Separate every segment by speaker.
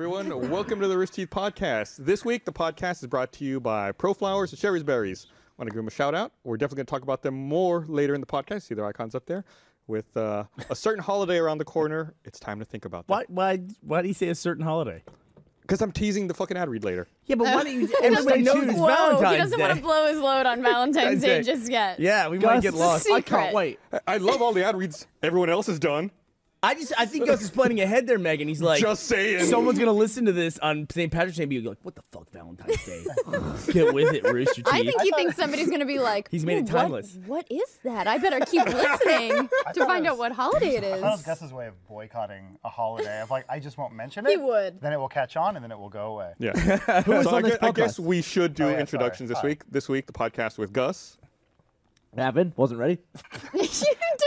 Speaker 1: welcome to the Rooster Teeth Podcast. This week, the podcast is brought to you by Pro Flowers and Sherry's Berries. Want to give them a shout out? We're definitely going to talk about them more later in the podcast. See their icons up there. With uh, a certain holiday around the corner, it's time to think about
Speaker 2: Why,
Speaker 1: that.
Speaker 2: why, why do you say a certain holiday?
Speaker 1: Because I'm teasing the fucking ad read later.
Speaker 2: Yeah, but why do you?
Speaker 3: Everybody
Speaker 2: Everybody knows it's
Speaker 3: Whoa, he
Speaker 2: Valentine's
Speaker 3: doesn't want to
Speaker 2: Day.
Speaker 3: blow his load on Valentine's Day
Speaker 2: That's it.
Speaker 3: just yet.
Speaker 2: Yeah, we might
Speaker 4: Gus,
Speaker 2: get
Speaker 4: it's a
Speaker 2: lost.
Speaker 4: I can't
Speaker 3: secret.
Speaker 4: wait.
Speaker 1: I, I love all the ad reads everyone else has done.
Speaker 2: I just, I think Gus is planning ahead there, Megan. He's like,
Speaker 1: Just saying.
Speaker 2: someone's gonna listen to this on St. Patrick's Day and be like, "What the fuck, Valentine's Day? get with it, Rooster Teeth."
Speaker 3: I think he thinks somebody's going to be like,
Speaker 2: He's made it
Speaker 3: "Ooh, what-
Speaker 2: timeless."
Speaker 3: what is that? I better keep listening to
Speaker 4: thought
Speaker 3: find
Speaker 4: it
Speaker 3: out
Speaker 4: was-
Speaker 3: what holiday it
Speaker 4: I thought it was
Speaker 2: Oh,
Speaker 3: is.
Speaker 4: Gus's way of boycotting a holiday of like I just won't mention it.
Speaker 3: He would.
Speaker 4: Then it will catch on and then it will go away.
Speaker 1: Yeah. so I,
Speaker 5: on this
Speaker 1: guess, I guess
Speaker 5: podcast?
Speaker 1: we should do
Speaker 4: Oh, yeah, sorry.
Speaker 1: introductions this
Speaker 4: Sorry.
Speaker 1: week. This week, the podcast with Gus.
Speaker 5: Happened. Wasn't ready.
Speaker 3: you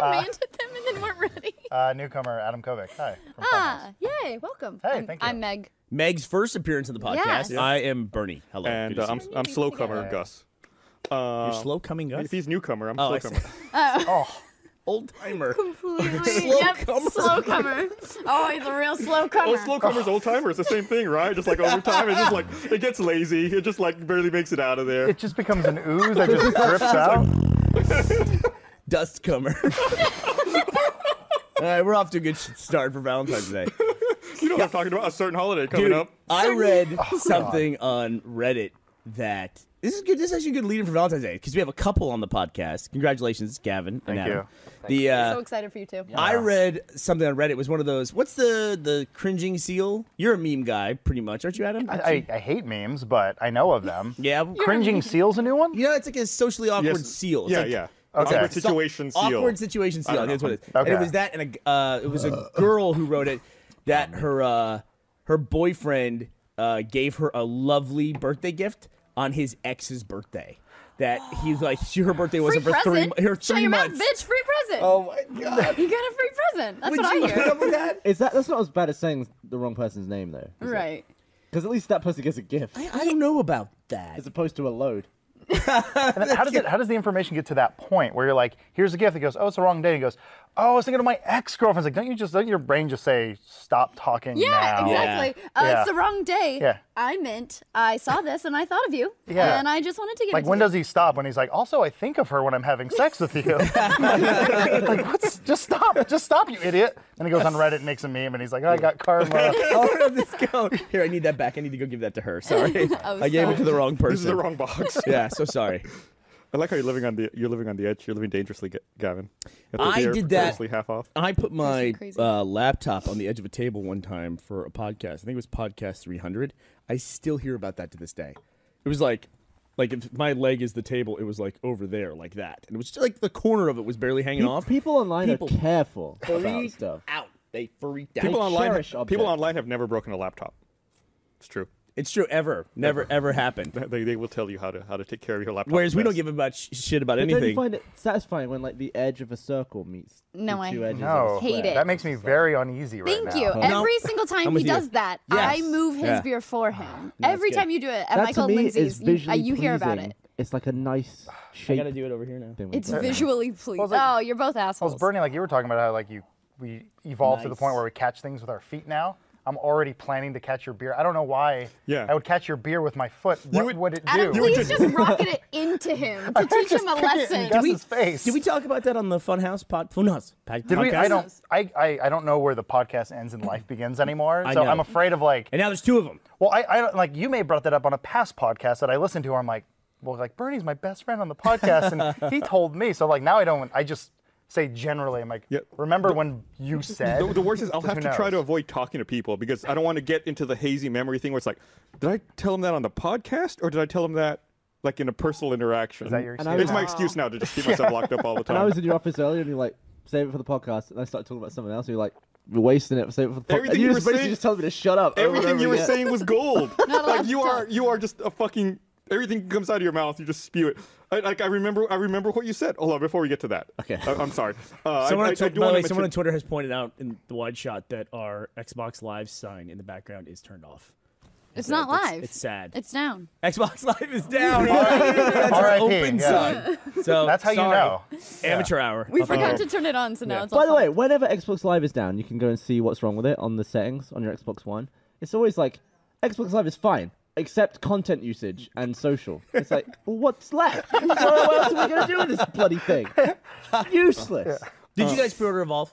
Speaker 2: Uh,
Speaker 3: demanded them and then weren't ready.
Speaker 4: Uh, newcomer Adam Kovic. Hi. From
Speaker 3: Ah, yay, welcome.
Speaker 4: Hey,
Speaker 3: I'm,
Speaker 4: thank you.
Speaker 3: I'm Meg.
Speaker 2: Meg's first appearance on the podcast.
Speaker 3: Yes.
Speaker 2: I am Bernie. Hello.
Speaker 1: And
Speaker 2: Good
Speaker 1: uh,
Speaker 2: to
Speaker 1: I'm,
Speaker 2: see
Speaker 1: I'm
Speaker 3: you
Speaker 1: slow
Speaker 3: together.
Speaker 1: comer Gus. Uh,
Speaker 2: you. slow coming, Gus.
Speaker 1: If he's newcomer, I'm
Speaker 2: Oh, I
Speaker 1: slow
Speaker 2: see.
Speaker 1: comer.
Speaker 4: oh,
Speaker 2: Old timer.
Speaker 3: Completely.
Speaker 2: Slow
Speaker 3: yep,
Speaker 2: comer.
Speaker 3: Slow comer. Oh, he's a real slow comer.
Speaker 1: Well, slow comers, old timers, the same thing, right? Just like over time, it just like it gets lazy. It just like barely makes it out of there.
Speaker 4: it just becomes an ooze that just drips out.
Speaker 2: Dust comer. All right, we're off to a good sh- start for Valentine's Day.
Speaker 1: You know what I'm talking about? A certain holiday coming
Speaker 2: Dude,
Speaker 1: up.
Speaker 2: I
Speaker 4: Oh,
Speaker 2: read something on Reddit that this is good. This is actually a good lead in for Valentine's Day because we have a couple on the podcast. Congratulations, Gavin and
Speaker 4: Thank
Speaker 2: Adam.
Speaker 4: you.
Speaker 2: The uh,
Speaker 3: so excited for you too.
Speaker 2: I read something on Reddit. It was one of those. What's the the cringing seal? You're a meme guy, pretty much, aren't you, Adam?
Speaker 4: I, I, I hate memes, but I know of them.
Speaker 2: yeah.
Speaker 4: Cringing seal's a new one.
Speaker 2: You know, it's like a socially awkward
Speaker 1: Yes.
Speaker 2: seal. It's
Speaker 1: Yeah,
Speaker 2: like-
Speaker 1: yeah.
Speaker 4: Okay.
Speaker 1: Awkward situation
Speaker 2: so-
Speaker 1: seal.
Speaker 2: Awkward situation seal.
Speaker 1: don't know.
Speaker 2: That's what it is. And it
Speaker 4: Okay.
Speaker 2: was that, and a, uh, it was a girl who wrote it that her uh, her boyfriend uh, gave her a lovely birthday gift on his ex's birthday. That he's like, she, her birthday
Speaker 3: Free
Speaker 2: wasn't for
Speaker 3: present.
Speaker 2: three, mo- her
Speaker 3: Shut
Speaker 2: three
Speaker 3: your
Speaker 2: months.
Speaker 3: mouth, bitch. Free present.
Speaker 2: Oh my god!
Speaker 3: You got a free present. That's
Speaker 2: Would
Speaker 3: what
Speaker 2: you
Speaker 3: I
Speaker 2: put
Speaker 3: hear.
Speaker 2: up with that?
Speaker 5: Is that? That's not as bad as saying the wrong person's name, though.
Speaker 3: Right.
Speaker 5: Because at least that person gets a gift
Speaker 2: I don't know about that.
Speaker 5: as opposed to a load.
Speaker 4: And then how does it? How does the information get to that point where you're like, here's a gift? It goes, oh, it's the wrong date. It goes, oh, I was thinking of my ex girlfriend. Like, don't you just? Don't your brain just say, stop talking
Speaker 3: Yeah,
Speaker 4: now?
Speaker 3: exactly.
Speaker 4: Yeah.
Speaker 3: Uh,
Speaker 4: Yeah.
Speaker 3: It's the wrong day.
Speaker 4: Yeah.
Speaker 3: I meant I saw this and I thought of you.
Speaker 4: Yeah.
Speaker 3: And I just wanted to give it
Speaker 4: Like
Speaker 3: to
Speaker 4: when
Speaker 3: you.
Speaker 4: does he stop? When he's like, also I think of her when I'm having sex with you. like what's just stop, just stop, you idiot. And he goes on Reddit and makes a meme and he's like, I got karma.
Speaker 2: Oh, where did this go? Here, I need that back. I need to go give that to her. Sorry,
Speaker 3: Oh,
Speaker 2: I gave it to the wrong person.
Speaker 1: This is the wrong box.
Speaker 2: Yeah, so sorry.
Speaker 1: I like how you're living on the you're living on the edge. You're living dangerously, Ga- Gavin. At the
Speaker 2: I
Speaker 1: beer,
Speaker 2: did that-
Speaker 1: purposely Half off.
Speaker 2: I put my
Speaker 3: crazy.
Speaker 2: uh, laptop on the edge of a table one time for a podcast. I think it was podcast 300. I still hear about that to this day. It was like, like if my leg is the table, it was like over there, like that, and it was just like the corner of it was barely hanging off.
Speaker 5: People online
Speaker 2: People-
Speaker 5: are careful about
Speaker 2: Freaked
Speaker 5: stuff.
Speaker 2: out. They freaked out.
Speaker 1: People
Speaker 5: I
Speaker 1: online,
Speaker 5: cherish
Speaker 1: people
Speaker 5: objects.
Speaker 1: online have never broken a laptop. It's true.
Speaker 2: It's true. Ever, never, ever happened.
Speaker 1: They, they will tell you how to how to take care of your laptop.
Speaker 2: Whereas we don't
Speaker 1: best.
Speaker 2: give a much shit about
Speaker 5: But don't you
Speaker 2: anything.
Speaker 5: find it satisfying when like the edge of a circle meets
Speaker 3: No,
Speaker 5: the
Speaker 3: I
Speaker 5: two edges?
Speaker 4: No.
Speaker 5: of a square?
Speaker 3: Hate it.
Speaker 4: That makes me very uneasy right
Speaker 3: Thank
Speaker 4: now.
Speaker 3: you.
Speaker 2: No.
Speaker 3: Every single time
Speaker 2: I'm
Speaker 3: he
Speaker 2: with you.
Speaker 3: does that, I
Speaker 2: Yes.
Speaker 3: move his
Speaker 2: Yeah.
Speaker 3: beer for him.
Speaker 2: that's
Speaker 3: Every
Speaker 2: good.
Speaker 3: time you do it at
Speaker 5: That
Speaker 3: Michael
Speaker 5: to me
Speaker 3: Lindsay's,
Speaker 5: is
Speaker 3: you, uh,
Speaker 5: visually
Speaker 3: you hear about
Speaker 5: pleasing.
Speaker 3: it.
Speaker 5: It's like a nice shape.
Speaker 2: do it over here now.
Speaker 5: thing we
Speaker 3: It's
Speaker 5: do.
Speaker 3: visually pleasing.
Speaker 4: it's like-
Speaker 3: oh, you're both
Speaker 4: I was
Speaker 3: assholes.
Speaker 4: burning like you were talking about how like you we evolved to the
Speaker 2: Nice.
Speaker 4: point where we catch things with our feet now. I'm already planning to catch your beer. I don't know why
Speaker 1: Yeah.
Speaker 4: I would catch your beer with my foot. What
Speaker 1: would-
Speaker 4: would it do?
Speaker 3: Adam, please just rocket it into him to teach
Speaker 4: Just
Speaker 3: him a
Speaker 4: kick it in
Speaker 3: lesson.
Speaker 4: Gus's
Speaker 2: we-
Speaker 4: face.
Speaker 2: Did we talk about that on the Funhouse pod? Funhouse pod,
Speaker 4: Did we?
Speaker 2: podcast?
Speaker 4: I don't. I, I, I don't know where the podcast ends and life begins anymore. so
Speaker 2: know.
Speaker 4: I'm afraid of like.
Speaker 2: And now there's two of them.
Speaker 4: Well, I, I don't like you may have brought that up on a past podcast that I listened to. Where I'm like, well, like Bernie's my best friend on the podcast, and he told me. So like now I don't. I just say generally. I'm like,
Speaker 1: Yeah.
Speaker 4: remember when you said?
Speaker 1: The, the worst is I'll
Speaker 4: Who
Speaker 1: have to try
Speaker 4: knows?
Speaker 1: to avoid talking to people because I don't want to get into the hazy memory thing where it's like, did I tell him that on the podcast or did I tell him that like in a personal interaction?
Speaker 4: that your
Speaker 1: And
Speaker 4: excuse
Speaker 1: It's my
Speaker 4: now?
Speaker 1: excuse now to just keep myself locked up all the time.
Speaker 5: And I was in your office earlier, and you're like, save it for the podcast. And I started talking about something else, and you're like, we're wasting it. Save it for the podcast.
Speaker 1: Everything
Speaker 5: you
Speaker 1: you
Speaker 5: were
Speaker 1: were
Speaker 5: basically
Speaker 1: saying-
Speaker 5: just telling me to shut up. over and
Speaker 1: everything
Speaker 5: over
Speaker 1: you were
Speaker 5: again.
Speaker 1: saying was gold. like
Speaker 3: allowed
Speaker 1: you
Speaker 3: to
Speaker 1: are
Speaker 3: talk.
Speaker 1: you are just a fucking everything comes out of your mouth. You just spew it. I, like I remember I remember what you said. Hold on, before we get to that.
Speaker 5: Okay.
Speaker 1: I, am sorry. Uh,
Speaker 6: Someone,
Speaker 1: I,
Speaker 6: on,
Speaker 1: I, I
Speaker 6: Twi-
Speaker 1: do
Speaker 6: by the
Speaker 1: wanna
Speaker 6: way, someone on
Speaker 1: mention-
Speaker 6: Twitter has pointed out in the wide shot that our Xbox Live sign in the background is turned off.
Speaker 3: It's not
Speaker 6: It's-
Speaker 3: live.
Speaker 6: It's sad.
Speaker 3: It's down.
Speaker 6: Xbox Live is down.
Speaker 2: That's our
Speaker 4: R.I.P.,
Speaker 2: open
Speaker 4: yeah.
Speaker 2: sign. So
Speaker 4: That's how
Speaker 6: Sorry.
Speaker 4: you know.
Speaker 6: Amateur hour.
Speaker 3: We forgot to turn it on, so now it's all
Speaker 5: By the way,
Speaker 3: fine.
Speaker 5: whenever Xbox Live is down, you can go and see what's wrong with it on the settings on your Xbox One. It's always like Xbox Live is fine, except content usage and social. It's like, well, what's left? what else are we gonna do with this bloody thing? Useless.
Speaker 2: Did you guys pre-order Evolve?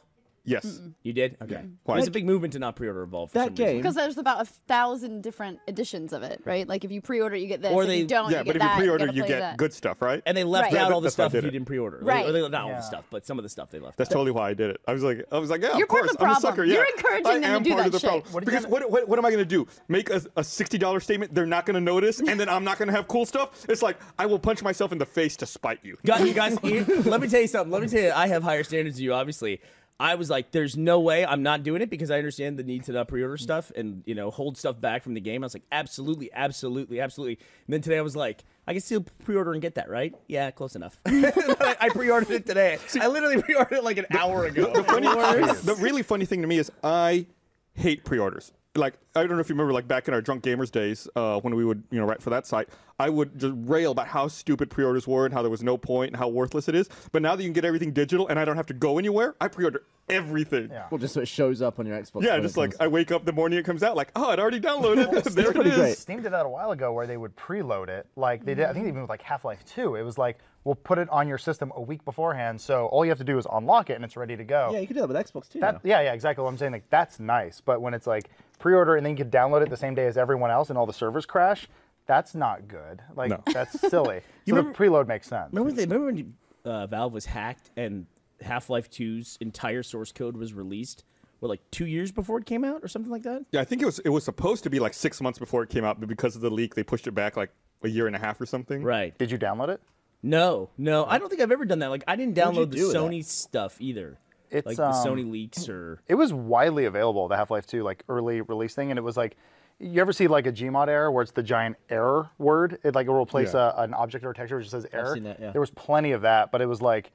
Speaker 1: Yes.
Speaker 2: You did. Okay.
Speaker 1: Why?
Speaker 2: There's a big movement to not pre-order Evolve. For some
Speaker 5: That
Speaker 2: reason.
Speaker 5: game.
Speaker 1: Mm-hmm.
Speaker 3: Because there's about a thousand different editions of it, right? Like if you pre-order, you get this.
Speaker 2: Or
Speaker 3: if
Speaker 2: they-
Speaker 3: you don't,
Speaker 1: Yeah,
Speaker 3: Oh,
Speaker 1: but
Speaker 3: you get
Speaker 1: if you
Speaker 3: that.
Speaker 1: pre-order,
Speaker 3: gotta
Speaker 1: you
Speaker 3: play
Speaker 1: get
Speaker 3: that.
Speaker 1: good stuff, right?
Speaker 2: And they left
Speaker 3: Right.
Speaker 2: out all the
Speaker 1: That's why I
Speaker 2: stuff if
Speaker 1: did
Speaker 2: you
Speaker 1: it.
Speaker 2: didn't pre-order.
Speaker 3: Right.
Speaker 2: Or they, not all the
Speaker 4: Yeah.
Speaker 2: stuff, but some of the stuff they left.
Speaker 1: That's totally why I did it. I was like, I was like, yeah,
Speaker 3: You're
Speaker 1: of course,
Speaker 3: part of the
Speaker 1: I'm a
Speaker 3: problem.
Speaker 1: sucker. Yeah,
Speaker 3: You're encouraging
Speaker 1: I
Speaker 3: them to
Speaker 1: am
Speaker 3: do
Speaker 1: part of
Speaker 3: that
Speaker 1: the
Speaker 3: shit.
Speaker 1: problem.
Speaker 4: What do you
Speaker 1: because
Speaker 4: gotta-
Speaker 1: what, what, what am I going to do? Make a, a sixty dollars statement? They're not going to notice, and then I'm not going to have cool stuff. It's like I will punch myself in the face to spite you.
Speaker 2: Got you guys. here- let me tell you something. Let me tell you, I have higher standards than you, obviously. I was like, there's no way I'm not doing it because I understand the need to not pre-order stuff and you know hold stuff back from the game. I was like, absolutely, absolutely, absolutely. And then today I was like, I can still pre-order and get that, right? Yeah, close enough. I, I pre-ordered it today. I literally pre-ordered it like an hour ago.
Speaker 1: The funny, the really funny thing to me is I hate pre-orders. Like I don't know if you remember, like back in our drunk gamers days, uh, when we would you know write for that site, I would just rail about how stupid pre-orders were and how there was no point and how worthless it is. But now that you can get everything digital and I don't have to go anywhere, I pre-order everything.
Speaker 4: Yeah.
Speaker 5: Well, just so it shows up on your Xbox.
Speaker 1: Yeah,
Speaker 5: when
Speaker 1: just
Speaker 5: it
Speaker 1: like
Speaker 5: comes-
Speaker 1: I wake up the morning it comes out, like oh, I'd already downloaded it. there it
Speaker 5: pretty
Speaker 1: is.
Speaker 5: great.
Speaker 4: Steam did that a while ago where they would preload it. Like they did, I think even with like Half Life 2, it was like, we'll put it on your system a week beforehand. So all you have to do is unlock it and it's ready to go.
Speaker 5: yeah, you can do that with Xbox too.
Speaker 4: That,
Speaker 5: now.
Speaker 4: yeah, yeah, exactly. What I'm saying, like, that's nice. But when it's like pre-order and then you can download it the same day as everyone else, and all the servers crash, that's not good. Like, that's silly. so the preload makes sense.
Speaker 2: Remember, they, remember when uh, Valve was hacked and Half Life 2's entire source code was released, what, like two years before it came out or something like that?
Speaker 1: Yeah, I think it was it was supposed to be like six months before it came out, but because of the leak, they pushed it back like a year and a half or something.
Speaker 2: Right.
Speaker 4: Did you download it?
Speaker 2: No, no, I don't think I've ever done that. Like, I didn't download
Speaker 5: What'd
Speaker 2: the
Speaker 5: you do with
Speaker 2: Sony stuff either.
Speaker 4: It's,
Speaker 2: like the
Speaker 4: um,
Speaker 2: Sony leaks or
Speaker 4: It was widely available, the Half-Life 2, like early release thing, and it was like, you ever see like a Gmod error where it's the giant error word? It like it will replace
Speaker 1: Yeah.
Speaker 4: a, an object or a texture which says error.
Speaker 5: seen that, yeah.
Speaker 4: There was plenty of that, but it was like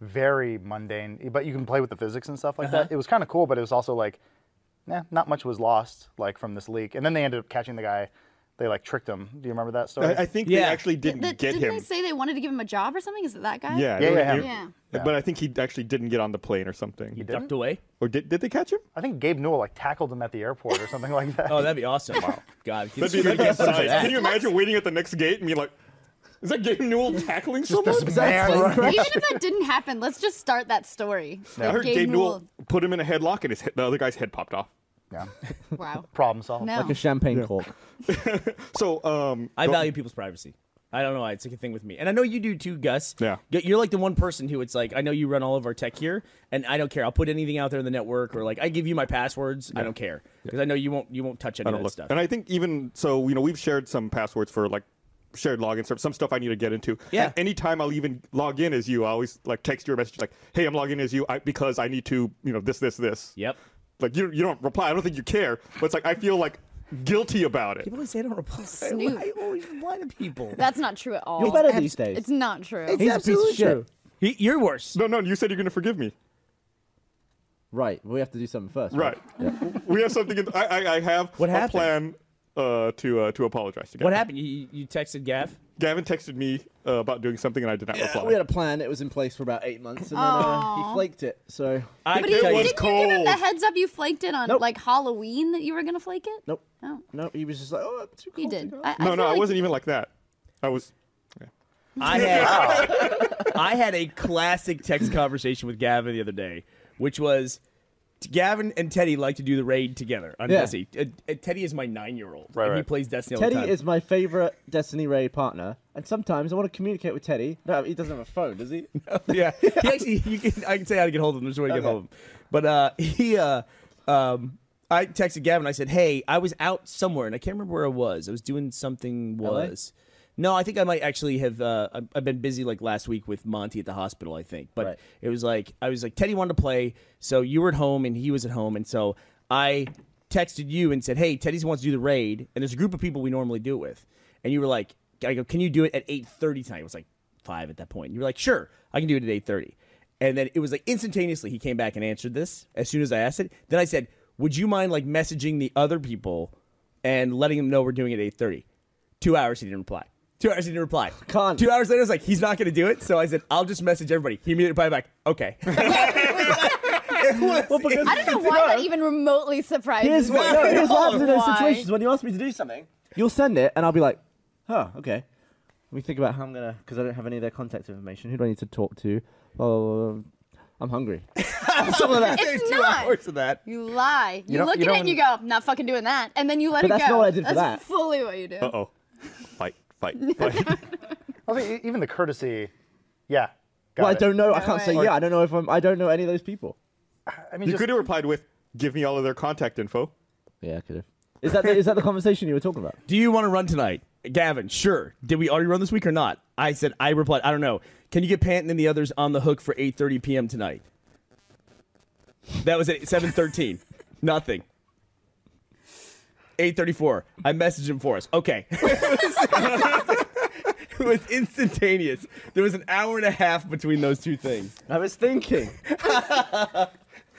Speaker 4: very mundane. But you can play with the physics and stuff like
Speaker 5: Uh-huh.
Speaker 4: that. It was kind of cool, but it was also like, nah, not much was lost like from this leak. And then they ended up catching the guy. They like tricked him. Do you remember that story?
Speaker 1: I, I think they
Speaker 2: Yeah.
Speaker 1: actually didn't
Speaker 3: Th-
Speaker 1: get
Speaker 3: didn't
Speaker 1: him.
Speaker 3: they say they wanted to give him a job or something? Is it that guy?
Speaker 1: yeah,
Speaker 4: Yeah,
Speaker 1: they
Speaker 4: yeah,
Speaker 1: were-
Speaker 3: him.
Speaker 1: But I think he actually didn't get on the plane or something.
Speaker 2: you ducked away.
Speaker 1: Or did, did they catch him?
Speaker 4: I think Gabe Newell like tackled him at the airport or something like that.
Speaker 2: Oh, that'd be awesome. wow. God,
Speaker 1: That'd be, that'd be insane. Can you imagine waiting at the next gate and being like, is that Gabe Newell tackling someone?
Speaker 4: this man
Speaker 5: plane
Speaker 4: running-
Speaker 5: crash?
Speaker 3: Even if that didn't happen, let's just start that story.
Speaker 1: I
Speaker 3: Like,
Speaker 1: heard Gabe, Newell put him in a headlock and his head, the other guy's head popped off.
Speaker 4: Yeah.
Speaker 3: Wow.
Speaker 4: Problem solved.
Speaker 3: No.
Speaker 5: Like a champagne cork.
Speaker 1: So, um,
Speaker 2: I
Speaker 1: don't-
Speaker 2: value people's privacy. I don't know why it's like a thing with me, and I know you do too, Gus.
Speaker 1: Yeah.
Speaker 2: Y- you're like the one person who it's like I know you run all of our tech here, and I don't care. I'll put anything out there in the network, or like I give you my passwords. I don't care because I know you won't you won't touch any
Speaker 1: I
Speaker 2: of
Speaker 1: don't
Speaker 2: that
Speaker 1: look.
Speaker 2: stuff.
Speaker 1: And I think even so, you know, we've shared some passwords for like shared login stuff, some stuff I need to get into.
Speaker 2: Yeah.
Speaker 1: And anytime I'll even log in as you, I always like text you a message like, "Hey, I'm logging in as you I, because I need to, you know, this, this, this."
Speaker 2: Yep.
Speaker 1: Like you, you don't reply. I don't think you care, but it's like I feel like guilty about it.
Speaker 2: People always say I don't reply.
Speaker 3: Snoop.
Speaker 2: I always reply to people.
Speaker 3: That's not true at all.
Speaker 5: You're better these days.
Speaker 3: It's not true.
Speaker 5: He's a piece of shit.
Speaker 2: He, you're worse.
Speaker 1: No, no, you said you're gonna forgive me,
Speaker 5: Right, we have to do something first.
Speaker 1: right? We have something. In, I, I, I have
Speaker 2: What
Speaker 1: a
Speaker 2: happened?
Speaker 1: plan uh, to uh, to apologize to Gavin.
Speaker 2: What happened? You, you texted Gav.
Speaker 1: Gavin texted me uh, about doing something, and I did not reply.
Speaker 5: We had a plan. It was in place for about eight months, and then uh, he flaked it. So
Speaker 2: I
Speaker 3: but
Speaker 2: can
Speaker 3: he,
Speaker 2: tell you-
Speaker 1: was
Speaker 3: didn't you give him the
Speaker 1: cold.
Speaker 3: heads up you flaked it on
Speaker 5: Nope.
Speaker 3: like Halloween that you were gonna flake it?
Speaker 5: nope,
Speaker 3: No.
Speaker 5: nope. He was just like, oh, I'm too cold.
Speaker 3: He
Speaker 5: to
Speaker 3: did.
Speaker 5: go."
Speaker 3: I, I
Speaker 1: no,
Speaker 3: feel
Speaker 1: no, I
Speaker 3: like-
Speaker 1: wasn't even like that. I was.
Speaker 2: I had I had a classic text conversation with Gavin the other day, which was Gavin and Teddy like to do the raid together on
Speaker 5: Yeah.
Speaker 2: Destiny. Uh, uh, Teddy is my nine-year-old.
Speaker 4: Right,
Speaker 2: and He
Speaker 4: right.
Speaker 2: plays Destiny all
Speaker 5: Teddy
Speaker 2: the time.
Speaker 5: is my favorite Destiny raid partner, and sometimes I want to communicate with Teddy. No, he doesn't have a phone, does he?
Speaker 2: yeah. He actually, you can, I can tell you how to get hold of him. There's a way to get hold of him. But uh, he, uh, um, I texted Gavin. I said, "Hey, I was out somewhere, and I can't remember where I was. I was doing something. Was no, I think I might actually have. Uh, I've- I've been busy like last week with Monty at the hospital. I think, but
Speaker 5: Right.
Speaker 2: it was like I was like Teddy wanted to play, so you were at home and he was at home, and so I texted you and said, "Hey, Teddy's wants to do the raid, and there's a group of people we normally do it with," and you were like, "I go, can you do it at 8:30 tonight?" It was like five at that point. And you were like, "Sure, I can do it at 8:30," and then it was like instantaneously he came back and answered this as soon as I asked it. Then I said, "Would you mind like messaging the other people and letting them know we're doing it at 8:30?" Two hours he didn't reply. Two hours he didn't reply.
Speaker 5: Con.
Speaker 2: Two hours later, I was like, he's not going to do it. So I said, I'll just message everybody. He immediately replied back, okay. it
Speaker 7: well, because
Speaker 3: I don't know why that even remotely surprises
Speaker 5: Here's
Speaker 3: me.
Speaker 5: what, no, here's what happens in those
Speaker 3: Why?
Speaker 5: situations when you ask me to do something. You'll send it, and I'll be like, huh, okay. Let me think about how I'm gonna, because I don't have any of their contact information. Who do I need to talk to? Blah, blah, blah. I'm hungry. Some of that.
Speaker 3: It's
Speaker 7: two
Speaker 3: not.
Speaker 7: hours of that.
Speaker 3: You lie. You,
Speaker 4: don't-
Speaker 3: look
Speaker 4: you
Speaker 3: at it and you go, not fucking doing that. And then you let
Speaker 5: But
Speaker 3: it
Speaker 5: that's
Speaker 3: go.
Speaker 5: not what I did for
Speaker 3: That's
Speaker 5: that.
Speaker 3: fully what you do.
Speaker 1: Uh oh. Fight, fight, fight.
Speaker 4: Also, e- even the courtesy, yeah. Got
Speaker 5: Well, I
Speaker 4: it.
Speaker 5: don't know. I can't say
Speaker 3: way.
Speaker 5: yeah. I don't know if I'm. I don't know any of those people.
Speaker 4: I mean,
Speaker 1: you
Speaker 4: just,
Speaker 1: could have replied with, give me all of their contact info.
Speaker 5: Yeah, I could have. Is that the, is that the conversation you were talking about?
Speaker 2: Do you want to run tonight? Gavin, sure. Did we already run this week or not? I said, I replied, I don't know. Can you get Panton and the others on the hook for 8.30 p.m. tonight? That was at 7.13. Nothing. 8.34. I messaged him for us. Okay. it was instantaneous. There was an hour and a half between those two things.
Speaker 5: I was thinking.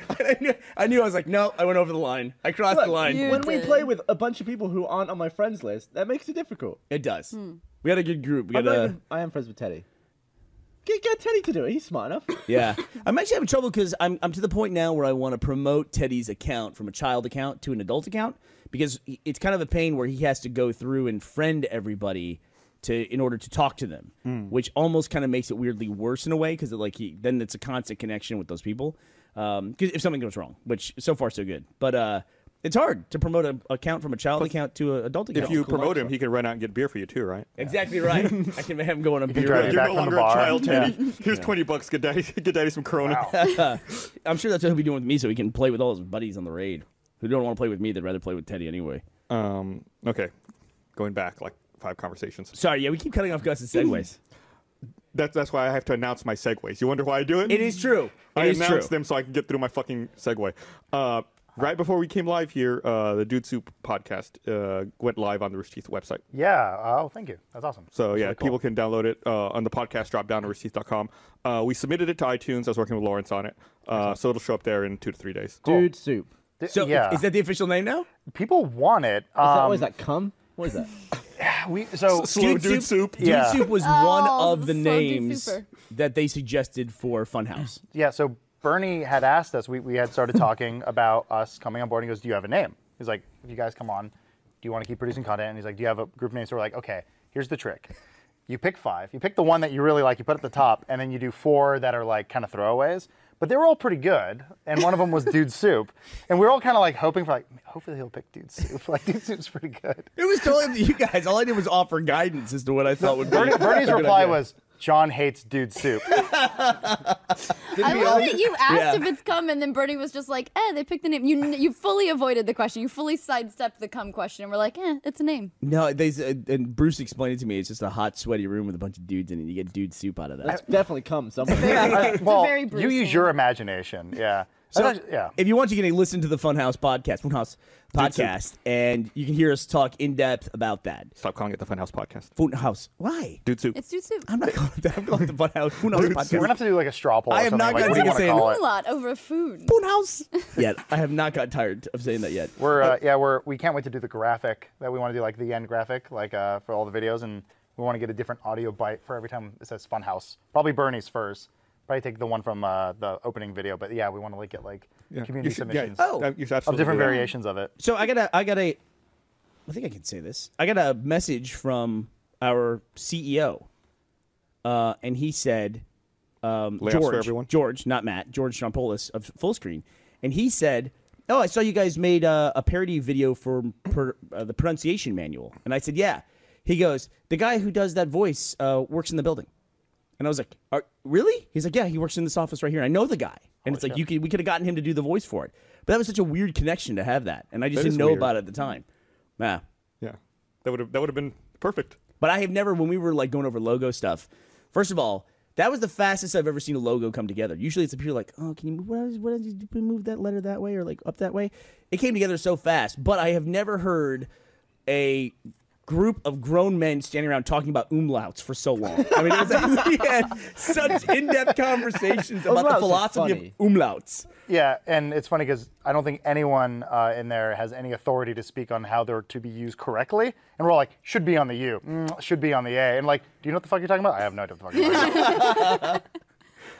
Speaker 2: I knew I, knew I was like, no, I went over the line. I crossed the line.
Speaker 3: you-
Speaker 5: when we
Speaker 3: did.
Speaker 5: play with a bunch of people who aren't on my friends list, that makes it difficult.
Speaker 2: It uh, does. We had a good group. We
Speaker 5: I'm
Speaker 2: got
Speaker 5: not
Speaker 2: a...
Speaker 5: even- I am friends with Teddy. Get, get Teddy to do it. He's smart enough.
Speaker 2: Yeah. I'm actually having trouble because I'm, I'm to the point now where I want to promote Teddy's account from a child account to an adult account because he- it's kind of a pain where he has to go through and friend everybody to in order to talk to them, which almost kind of makes it weirdly worse in a way because like he then it's a constant connection with those people. Because if something goes wrong, which so far so good, but uh, it's hard to promote an account from a child account to an adult account.
Speaker 1: If you promote him, he can run out and get beer for you too, right?
Speaker 2: exactly right. I can have him going on beer.
Speaker 4: drive
Speaker 2: run.
Speaker 4: it
Speaker 1: You're
Speaker 4: back
Speaker 1: no
Speaker 4: from
Speaker 1: longer
Speaker 4: the
Speaker 1: a
Speaker 4: bar.
Speaker 1: child,
Speaker 4: Yeah.
Speaker 1: Teddy. Here's 20 bucks. Get daddy, get daddy some Corona.
Speaker 2: I'm sure that's what he'll be doing with me, so he can play with all his buddies on the raid who don't want to play with me. They'd rather play with Teddy anyway.
Speaker 1: Um, okay, going back like five conversations.
Speaker 2: Sorry, yeah, we keep cutting off Gus's segues.
Speaker 1: That's that's why I have to announce my segues. You wonder why I do it?
Speaker 2: it is true.
Speaker 1: I
Speaker 2: It is true.
Speaker 1: announced them so I can get through my fucking segue. Uh, right before we came live here, uh, the Dude Soup podcast uh, went live on the Rooster Teeth website.
Speaker 4: yeah. Oh, thank you. That's awesome.
Speaker 1: So yeah,
Speaker 4: really cool.
Speaker 1: people can download it uh, on the podcast drop down at roosterteeth.com. Uh, we submitted it to iTunes. I was working with Lawrence on it, uh, so it'll show up there in two to three days.
Speaker 5: Dude soup. Is
Speaker 4: Th-
Speaker 2: So
Speaker 4: yeah,
Speaker 2: is that the official name now?
Speaker 4: people want it.
Speaker 5: that,
Speaker 4: Um,
Speaker 5: what is that? Cum? What is that?
Speaker 4: We, so
Speaker 1: Slow Dude, Soup.
Speaker 2: Dude
Speaker 4: Yeah.
Speaker 2: Soup was
Speaker 3: Oh,
Speaker 2: one of the
Speaker 3: so Dude
Speaker 2: names
Speaker 3: Souper.
Speaker 2: that they suggested for Funhouse.
Speaker 4: yeah, so Bernie had asked us. We, we had started talking about us coming on board. And he goes, "Do you have a name?" He's like, "If you guys come on, do you want to keep producing content?" And he's like, "Do you have a group name?" So we're like, "Okay, here's the trick. You pick five. You pick the one that you really like. You put at the top, and then you do four that are like kind of throwaways." But they were all pretty good, and one of them was Dude Soup, and we were all kind of like hoping for like, hopefully he'll pick Dude Soup. Like Dude Soup's pretty good.
Speaker 2: It was totally up to you guys. All I did was offer guidance as to what I thought would be.
Speaker 4: Bernie, Bernie's
Speaker 2: a good
Speaker 4: reply
Speaker 2: idea.
Speaker 4: was, "John hates Dude Soup."
Speaker 3: I love that you asked
Speaker 2: Yeah.
Speaker 3: if it's cum, and then Bernie was just like, "Eh, they picked the name." You you fully avoided the question. You fully sidestepped the cum question, and we're like, "Eh, it's a name."
Speaker 2: No, they said- and Bruce explained it to me. It's just a hot, sweaty room with a bunch of dudes in it. You get dude soup out of that.
Speaker 5: That's definitely cum somewhere.
Speaker 4: Uh, well,
Speaker 3: very
Speaker 4: you
Speaker 3: Bruce
Speaker 4: use your imagination. Yeah.
Speaker 2: So,
Speaker 4: That's actually- yeah.
Speaker 2: If you want, you can listen to the Funhouse podcast, Funhouse podcast, and you can hear us talk in depth about that.
Speaker 1: Stop calling it the Funhouse Podcast.
Speaker 2: Funhouse. Why?
Speaker 1: Dude Soup.
Speaker 3: It's dude soup.
Speaker 2: I'm not calling it that. I'm calling it the Funhouse. Funhouse
Speaker 1: Dude,
Speaker 4: We're
Speaker 2: podcast.
Speaker 4: gonna have to do like a straw poll.
Speaker 2: I
Speaker 4: or
Speaker 2: am
Speaker 4: something.
Speaker 2: not
Speaker 4: like,
Speaker 2: gonna
Speaker 4: what do you
Speaker 2: take a
Speaker 4: wanna
Speaker 2: single-
Speaker 4: call it?
Speaker 3: a lot over food.
Speaker 2: Funhouse. yeah, I have not got tired of saying that yet.
Speaker 4: We're uh, yeah we're we can't wait to do the graphic that we want to do like the end graphic like uh, for all the videos and we want to get a different audio bite for every time it says Funhouse. Probably Bernie's first. Probably take the one from uh, the opening video. But yeah, we want to like get like
Speaker 1: you
Speaker 4: community
Speaker 1: should,
Speaker 4: submissions
Speaker 1: Yeah, oh, you should
Speaker 4: of
Speaker 1: absolutely
Speaker 4: different
Speaker 1: do that.
Speaker 4: variations of it.
Speaker 2: So I got a, I got a, I think I can say this. I got a message from our CEO, uh, and he said, um,
Speaker 1: Layoffs for
Speaker 2: George,
Speaker 1: everyone?
Speaker 2: George, not Matt, George Strompolis of Full Screen, and he said, "Oh, I saw you guys made uh, a parody video for per, uh, the pronunciation manual," and I said, "Yeah." He goes, "The guy who does that voice uh, works in the building." And I was like, Are, "Really?" He's like, "Yeah, he works in this office right here. I know the guy."
Speaker 1: Oh,
Speaker 2: And it's like you could, we could have gotten him to do the voice for it, but that was such a weird connection to have that, and I just
Speaker 1: That is
Speaker 2: didn't know
Speaker 1: weird.
Speaker 2: about it at the time. Yeah,
Speaker 1: Yeah, that would have that would have been perfect.
Speaker 2: but I have never when we were like going over logo stuff. First of all, that was the fastest I've ever seen a logo come together. Usually it's a pure like, oh, can you move what is, what is, we move that letter that way or like up that way? It came together so fast, but I have never heard a group of grown men standing around talking about umlauts for so long. I mean, it was like, we had such in-depth conversations about
Speaker 5: Umlauts
Speaker 2: the
Speaker 5: are
Speaker 2: philosophy
Speaker 5: funny.
Speaker 2: of umlauts.
Speaker 4: Yeah, and it's funny because I don't think anyone uh, in there has any authority to speak on how they're to be used correctly. And we're all like, should be on the U, mm, should be on the A. And like, do you know what the fuck you're talking about? I have no idea what the fuck you're talking about.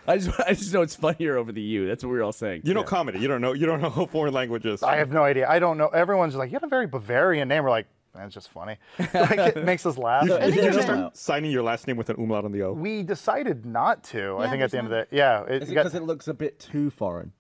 Speaker 2: I just, I just know it's funnier over the U. That's what we were all saying.
Speaker 1: You know
Speaker 2: Yeah.
Speaker 1: comedy. You don't know. You don't know foreign languages.
Speaker 4: I have no idea. I don't know. Everyone's like, you had a very Bavarian name. We're like, that's just funny. like, it makes us laugh.
Speaker 1: You,
Speaker 3: I
Speaker 1: you
Speaker 3: think
Speaker 1: just
Speaker 3: it's
Speaker 1: start
Speaker 3: been-
Speaker 1: signing your last name with an umlaut on the O.
Speaker 4: we decided not to. I
Speaker 3: Yeah,
Speaker 4: think at the
Speaker 3: there's
Speaker 4: end of the yeah, it,
Speaker 5: Is
Speaker 4: you
Speaker 5: it
Speaker 4: got-
Speaker 5: because it looks a bit too foreign?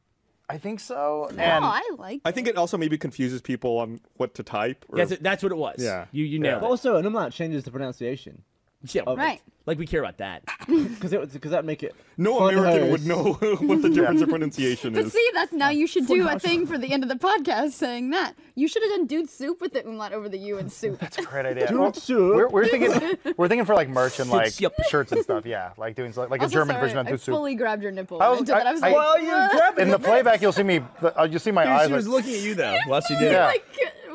Speaker 4: I think so. And
Speaker 3: oh, I like.
Speaker 1: I think it also maybe confuses people on what to type. Or,
Speaker 2: That's, it- that's what it was.
Speaker 1: Yeah.
Speaker 2: You you nailed
Speaker 5: But also, an umlaut changes the pronunciation
Speaker 2: it. Yeah.
Speaker 3: Right.
Speaker 2: Like we care about that.
Speaker 5: because it would because that make it.
Speaker 1: no
Speaker 5: fun
Speaker 1: American
Speaker 5: hers.
Speaker 1: would know what the difference of pronunciation
Speaker 3: But
Speaker 1: is.
Speaker 3: see, that's now you should do a thing for the end of the podcast saying that. You should have done dude soup with the umlaut over the U and soup.
Speaker 4: That's a great idea.
Speaker 5: Do
Speaker 4: Well,
Speaker 5: it soon.
Speaker 4: We're, we're thinking we're thinking for like merch and like
Speaker 2: Yep.
Speaker 4: shirts and stuff. Yeah, like doing like, like a
Speaker 3: Also,
Speaker 4: German
Speaker 3: sorry,
Speaker 4: version of
Speaker 3: I
Speaker 4: Dutsu.
Speaker 3: fully grabbed your nipple.
Speaker 4: I
Speaker 3: when
Speaker 4: was-
Speaker 3: did that. I was
Speaker 4: I-
Speaker 3: like,
Speaker 4: Well,
Speaker 3: "What?"
Speaker 4: In the playback, you'll see me. the- Uh, you see my eyes.
Speaker 2: she was
Speaker 4: like,
Speaker 2: looking at you though while she did
Speaker 4: yeah.
Speaker 2: it.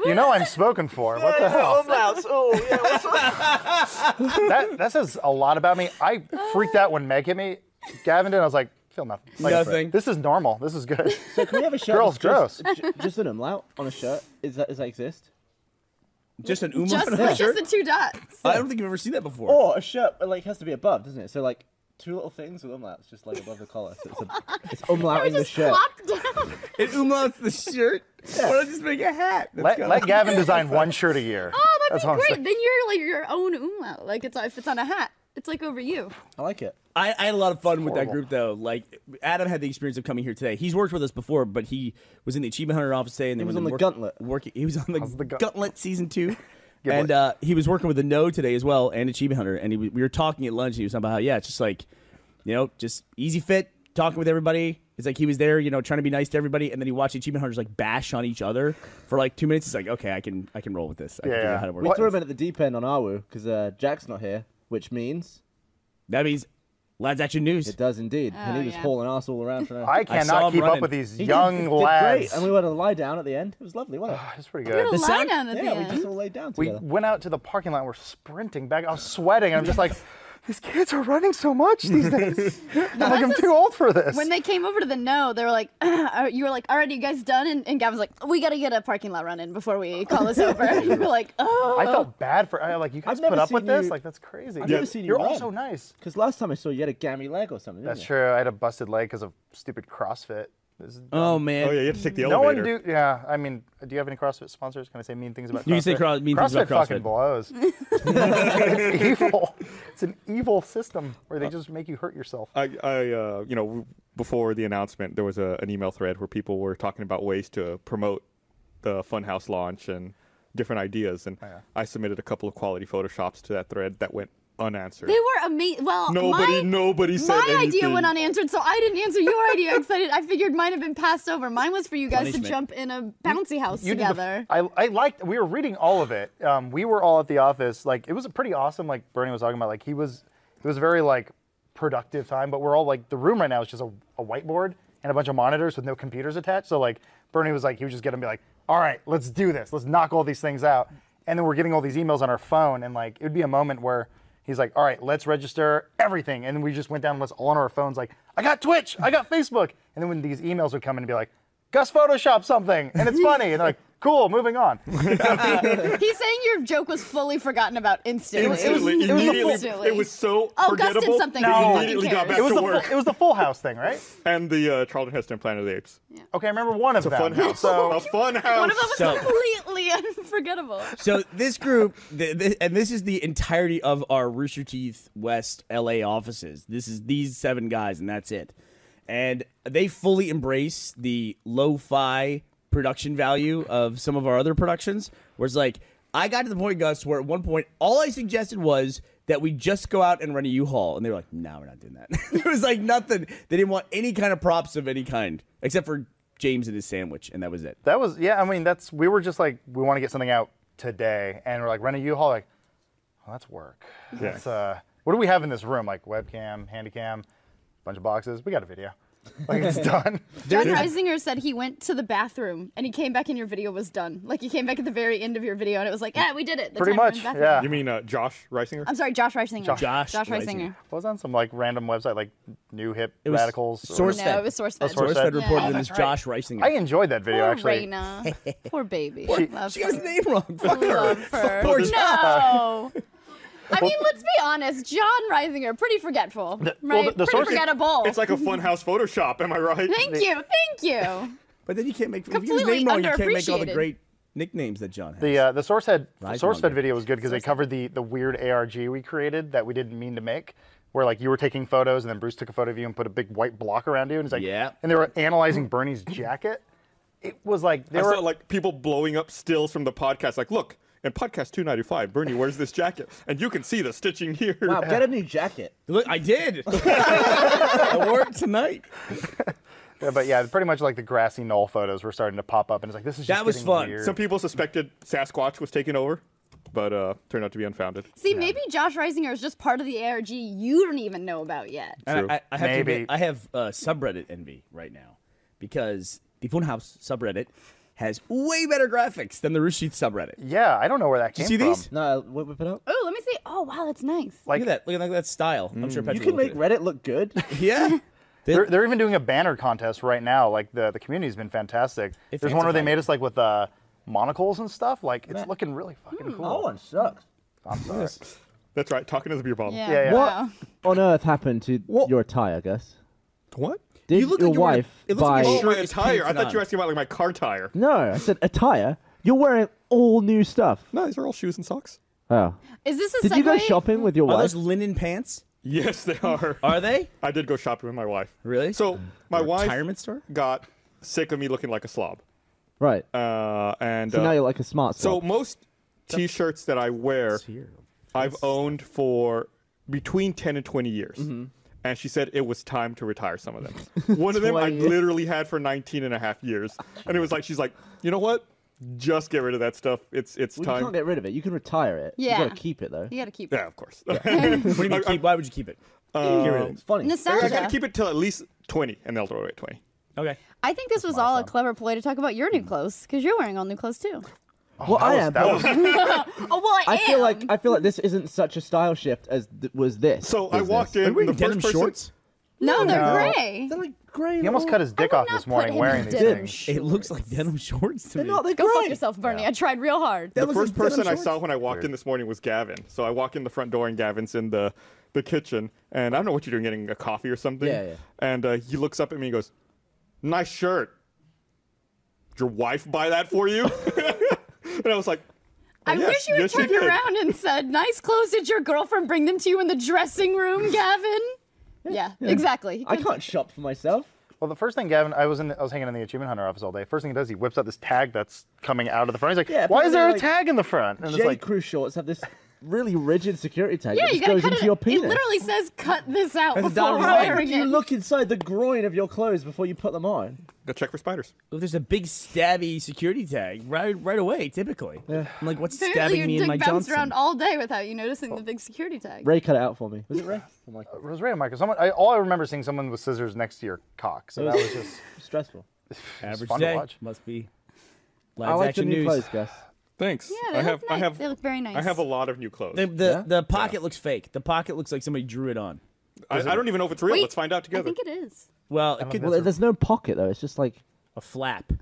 Speaker 4: you know I'm spoken for. What the hell?
Speaker 5: Oh,
Speaker 4: That that says a lot about me. I freaked out when Meg hit me. Gavin did. I was like, feel nothing. Like,
Speaker 2: Nothing.
Speaker 4: This is normal. This is good.
Speaker 5: so can we have a shirt?
Speaker 4: Girls,
Speaker 5: that's just, j- just an umlaut on a shirt. Is that does that exist?
Speaker 2: Just an umlaut
Speaker 3: Just,
Speaker 2: on a
Speaker 3: just
Speaker 2: shirt.
Speaker 3: the two dots.
Speaker 2: I don't think I've ever seen that before.
Speaker 5: Or Oh, a shirt but, like has to be above, doesn't it? So like two little things with umlauts just like above the collar. So it's, a, it's umlaut
Speaker 3: I
Speaker 5: in the
Speaker 3: just
Speaker 5: shirt.
Speaker 3: flopped down.
Speaker 2: It umlauts the shirt. Why don't I just make a hat?
Speaker 4: Oh. let, let Gavin design one shirt a year.
Speaker 3: Oh, that'd
Speaker 4: That's
Speaker 3: be
Speaker 4: what I'm
Speaker 3: great.
Speaker 4: saying.
Speaker 3: Then you're like your own umlaut. Like it's if it's on a hat, it's like over you.
Speaker 5: I like it.
Speaker 2: I, I had a lot of fun with that
Speaker 4: Horrible.
Speaker 2: group though. Like Adam had the experience of coming here today. He's worked with us before, but he was in the Achievement Hunter office today, and then
Speaker 5: was
Speaker 2: when
Speaker 5: on
Speaker 2: they
Speaker 5: the
Speaker 2: work-
Speaker 5: Gauntlet.
Speaker 2: Working, he was on the,
Speaker 4: the gun-
Speaker 2: Gauntlet season two,
Speaker 4: Giblet.
Speaker 2: and uh, he was working with the No today as well, and Achievement Hunter. And he, w- we were talking at lunch, and he was talking about how yeah, it's just like you know, just easy fit, talking with everybody. It's like he was there, you know, trying to be nice to everybody, and then he watched Achievement Hunters like bash on each other for like two minutes. It's like okay, I can I can roll with this. I can
Speaker 4: Yeah,
Speaker 2: figure
Speaker 4: yeah.
Speaker 2: out how to work.
Speaker 5: We
Speaker 2: with
Speaker 5: threw
Speaker 2: this.
Speaker 5: him in at the deep end on Awu because uh, Jack's not here, which means
Speaker 2: That means lads action news.
Speaker 5: it does indeed. and
Speaker 3: Oh,
Speaker 5: he was
Speaker 3: yeah.
Speaker 5: hauling us all around. Trying to...
Speaker 4: I
Speaker 2: saw
Speaker 4: cannot
Speaker 2: him
Speaker 4: keep
Speaker 2: running.
Speaker 4: up with these
Speaker 5: He did-
Speaker 4: young
Speaker 5: he did
Speaker 4: lads.
Speaker 5: Great. And we went to lie down at the end. It was lovely, wasn't it?
Speaker 4: It's pretty
Speaker 3: You're gonna
Speaker 4: good.
Speaker 3: lie
Speaker 2: sound-
Speaker 3: down at
Speaker 5: yeah,
Speaker 3: the
Speaker 5: we
Speaker 3: end.
Speaker 5: just all laid down
Speaker 4: We
Speaker 5: together.
Speaker 4: went out to the parking lot. We're sprinting back. I was sweating. I'm just like, these kids are running so much these days. I'm like, I'm
Speaker 3: is-
Speaker 4: too old for this.
Speaker 3: When they came over to the no, they were like, "Ah," you were like, all right, are you guys done? And, and Gavin's like, we got to get a parking lot run in before we call this over. And you were like, oh.
Speaker 4: I felt bad for I like you guys put
Speaker 5: I've never
Speaker 4: up with
Speaker 5: seen
Speaker 4: this.
Speaker 5: you-
Speaker 4: Like that's crazy.
Speaker 5: I've never seen you
Speaker 4: You're all
Speaker 5: run.
Speaker 4: so nice.
Speaker 5: Because last time I saw you had a gammy leg or something.
Speaker 4: That's
Speaker 5: didn't
Speaker 4: true. I had a busted leg because of stupid CrossFit. This is-
Speaker 2: Oh man.
Speaker 1: Oh yeah, you have to take the
Speaker 4: no
Speaker 1: elevator.
Speaker 4: one do. Yeah, I mean, do you have any CrossFit sponsors? Can I say mean things about? CrossFit?
Speaker 2: You can say cro- mean things about CrossFit.
Speaker 4: fucking blows. it's evil. It's an evil system where
Speaker 2: Uh,
Speaker 4: they just make you hurt yourself.
Speaker 1: I, I uh, you know, before the announcement, there was a, an email thread where people were talking about ways to promote the Funhouse launch and different ideas,
Speaker 4: Oh,
Speaker 1: and I submitted a couple of quality photoshops to that thread that went unanswered.
Speaker 3: They were amazing. Well,
Speaker 1: nobody,
Speaker 3: my,
Speaker 1: nobody said
Speaker 3: my
Speaker 1: anything.
Speaker 3: idea went unanswered, so I didn't answer your idea because I, did- I figured mine had been passed over. Mine was for you guys
Speaker 2: Punishment.
Speaker 3: to jump in a bouncy house
Speaker 4: You did the-
Speaker 3: together.
Speaker 4: I, I liked. We were reading all of it. Um, we were all at the office. Like it was a pretty awesome. Like Bernie was talking about. Like he was. It was a very like productive time. But we're all like the room right now is just a, a whiteboard and a bunch of monitors with no computers attached. So like Bernie was like he was just gonna be like, all right, let's do this. Let's knock all these things out. And then we're getting all these emails on our phone. And like it would be a moment where he's like, all right, let's register everything. And we just went down and was all on our phones. Like I got Twitch. I got Facebook. And then when these emails would come in and be like. Gus Photoshop something, and it's funny. And they're like, cool, moving on.
Speaker 3: He's saying your joke was fully forgotten about instantly.
Speaker 1: It was, immediately,
Speaker 4: it was the
Speaker 1: immediately-
Speaker 3: Instantly.
Speaker 1: it was so
Speaker 3: Oh, Gus did
Speaker 1: forgettable.
Speaker 3: something.
Speaker 1: that
Speaker 3: No.
Speaker 1: we
Speaker 3: Who
Speaker 1: immediately
Speaker 3: fucking
Speaker 1: got back
Speaker 4: Oh. It was,
Speaker 1: to
Speaker 4: the full,
Speaker 1: work.
Speaker 4: it was the Full House thing, right?
Speaker 1: and the uh, Charlton Heston Planet of the Apes.
Speaker 4: Okay, I remember one of
Speaker 1: It's a
Speaker 4: them.
Speaker 1: fun house.
Speaker 4: So
Speaker 1: a fun house.
Speaker 3: One of them was
Speaker 2: So-
Speaker 3: completely unforgettable.
Speaker 2: So this group, th th and this is the entirety of our Rooster Teeth West LA offices. This is these seven guys, and that's it. And they fully embrace the lo-fi production value of some of our other productions. Where it's like, I got to the point, Gus, where at one point all I suggested was that we just go out and rent a U-Haul, and they were like, "No, we're not doing that." it was like nothing. They didn't want any kind of props of any kind, except for James and his sandwich, and that was it.
Speaker 4: that was, yeah, I mean, that's, we were just like, we want to get something out today. And we're like, rent a U-Haul. Like, well, that's work. That's, uh, what do we have in this room? Like webcam, handycam, bunch of boxes. We got a video. Like, it's done.
Speaker 3: John Reisinger said he went to the bathroom and he came back and your video was done. Like he came back at the very end of your video and it was like, yeah, we did it. The
Speaker 4: Pretty
Speaker 3: time we're in
Speaker 4: much,
Speaker 3: the bathroom."
Speaker 4: yeah.
Speaker 1: You mean uh, Josh Reisinger?
Speaker 3: I'm sorry, Josh Reisinger.
Speaker 2: Josh Reisinger.
Speaker 3: Reisinger.
Speaker 4: I was on some like random website, like New Hip
Speaker 2: was
Speaker 4: Radicals. or
Speaker 2: Source-
Speaker 4: whatever.
Speaker 3: No, it was SourceFed.
Speaker 4: Source-
Speaker 2: Source Fed
Speaker 3: Yeah.
Speaker 2: reported
Speaker 3: Oh,
Speaker 2: him as
Speaker 4: that's right.
Speaker 2: Josh Reisinger.
Speaker 4: I enjoyed that video,
Speaker 3: Poor
Speaker 4: actually.
Speaker 3: Raina. Poor baby. Love
Speaker 2: She got his
Speaker 3: her.
Speaker 2: name wrong. Fuck her.
Speaker 3: Love her.
Speaker 2: Poor
Speaker 3: no. I mean, let's be honest. John Reisinger, pretty forgetful,
Speaker 4: The- well,
Speaker 3: right?
Speaker 4: the- the
Speaker 3: pretty
Speaker 4: source-
Speaker 3: forgettable.
Speaker 1: It's like a funhouse Photoshop, am I right?
Speaker 3: thank you, thank you.
Speaker 2: But then you can't make if you get his
Speaker 3: Completely
Speaker 2: name wrong. You can't make all the
Speaker 3: underappreciated.
Speaker 2: great nicknames that John has.
Speaker 4: The uh, the source head
Speaker 2: Rise
Speaker 4: source fed
Speaker 2: Monger.
Speaker 4: video was good because they covered the the weird ARG we created that we didn't mean to make. Where like you were taking photos and then Bruce took a photo of you and put a big white block around you and he's like
Speaker 2: Yeah.
Speaker 4: and they were analyzing Bernie's jacket. It was like
Speaker 1: I
Speaker 4: there were
Speaker 1: saw like people blowing up stills from the podcast. Like, look, in podcast 295, Bernie wears this jacket, and you can see the stitching here.
Speaker 5: Wow, get a new jacket.
Speaker 2: Look, I did. I wore it tonight.
Speaker 4: Yeah, but yeah, pretty much like the grassy knoll photos were starting to pop up, and it's like this is just
Speaker 2: That was
Speaker 4: getting
Speaker 2: fun.
Speaker 4: Weird.
Speaker 1: Some people suspected Sasquatch was taking over, but uh, turned out to be unfounded.
Speaker 3: See, maybe Josh Reisinger is just part of the ARG you don't even know about yet.
Speaker 1: True.
Speaker 2: And I, I, I have to
Speaker 4: Maybe.
Speaker 2: admit, I have uh, subreddit envy right now because the Funhouse subreddit has way better graphics than the Rooster Teeth subreddit. Look
Speaker 4: yeah, I don't know where that came
Speaker 2: you see
Speaker 4: from.
Speaker 2: these?
Speaker 5: No, what we put up.
Speaker 3: Oh, let me see. Oh, wow, that's nice.
Speaker 4: Like
Speaker 2: at that. Look at that style. I'm sure Patrick
Speaker 5: You can
Speaker 2: will
Speaker 5: make
Speaker 2: look at
Speaker 5: Reddit look good.
Speaker 2: it. Yeah.
Speaker 4: they're, they're even doing a banner contest right now. Like the the community's been fantastic.
Speaker 2: They
Speaker 4: There's one where they
Speaker 2: fancified
Speaker 4: made us like with uh, monocles and stuff. Like it's looking really
Speaker 2: Hmm,
Speaker 4: fucking cool.
Speaker 5: That one sucks.
Speaker 4: I'm sorry.
Speaker 1: That's right, talking to the beer bottle.
Speaker 3: Yeah.
Speaker 4: Yeah, yeah.
Speaker 3: Wow.
Speaker 5: On earth happened to
Speaker 2: What?
Speaker 5: your tie, I guess.
Speaker 1: What?
Speaker 5: Did
Speaker 2: You look
Speaker 5: your
Speaker 2: like you were-
Speaker 5: wife
Speaker 2: it looks
Speaker 5: buy?
Speaker 2: like
Speaker 1: Oh,
Speaker 2: Sure,
Speaker 1: my
Speaker 2: it's
Speaker 1: attire. I
Speaker 2: painted
Speaker 1: thought you were
Speaker 2: on.
Speaker 1: asking about like my car tire.
Speaker 5: no, I said attire. You're wearing all new stuff.
Speaker 1: No, these are all shoes and socks.
Speaker 5: Oh,
Speaker 3: Is this a
Speaker 5: did
Speaker 3: segue?
Speaker 5: you go shopping with your
Speaker 2: Are
Speaker 5: wife?
Speaker 2: those linen pants?
Speaker 1: Yes, they are.
Speaker 2: Are they?
Speaker 1: I did go shopping with my wife.
Speaker 2: Really?
Speaker 1: So my wife
Speaker 2: retirement store?
Speaker 1: got sick of me looking like a slob.
Speaker 5: Right.
Speaker 1: Uh, and
Speaker 5: so
Speaker 1: uh,
Speaker 5: now you're like a smart.
Speaker 1: So
Speaker 5: slob.
Speaker 1: most t-shirts that I wear, I've owned for between 10 and 20 years.
Speaker 5: Mm-hmm.
Speaker 1: And she said it was time to retire some of them. One of them I
Speaker 5: 20 years.
Speaker 1: literally had for 19 and a half years. And it was like she's like, "You know what? Just get rid of that stuff. It's it's
Speaker 5: Well, you
Speaker 1: time."
Speaker 5: can't get rid of it. You can retire it.
Speaker 3: Yeah.
Speaker 5: You gotta keep it though.
Speaker 3: You gotta keep
Speaker 1: yeah, of course.
Speaker 2: What do you mean? keep, why would you keep it?
Speaker 1: um,
Speaker 2: Get rid of
Speaker 5: It's funny.
Speaker 1: I
Speaker 3: nostalgia.
Speaker 1: got to keep it till at least 20 and they'll throw away 20.
Speaker 2: it. Okay.
Speaker 3: I think this was all a clever ploy to talk about your new clothes because you're wearing all new clothes too.
Speaker 5: well, I
Speaker 4: was-
Speaker 5: am.
Speaker 4: that
Speaker 5: but
Speaker 4: was-
Speaker 3: Oh well, I,
Speaker 5: I feel
Speaker 3: am.
Speaker 5: like I feel like this isn't such a style shift as th- was this.
Speaker 1: So I
Speaker 5: business.
Speaker 1: walked in
Speaker 2: Are you wearing
Speaker 1: the
Speaker 2: denim
Speaker 1: first person
Speaker 2: shorts?
Speaker 3: no, they're
Speaker 4: No.
Speaker 3: gray.
Speaker 5: They're like grey.
Speaker 4: He almost cut his dick
Speaker 3: would
Speaker 4: off
Speaker 3: not
Speaker 4: this
Speaker 3: put
Speaker 4: morning
Speaker 3: him
Speaker 4: wearing
Speaker 3: in
Speaker 4: these
Speaker 3: denim.
Speaker 4: things.
Speaker 2: It looks like denim shorts to
Speaker 5: They're
Speaker 2: me.
Speaker 5: not. They're
Speaker 3: Go fuck
Speaker 5: grey.
Speaker 3: yourself, Bernie. I tried real hard.
Speaker 2: That
Speaker 1: the
Speaker 2: looks
Speaker 1: first
Speaker 2: like denim
Speaker 1: person I
Speaker 2: shorts.
Speaker 1: saw when I walked in this morning was Gavin. So I walk in the front door and Gavin's in the, the kitchen. And I don't know what you're doing, getting a coffee or something.
Speaker 5: Yeah, yeah.
Speaker 1: And uh, he looks up at me and goes, Nice shirt. Did your wife buy that for you? and I was like,
Speaker 3: I
Speaker 1: yes,
Speaker 3: wish you had
Speaker 1: yes, she
Speaker 3: turned
Speaker 1: did.
Speaker 3: around and said, "Nice clothes. Did your girlfriend bring them to you in the dressing room, Gavin?" Yeah, exactly.
Speaker 5: I can't shop for myself.
Speaker 4: Well, the first thing, Gavin, I was in, I was hanging in the Achievement Hunter office all day. First thing he does, he whips out this tag that's coming out of the front. He's like,
Speaker 5: Yeah,
Speaker 4: "Why is there a
Speaker 5: apparently, like,
Speaker 4: tag in the front?" And
Speaker 5: J.
Speaker 4: it's like,
Speaker 5: Crew shorts have this really rigid security tag
Speaker 3: Yeah,
Speaker 5: that
Speaker 3: you
Speaker 5: just
Speaker 3: gotta
Speaker 5: goes
Speaker 3: cut
Speaker 5: into
Speaker 3: it.
Speaker 5: your
Speaker 3: It
Speaker 5: penis.
Speaker 3: literally says, "Cut this out
Speaker 2: That's
Speaker 3: before
Speaker 2: down
Speaker 5: Why
Speaker 2: right.
Speaker 3: wearing
Speaker 5: would you
Speaker 3: it."
Speaker 5: look inside the groin of your clothes before you put them on?
Speaker 1: Go check for spiders.
Speaker 2: If there's a big stabby security tag right right away, typically. I'm like, what's
Speaker 3: Apparently,
Speaker 2: stabbing me
Speaker 3: your
Speaker 2: in my
Speaker 3: dick bounced
Speaker 2: Johnson?
Speaker 3: around all day without you noticing the big security tag.
Speaker 5: Ray cut it out for me. Was it Ray? Oh I'm like,
Speaker 4: "Rosario Michael." Someone, I, all I remember is seeing someone with scissors next to your cock. So that was just
Speaker 5: stressful.
Speaker 2: Average
Speaker 4: fun to
Speaker 2: day
Speaker 4: watch.
Speaker 2: must be.
Speaker 5: I
Speaker 2: Live
Speaker 5: like
Speaker 2: action
Speaker 5: the new
Speaker 2: news.
Speaker 5: clothes, Gus.
Speaker 1: Thanks.
Speaker 3: Yeah, they
Speaker 1: I have
Speaker 3: look
Speaker 1: I
Speaker 3: nice.
Speaker 1: have
Speaker 3: They look very
Speaker 1: I
Speaker 3: nice.
Speaker 1: have a lot of new clothes.
Speaker 2: The the,
Speaker 5: Yeah?
Speaker 2: the pocket looks fake. The pocket looks like somebody drew it on.
Speaker 1: I, I don't even know if it's real. Let's find out
Speaker 3: I
Speaker 1: together.
Speaker 3: think it is.
Speaker 2: Well, it could
Speaker 5: Well, there's no pocket though. It's just like,
Speaker 2: a flap.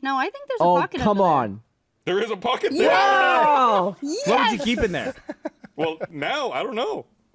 Speaker 3: No, I think there's a
Speaker 5: oh
Speaker 3: pocket.
Speaker 5: come
Speaker 3: under there.
Speaker 5: on.
Speaker 1: there is a pocket there.
Speaker 5: Oh,
Speaker 2: What would you keep in there?
Speaker 1: Well, now I don't know.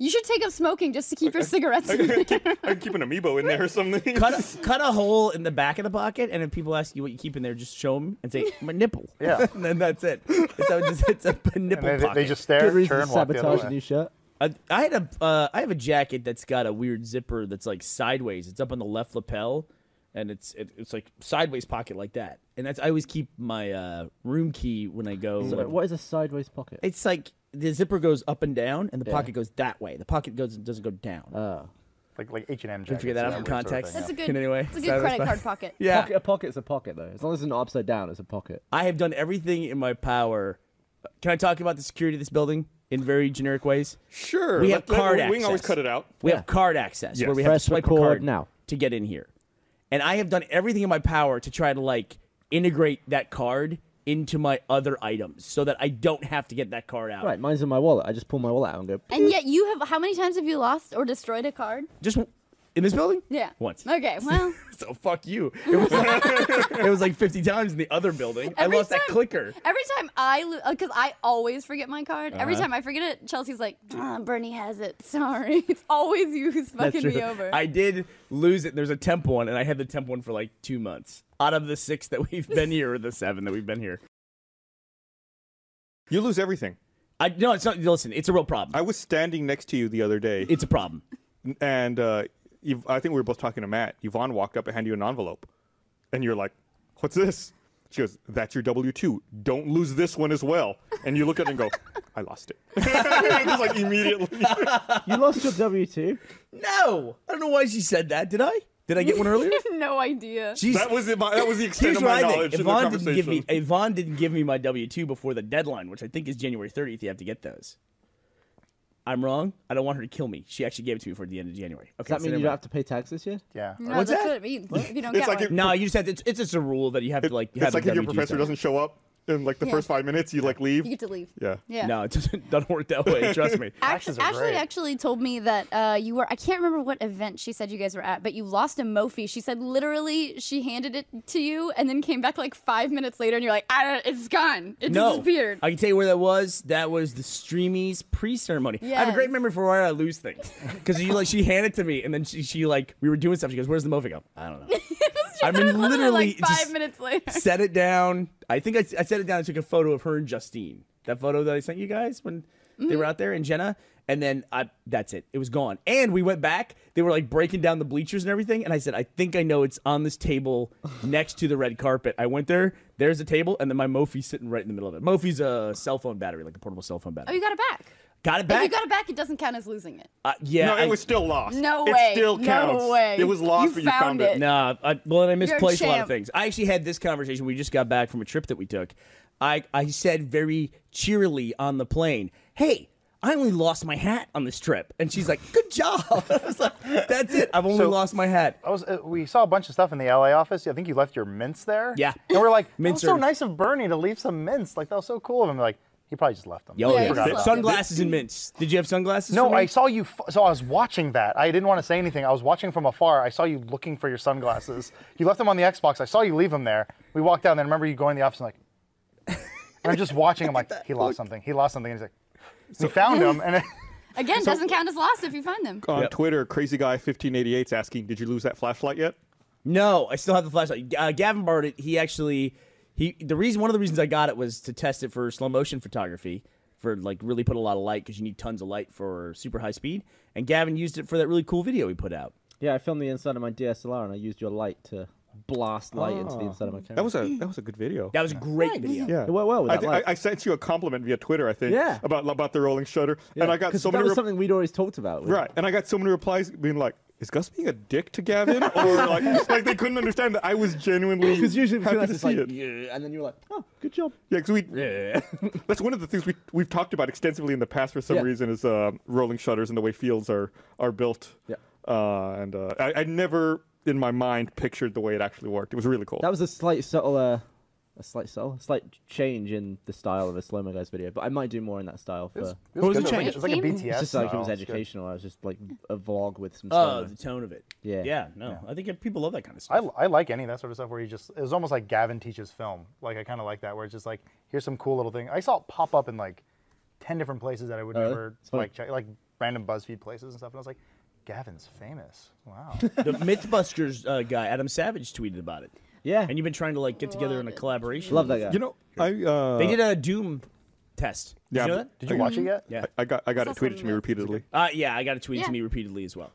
Speaker 3: You should take up smoking just to keep your cigarettes. in there.
Speaker 1: I can keep an amiibo in there or something.
Speaker 2: cut a, cut a hole in the back of the pocket, and if people ask you what you keep in there, just show them and say my nipple.
Speaker 4: Yeah.
Speaker 2: and then that's it. It's a, it's a- it's a
Speaker 4: and
Speaker 2: nipple
Speaker 4: they, they-
Speaker 2: pocket.
Speaker 4: they just stare,
Speaker 5: good reason to
Speaker 4: turn, walk the
Speaker 5: sabotage
Speaker 4: other
Speaker 5: a
Speaker 4: way.
Speaker 5: new shirt.
Speaker 2: I, I had a uh, I have a jacket that's got a weird zipper that's like sideways. It's up on the left lapel, and it's it, it's like sideways pocket like that. And that's I always keep my uh, room key when I go.
Speaker 5: So,
Speaker 2: like-
Speaker 5: what is a sideways pocket?
Speaker 2: It's like the zipper goes up and down, and the pocket goes that way. The pocket goes doesn't go down.
Speaker 5: Oh.
Speaker 4: Like like H and M.
Speaker 2: Can you figure that out from context?
Speaker 3: That's a good.
Speaker 2: In any way,
Speaker 3: It's a
Speaker 2: is that
Speaker 3: good credit
Speaker 2: what
Speaker 3: card pocket.
Speaker 2: Yeah,
Speaker 5: Pocket, a pocket's a pocket though. As long as it's not upside down, it's a pocket.
Speaker 2: I have done everything in my power. Can I talk about the security of this building in very generic ways?
Speaker 1: Sure.
Speaker 2: We have
Speaker 1: let- let-
Speaker 2: card
Speaker 1: We can always
Speaker 2: access.
Speaker 1: cut it out.
Speaker 2: We
Speaker 5: Yeah.
Speaker 2: have card access where
Speaker 1: Yes.
Speaker 2: we have
Speaker 5: Press
Speaker 2: to swipe a
Speaker 5: record
Speaker 2: card
Speaker 5: now.
Speaker 2: to get in here. And I have done everything in my power to try to like integrate that card into my other items so that I don't have to get that card out.
Speaker 5: Right, mine's in my wallet. I just pull my wallet out and go.
Speaker 3: And yet, you have how many times have you lost or destroyed a card?
Speaker 2: Just in this building?
Speaker 3: Yeah.
Speaker 2: Once.
Speaker 3: Okay. Well,
Speaker 2: So fuck you. It was like, it was like 50 times in the other building.
Speaker 3: Every
Speaker 2: I lost that
Speaker 3: time-
Speaker 2: clicker.
Speaker 3: every time I, because I always forget my card. Every time I forget it, Chelsea's like, "Ah, Bernie has it. Sorry. It's always you who's fucking me over.
Speaker 2: I did lose it. There's a temp one, and I had the temp one for like two months out of the six that we've been here or the seven that we've been here.
Speaker 1: You lose everything.
Speaker 2: I no, it's not. Listen, it's a real problem.
Speaker 1: I was standing next to you the other day,
Speaker 2: it's a problem.
Speaker 1: and uh, Yv- I think we were both talking to Matt. Yvonne walked up and handed you an envelope, and you're like, "What's this?" She goes, "That's your W two. Don't lose this one as well." And you look at it and go, "I lost it." Just like immediately.
Speaker 5: You lost your W two.
Speaker 2: No, I don't know why she said that. Did I? Did I get one earlier?
Speaker 3: no idea.
Speaker 2: She's,
Speaker 1: That was it, my, that was the extent
Speaker 2: Here's
Speaker 1: of
Speaker 2: what
Speaker 1: my
Speaker 2: I
Speaker 1: knowledge
Speaker 2: think.
Speaker 1: in the
Speaker 2: Yvonne didn't give me
Speaker 1: conversation.
Speaker 2: Yvonne didn't give me my W two before the deadline, which I think is January 30th. You have to get those. I'm wrong. I don't want her to kill me. She actually gave it to me for the end of January. Okay.
Speaker 5: Does that
Speaker 2: so
Speaker 5: mean
Speaker 2: never mind.
Speaker 5: you don't have to pay tax this year?
Speaker 4: Yeah.
Speaker 3: No,
Speaker 2: What's
Speaker 3: that's
Speaker 2: that?
Speaker 3: what it means. If you don't
Speaker 1: It's
Speaker 3: get
Speaker 1: like
Speaker 3: one.
Speaker 1: it-
Speaker 2: No, you just have to, it's, it's just a rule that you have to like. have
Speaker 1: It's like
Speaker 2: the
Speaker 1: if your
Speaker 2: W2
Speaker 1: professor
Speaker 2: stuff.
Speaker 1: doesn't show up in like the
Speaker 3: Yeah.
Speaker 1: first five minutes, you like leave.
Speaker 3: you get to leave.
Speaker 1: yeah.
Speaker 3: Yeah.
Speaker 2: No, it doesn't, doesn't work that way. Trust me.
Speaker 4: Taxes
Speaker 3: Actually,
Speaker 4: are
Speaker 3: Ashley
Speaker 4: great.
Speaker 3: actually told me that uh, you were. I can't remember what event she said you guys were at, but you lost a Mophie. She said literally she handed it to you and then came back like five minutes later, and you're like, I don't, it's gone. It
Speaker 2: No,
Speaker 3: disappeared.
Speaker 2: I can tell you where that was. That was the Streamies pre-ceremony. I have a great
Speaker 3: Yes.
Speaker 2: memory for where I lose things because she like she handed it to me, and then she, she like we were doing stuff. She goes, "Where's the Mophie?" I go, I don't know. I mean, literally,
Speaker 3: like
Speaker 2: it
Speaker 3: five
Speaker 2: just-
Speaker 3: minutes later.
Speaker 2: set it down. I think I, I set it down and took a photo of her and Justine. That photo that I sent you guys when they
Speaker 3: Mm.
Speaker 2: were out there and Jenna. And then I, that's it. It was gone. And we went back. They were like breaking down the bleachers and everything. And I said, I think I know it's on this table next to the red carpet. I went there. There's a table, and then my Mophie's sitting right in the middle of it. Mophie's a cell phone battery, like a portable cell phone
Speaker 3: Oh,
Speaker 2: battery.
Speaker 3: you got it back.
Speaker 2: got it
Speaker 3: If
Speaker 2: back.
Speaker 3: you got it back, it doesn't count as losing it.
Speaker 2: Uh, yeah.
Speaker 1: No, it
Speaker 2: I-
Speaker 1: was still lost.
Speaker 3: No
Speaker 1: it
Speaker 3: way.
Speaker 1: still
Speaker 3: No
Speaker 1: counts.
Speaker 3: way.
Speaker 1: It was lost,
Speaker 3: You
Speaker 1: but you found,
Speaker 3: found
Speaker 1: it.
Speaker 3: it.
Speaker 2: Nah, I, well, then I
Speaker 3: a
Speaker 2: misplaced a, lot of
Speaker 3: champ.
Speaker 2: things. I actually had this conversation. We just got back from a trip that we took. I, I said very cheerily on the plane, "Hey, I only lost my hat on this trip," and she's like, "Good job." I was like, "That's it. I've only
Speaker 4: So-
Speaker 2: lost my hat."
Speaker 4: I was, uh, we saw a bunch of stuff in the LA office. I think you left your mints there.
Speaker 2: Yeah.
Speaker 4: And we're like, that was
Speaker 2: Mints
Speaker 4: so
Speaker 2: are-
Speaker 4: nice of Bernie to leave some mints. Like, that was so cool of him. Like, he probably just left them.
Speaker 2: Yo,
Speaker 3: Yeah,
Speaker 2: yeah.
Speaker 3: you just lost it.
Speaker 2: sunglasses and mints. Did you have sunglasses?
Speaker 4: No,
Speaker 2: for me?
Speaker 4: I saw you. F- so I was watching that. I didn't want to say anything. I was watching from afar. I saw you looking for your sunglasses. you left them on the Xbox. I saw you leave them there. We walked down. Then I remember you going in the office and like, and I'm just watching. I'm like, he lost something. He lost something. And he's like, we found him. And
Speaker 3: Again, doesn't count as lost if you find them.
Speaker 1: On Twitter, crazy guy 1588 is asking, "Did you lose that flashlight yet?"
Speaker 2: No, I still have the flashlight. Uh, Gavin borrowed it. He actually, he the reason one of the reasons I got it was to test it for slow motion photography, for like really put a lot of light because you need tons of light for super high speed. And Gavin used it for that really cool video he put out.
Speaker 5: Yeah, I filmed the inside of my DSLR and I used your light to blast light into the inside of my camera.
Speaker 1: Ah. That was a that was a good video.
Speaker 2: That was a great video.
Speaker 1: Yeah,
Speaker 5: It went well with
Speaker 1: I,
Speaker 5: that
Speaker 1: thi-
Speaker 5: light.
Speaker 1: I, I sent you a compliment via Twitter, I think.
Speaker 5: Yeah.
Speaker 1: About about the rolling shutter, and I got
Speaker 5: 'Cause
Speaker 1: so
Speaker 5: that
Speaker 1: many
Speaker 5: was
Speaker 1: re-
Speaker 5: something we'd always talked about. with-
Speaker 1: right, and I got so many replies being like, "Is Gus being a dick to Gavin?" or like, like they couldn't understand that I was genuinely
Speaker 5: Because usually
Speaker 1: happy
Speaker 5: between us,
Speaker 1: to
Speaker 5: it's
Speaker 1: see
Speaker 5: like,
Speaker 1: it.
Speaker 5: yeah, and then you're like, oh, good job.
Speaker 1: Yeah, 'cause we that's one of the things we we've talked about extensively in the past for some
Speaker 5: Yeah.
Speaker 1: reason is uh, rolling shutters and the way fields are are built.
Speaker 5: Yeah.
Speaker 1: Uh, and uh, I, I never in my mind pictured the way it actually worked. It was really cool.
Speaker 5: That was a slight subtle, uh, a slight subtle, a slight change in the style of a slow mo guys video, but I might do more in that style. For, it's,
Speaker 4: what
Speaker 2: was the change?
Speaker 4: It was like a
Speaker 3: Eighteen?
Speaker 4: BTS.
Speaker 5: just like it
Speaker 4: style. It's
Speaker 5: was
Speaker 4: good.
Speaker 5: educational. I was just like a vlog with some.
Speaker 2: Oh,
Speaker 5: slow
Speaker 2: the tone of it.
Speaker 5: Yeah.
Speaker 2: Yeah. No, I think people love that kind of
Speaker 4: I,
Speaker 2: stuff.
Speaker 4: I like any of that sort of stuff where you just it was almost like Gavin teaches film. Like I kind of like that where it's just like here's some cool little thing. I saw it pop up in like ten different places that I would
Speaker 5: really?
Speaker 4: never
Speaker 5: It's funny.
Speaker 4: like check, like random BuzzFeed places and stuff. And I was like, Gavin's famous. Wow.
Speaker 2: the MythBusters uh, guy Adam Savage tweeted about it.
Speaker 5: Yeah.
Speaker 2: And you've been trying to like get together in a collaboration.
Speaker 5: Love that guy.
Speaker 1: you know, I uh,
Speaker 2: They did a Doom test. Did
Speaker 1: Yeah,
Speaker 2: you know
Speaker 1: but-
Speaker 2: that?
Speaker 4: Did you watch it yet?
Speaker 2: Yeah.
Speaker 1: I got I got it
Speaker 3: It's also
Speaker 1: tweeted to me
Speaker 3: not-
Speaker 1: repeatedly.
Speaker 2: Uh, yeah, I got it tweeted
Speaker 3: Yeah.
Speaker 2: to me repeatedly as well.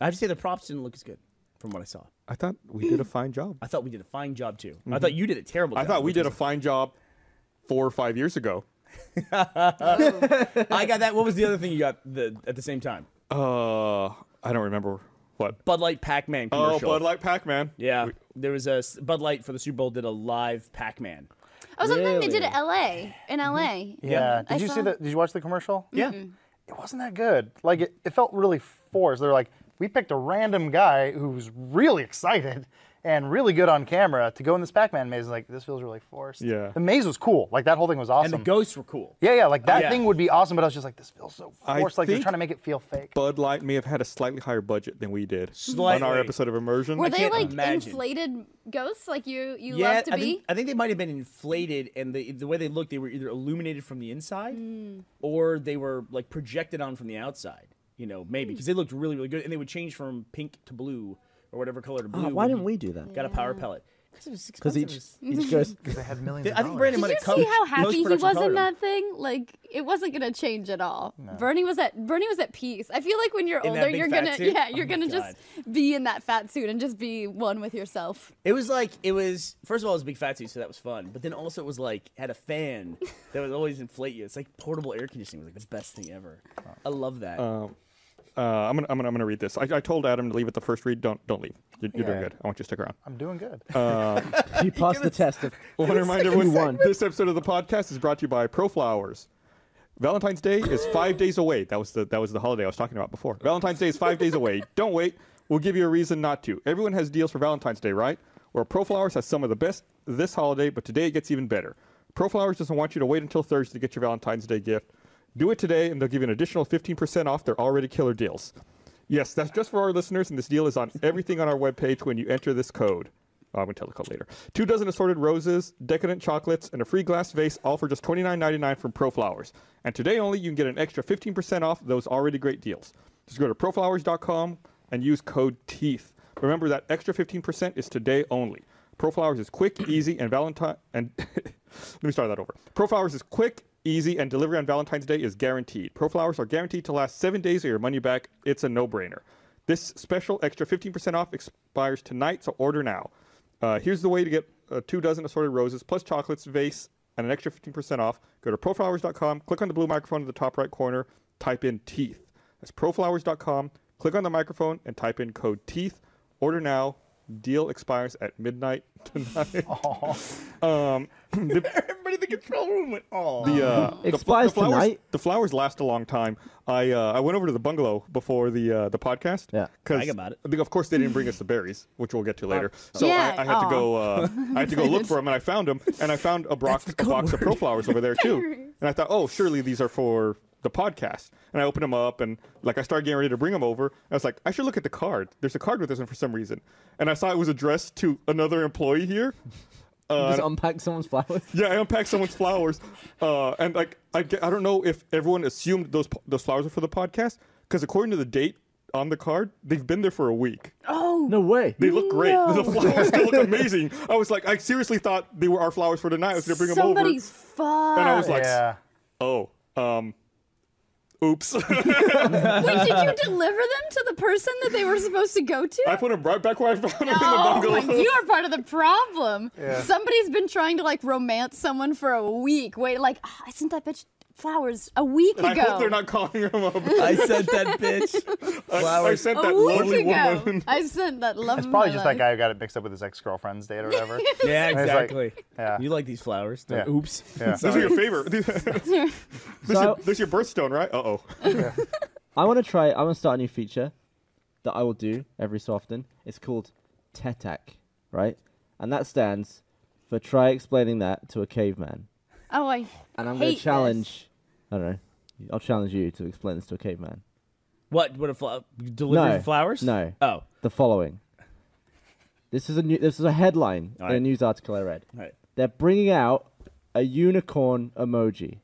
Speaker 2: I have to say the props didn't look as good from what I saw.
Speaker 1: I thought we did a fine job.
Speaker 2: I thought we did a fine job too. I thought you did a terrible
Speaker 1: Mm-hmm. I
Speaker 2: job.
Speaker 1: thought we
Speaker 2: which
Speaker 1: did a
Speaker 2: was-
Speaker 1: fine job four or five years ago.
Speaker 2: I got that. What was the other thing you got the, at the same time?
Speaker 1: Uh, I don't remember what.
Speaker 2: Bud Light Pac-Man
Speaker 1: Oh,
Speaker 2: commercial.
Speaker 1: Bud Light Pac-Man.
Speaker 2: Yeah, there was a s- Bud Light for the Super Bowl did a live Pac-Man.
Speaker 3: Oh, something they did
Speaker 5: Really?
Speaker 3: at LA in LA.
Speaker 4: Yeah. Did
Speaker 3: I
Speaker 4: you see
Speaker 3: saw-
Speaker 4: the Did you watch the commercial?
Speaker 2: Yeah.
Speaker 4: It wasn't that good. Like it, it felt really forced. They're like, we picked a random guy who's really excited, and really good on camera to go in this Pac-Man maze. Like this feels really forced.
Speaker 1: Yeah.
Speaker 4: The maze was cool. Like that whole thing was awesome.
Speaker 2: And the ghosts were cool.
Speaker 4: yeah, yeah. Like that
Speaker 2: Yeah.
Speaker 4: thing would be awesome, but I was just like, this feels so
Speaker 1: I
Speaker 4: forced. Like they're
Speaker 1: think-
Speaker 4: trying to make it feel fake.
Speaker 1: Bud Light may have had a slightly higher budget than we did on our
Speaker 2: Slightly.
Speaker 1: episode of Immersion.
Speaker 3: Were they
Speaker 2: Mm, can't
Speaker 3: like
Speaker 2: imagine.
Speaker 3: inflated ghosts like you you
Speaker 2: yeah,
Speaker 3: love to
Speaker 2: I
Speaker 3: be?
Speaker 2: think, I think they might have been inflated, and the the way they looked, they were either illuminated from the inside, or they were like projected on from the outside. You know, maybe because they looked really really good, and they would change from pink to blue or whatever color to blue.
Speaker 5: Ah, why
Speaker 2: when
Speaker 5: didn't
Speaker 2: you
Speaker 5: we do that?
Speaker 2: Got a power pellet. Because it was
Speaker 5: Because
Speaker 2: expensive.
Speaker 5: each each ghost.
Speaker 4: They had millions.
Speaker 2: They-
Speaker 4: of
Speaker 2: I think
Speaker 4: dollars.
Speaker 2: Brandon
Speaker 3: Did
Speaker 2: might
Speaker 3: you
Speaker 2: have co-
Speaker 3: see how happy he
Speaker 2: post-production
Speaker 3: was
Speaker 2: colored
Speaker 3: in
Speaker 2: them.
Speaker 3: that thing? Like it wasn't gonna change at all. Bernie was at Bernie was at peace. I feel like when you're
Speaker 2: In that
Speaker 3: older,
Speaker 2: big
Speaker 3: you're
Speaker 2: fat
Speaker 3: gonna
Speaker 2: suit?
Speaker 3: yeah,
Speaker 2: Oh
Speaker 3: you're
Speaker 2: my
Speaker 3: gonna
Speaker 2: God.
Speaker 3: just be in that fat suit and just be one with yourself.
Speaker 2: It was like it was first of all it was a big fat suit, so that was fun. But then also it was like had a fan that would always inflate you. It's like portable air conditioning was like the best thing ever. I love that.
Speaker 1: Uh, I'm gonna, I'm gonna, I'm gonna read this. I, I told Adam to leave at the first read. Don't, don't leave. You're, you're doing
Speaker 4: Yeah.
Speaker 1: good. I want you to stick around.
Speaker 4: I'm doing good.
Speaker 5: You passed the test of.
Speaker 1: I want to remind everyone this episode of the podcast is brought to you by ProFlowers. Valentine's Day is five days away. That was the that was the holiday I was talking about before. Valentine's Day is five days away. Don't wait. We'll give you a reason not to. Everyone has deals for Valentine's Day, right? Well, ProFlowers has some of the best this holiday, but today it gets even better. ProFlowers doesn't want you to wait until Thursday to get your Valentine's Day gift. Do it today, and they'll give you an additional 15% off their already killer deals. Yes, that's just for our listeners, and this deal is on everything on our webpage when you enter this code. Oh, I'm gonna tell the code later. Two dozen assorted roses, decadent chocolates, and a free glass vase, all for just $29.99 from ProFlowers. And today only, you can get an extra 15% off those already great deals. Just go to proflowers.com and use code TEETH. Remember that extra 15% is today only. ProFlowers is quick, easy, and Valentine and let me start that over. ProFlowers is quick, easy, and delivery on Valentine's Day is guaranteed. ProFlowers are guaranteed to last seven days or your money back. It's a no-brainer. This special extra 15% off expires tonight, so order now. Uh, here's the way to get uh, two dozen assorted roses plus chocolates, vase, and an extra 15% off. Go to proflowers.com, click on the blue microphone in the top right corner, type in teeth. That's proflowers.com, click on the microphone, and type in code teeth. Order now. Deal expires at midnight tonight. Um, the,
Speaker 2: Everybody in the control room went, oh.
Speaker 1: the, uh, the fl-
Speaker 5: Expires
Speaker 1: the flowers,
Speaker 5: tonight?
Speaker 1: The flowers last a long time. I uh, I went over to the bungalow before the uh, the podcast.
Speaker 5: Yeah.
Speaker 1: because
Speaker 2: Brag about it.
Speaker 1: Of course, they didn't bring us the berries, which we'll get to later. So
Speaker 3: Yeah,
Speaker 1: I, I had to
Speaker 3: aw.
Speaker 1: go. Uh, I had to go look for them, and I found them, and I found a, brox, a box of pro flowers over there too. And I thought, oh, surely these are for the podcast. And I opened them up, and like I started getting ready to bring them over. I was like, I should look at the card. There's a card with this one for some reason, and I saw it was addressed to another employee here.
Speaker 5: Just unpack someone's flowers.
Speaker 1: Yeah, I unpacked someone's flowers, uh, and like I, ge- I don't know if everyone assumed those po- those flowers were for the podcast because according to the date on the card, they've been there for a week.
Speaker 5: No way.
Speaker 1: They look great. The flowers still look amazing. I was like, I seriously thought they were our flowers for tonight. I was gonna bring them over, and
Speaker 3: Somebody's fucked.
Speaker 1: I was like,
Speaker 4: yeah.
Speaker 1: oh, um, oops.
Speaker 3: Wait, did you deliver them to the person that they were supposed to go to?
Speaker 1: I put them right back where I found them in the
Speaker 3: Oh,
Speaker 1: bungalow.
Speaker 3: my, you are part of the problem. Somebody's been trying to like romance someone for a week. Wait, like "Ah, I sent that bitch flowers a week
Speaker 1: and I
Speaker 3: ago.
Speaker 1: hope they're not calling them up.
Speaker 2: I sent that bitch.
Speaker 1: I
Speaker 2: Flowers.
Speaker 1: sent
Speaker 3: a
Speaker 1: that
Speaker 3: week
Speaker 1: lovely
Speaker 3: ago.
Speaker 1: woman.
Speaker 3: I sent that love.
Speaker 4: It's probably just that guy who got it mixed up with his ex-girlfriend's date or whatever.
Speaker 2: yeah,
Speaker 4: it's like-
Speaker 2: exactly.
Speaker 4: yeah.
Speaker 2: You like these flowers. They're-
Speaker 4: Yeah.
Speaker 2: Oops.
Speaker 4: Yeah.
Speaker 1: Those are your favorite. this,
Speaker 3: guy.
Speaker 5: So-
Speaker 1: your, this your birthstone, right? Uh oh.
Speaker 5: I want to try. I want to start a new feature that I will do every so often. It's called TETAC, right? And that stands for try explaining that to a caveman.
Speaker 3: oh, I.
Speaker 5: And I'm
Speaker 3: hate
Speaker 5: going
Speaker 3: this.
Speaker 5: to challenge. I don't know. I'll challenge you to explain this to a caveman.
Speaker 2: What? What a flower? Delivery
Speaker 5: No,
Speaker 2: of flowers?
Speaker 5: no.
Speaker 2: Oh. All
Speaker 5: The following. This is a new, This is a headline in a
Speaker 2: right.
Speaker 5: news article I read.
Speaker 2: right.
Speaker 5: They're bringing out a unicorn emoji.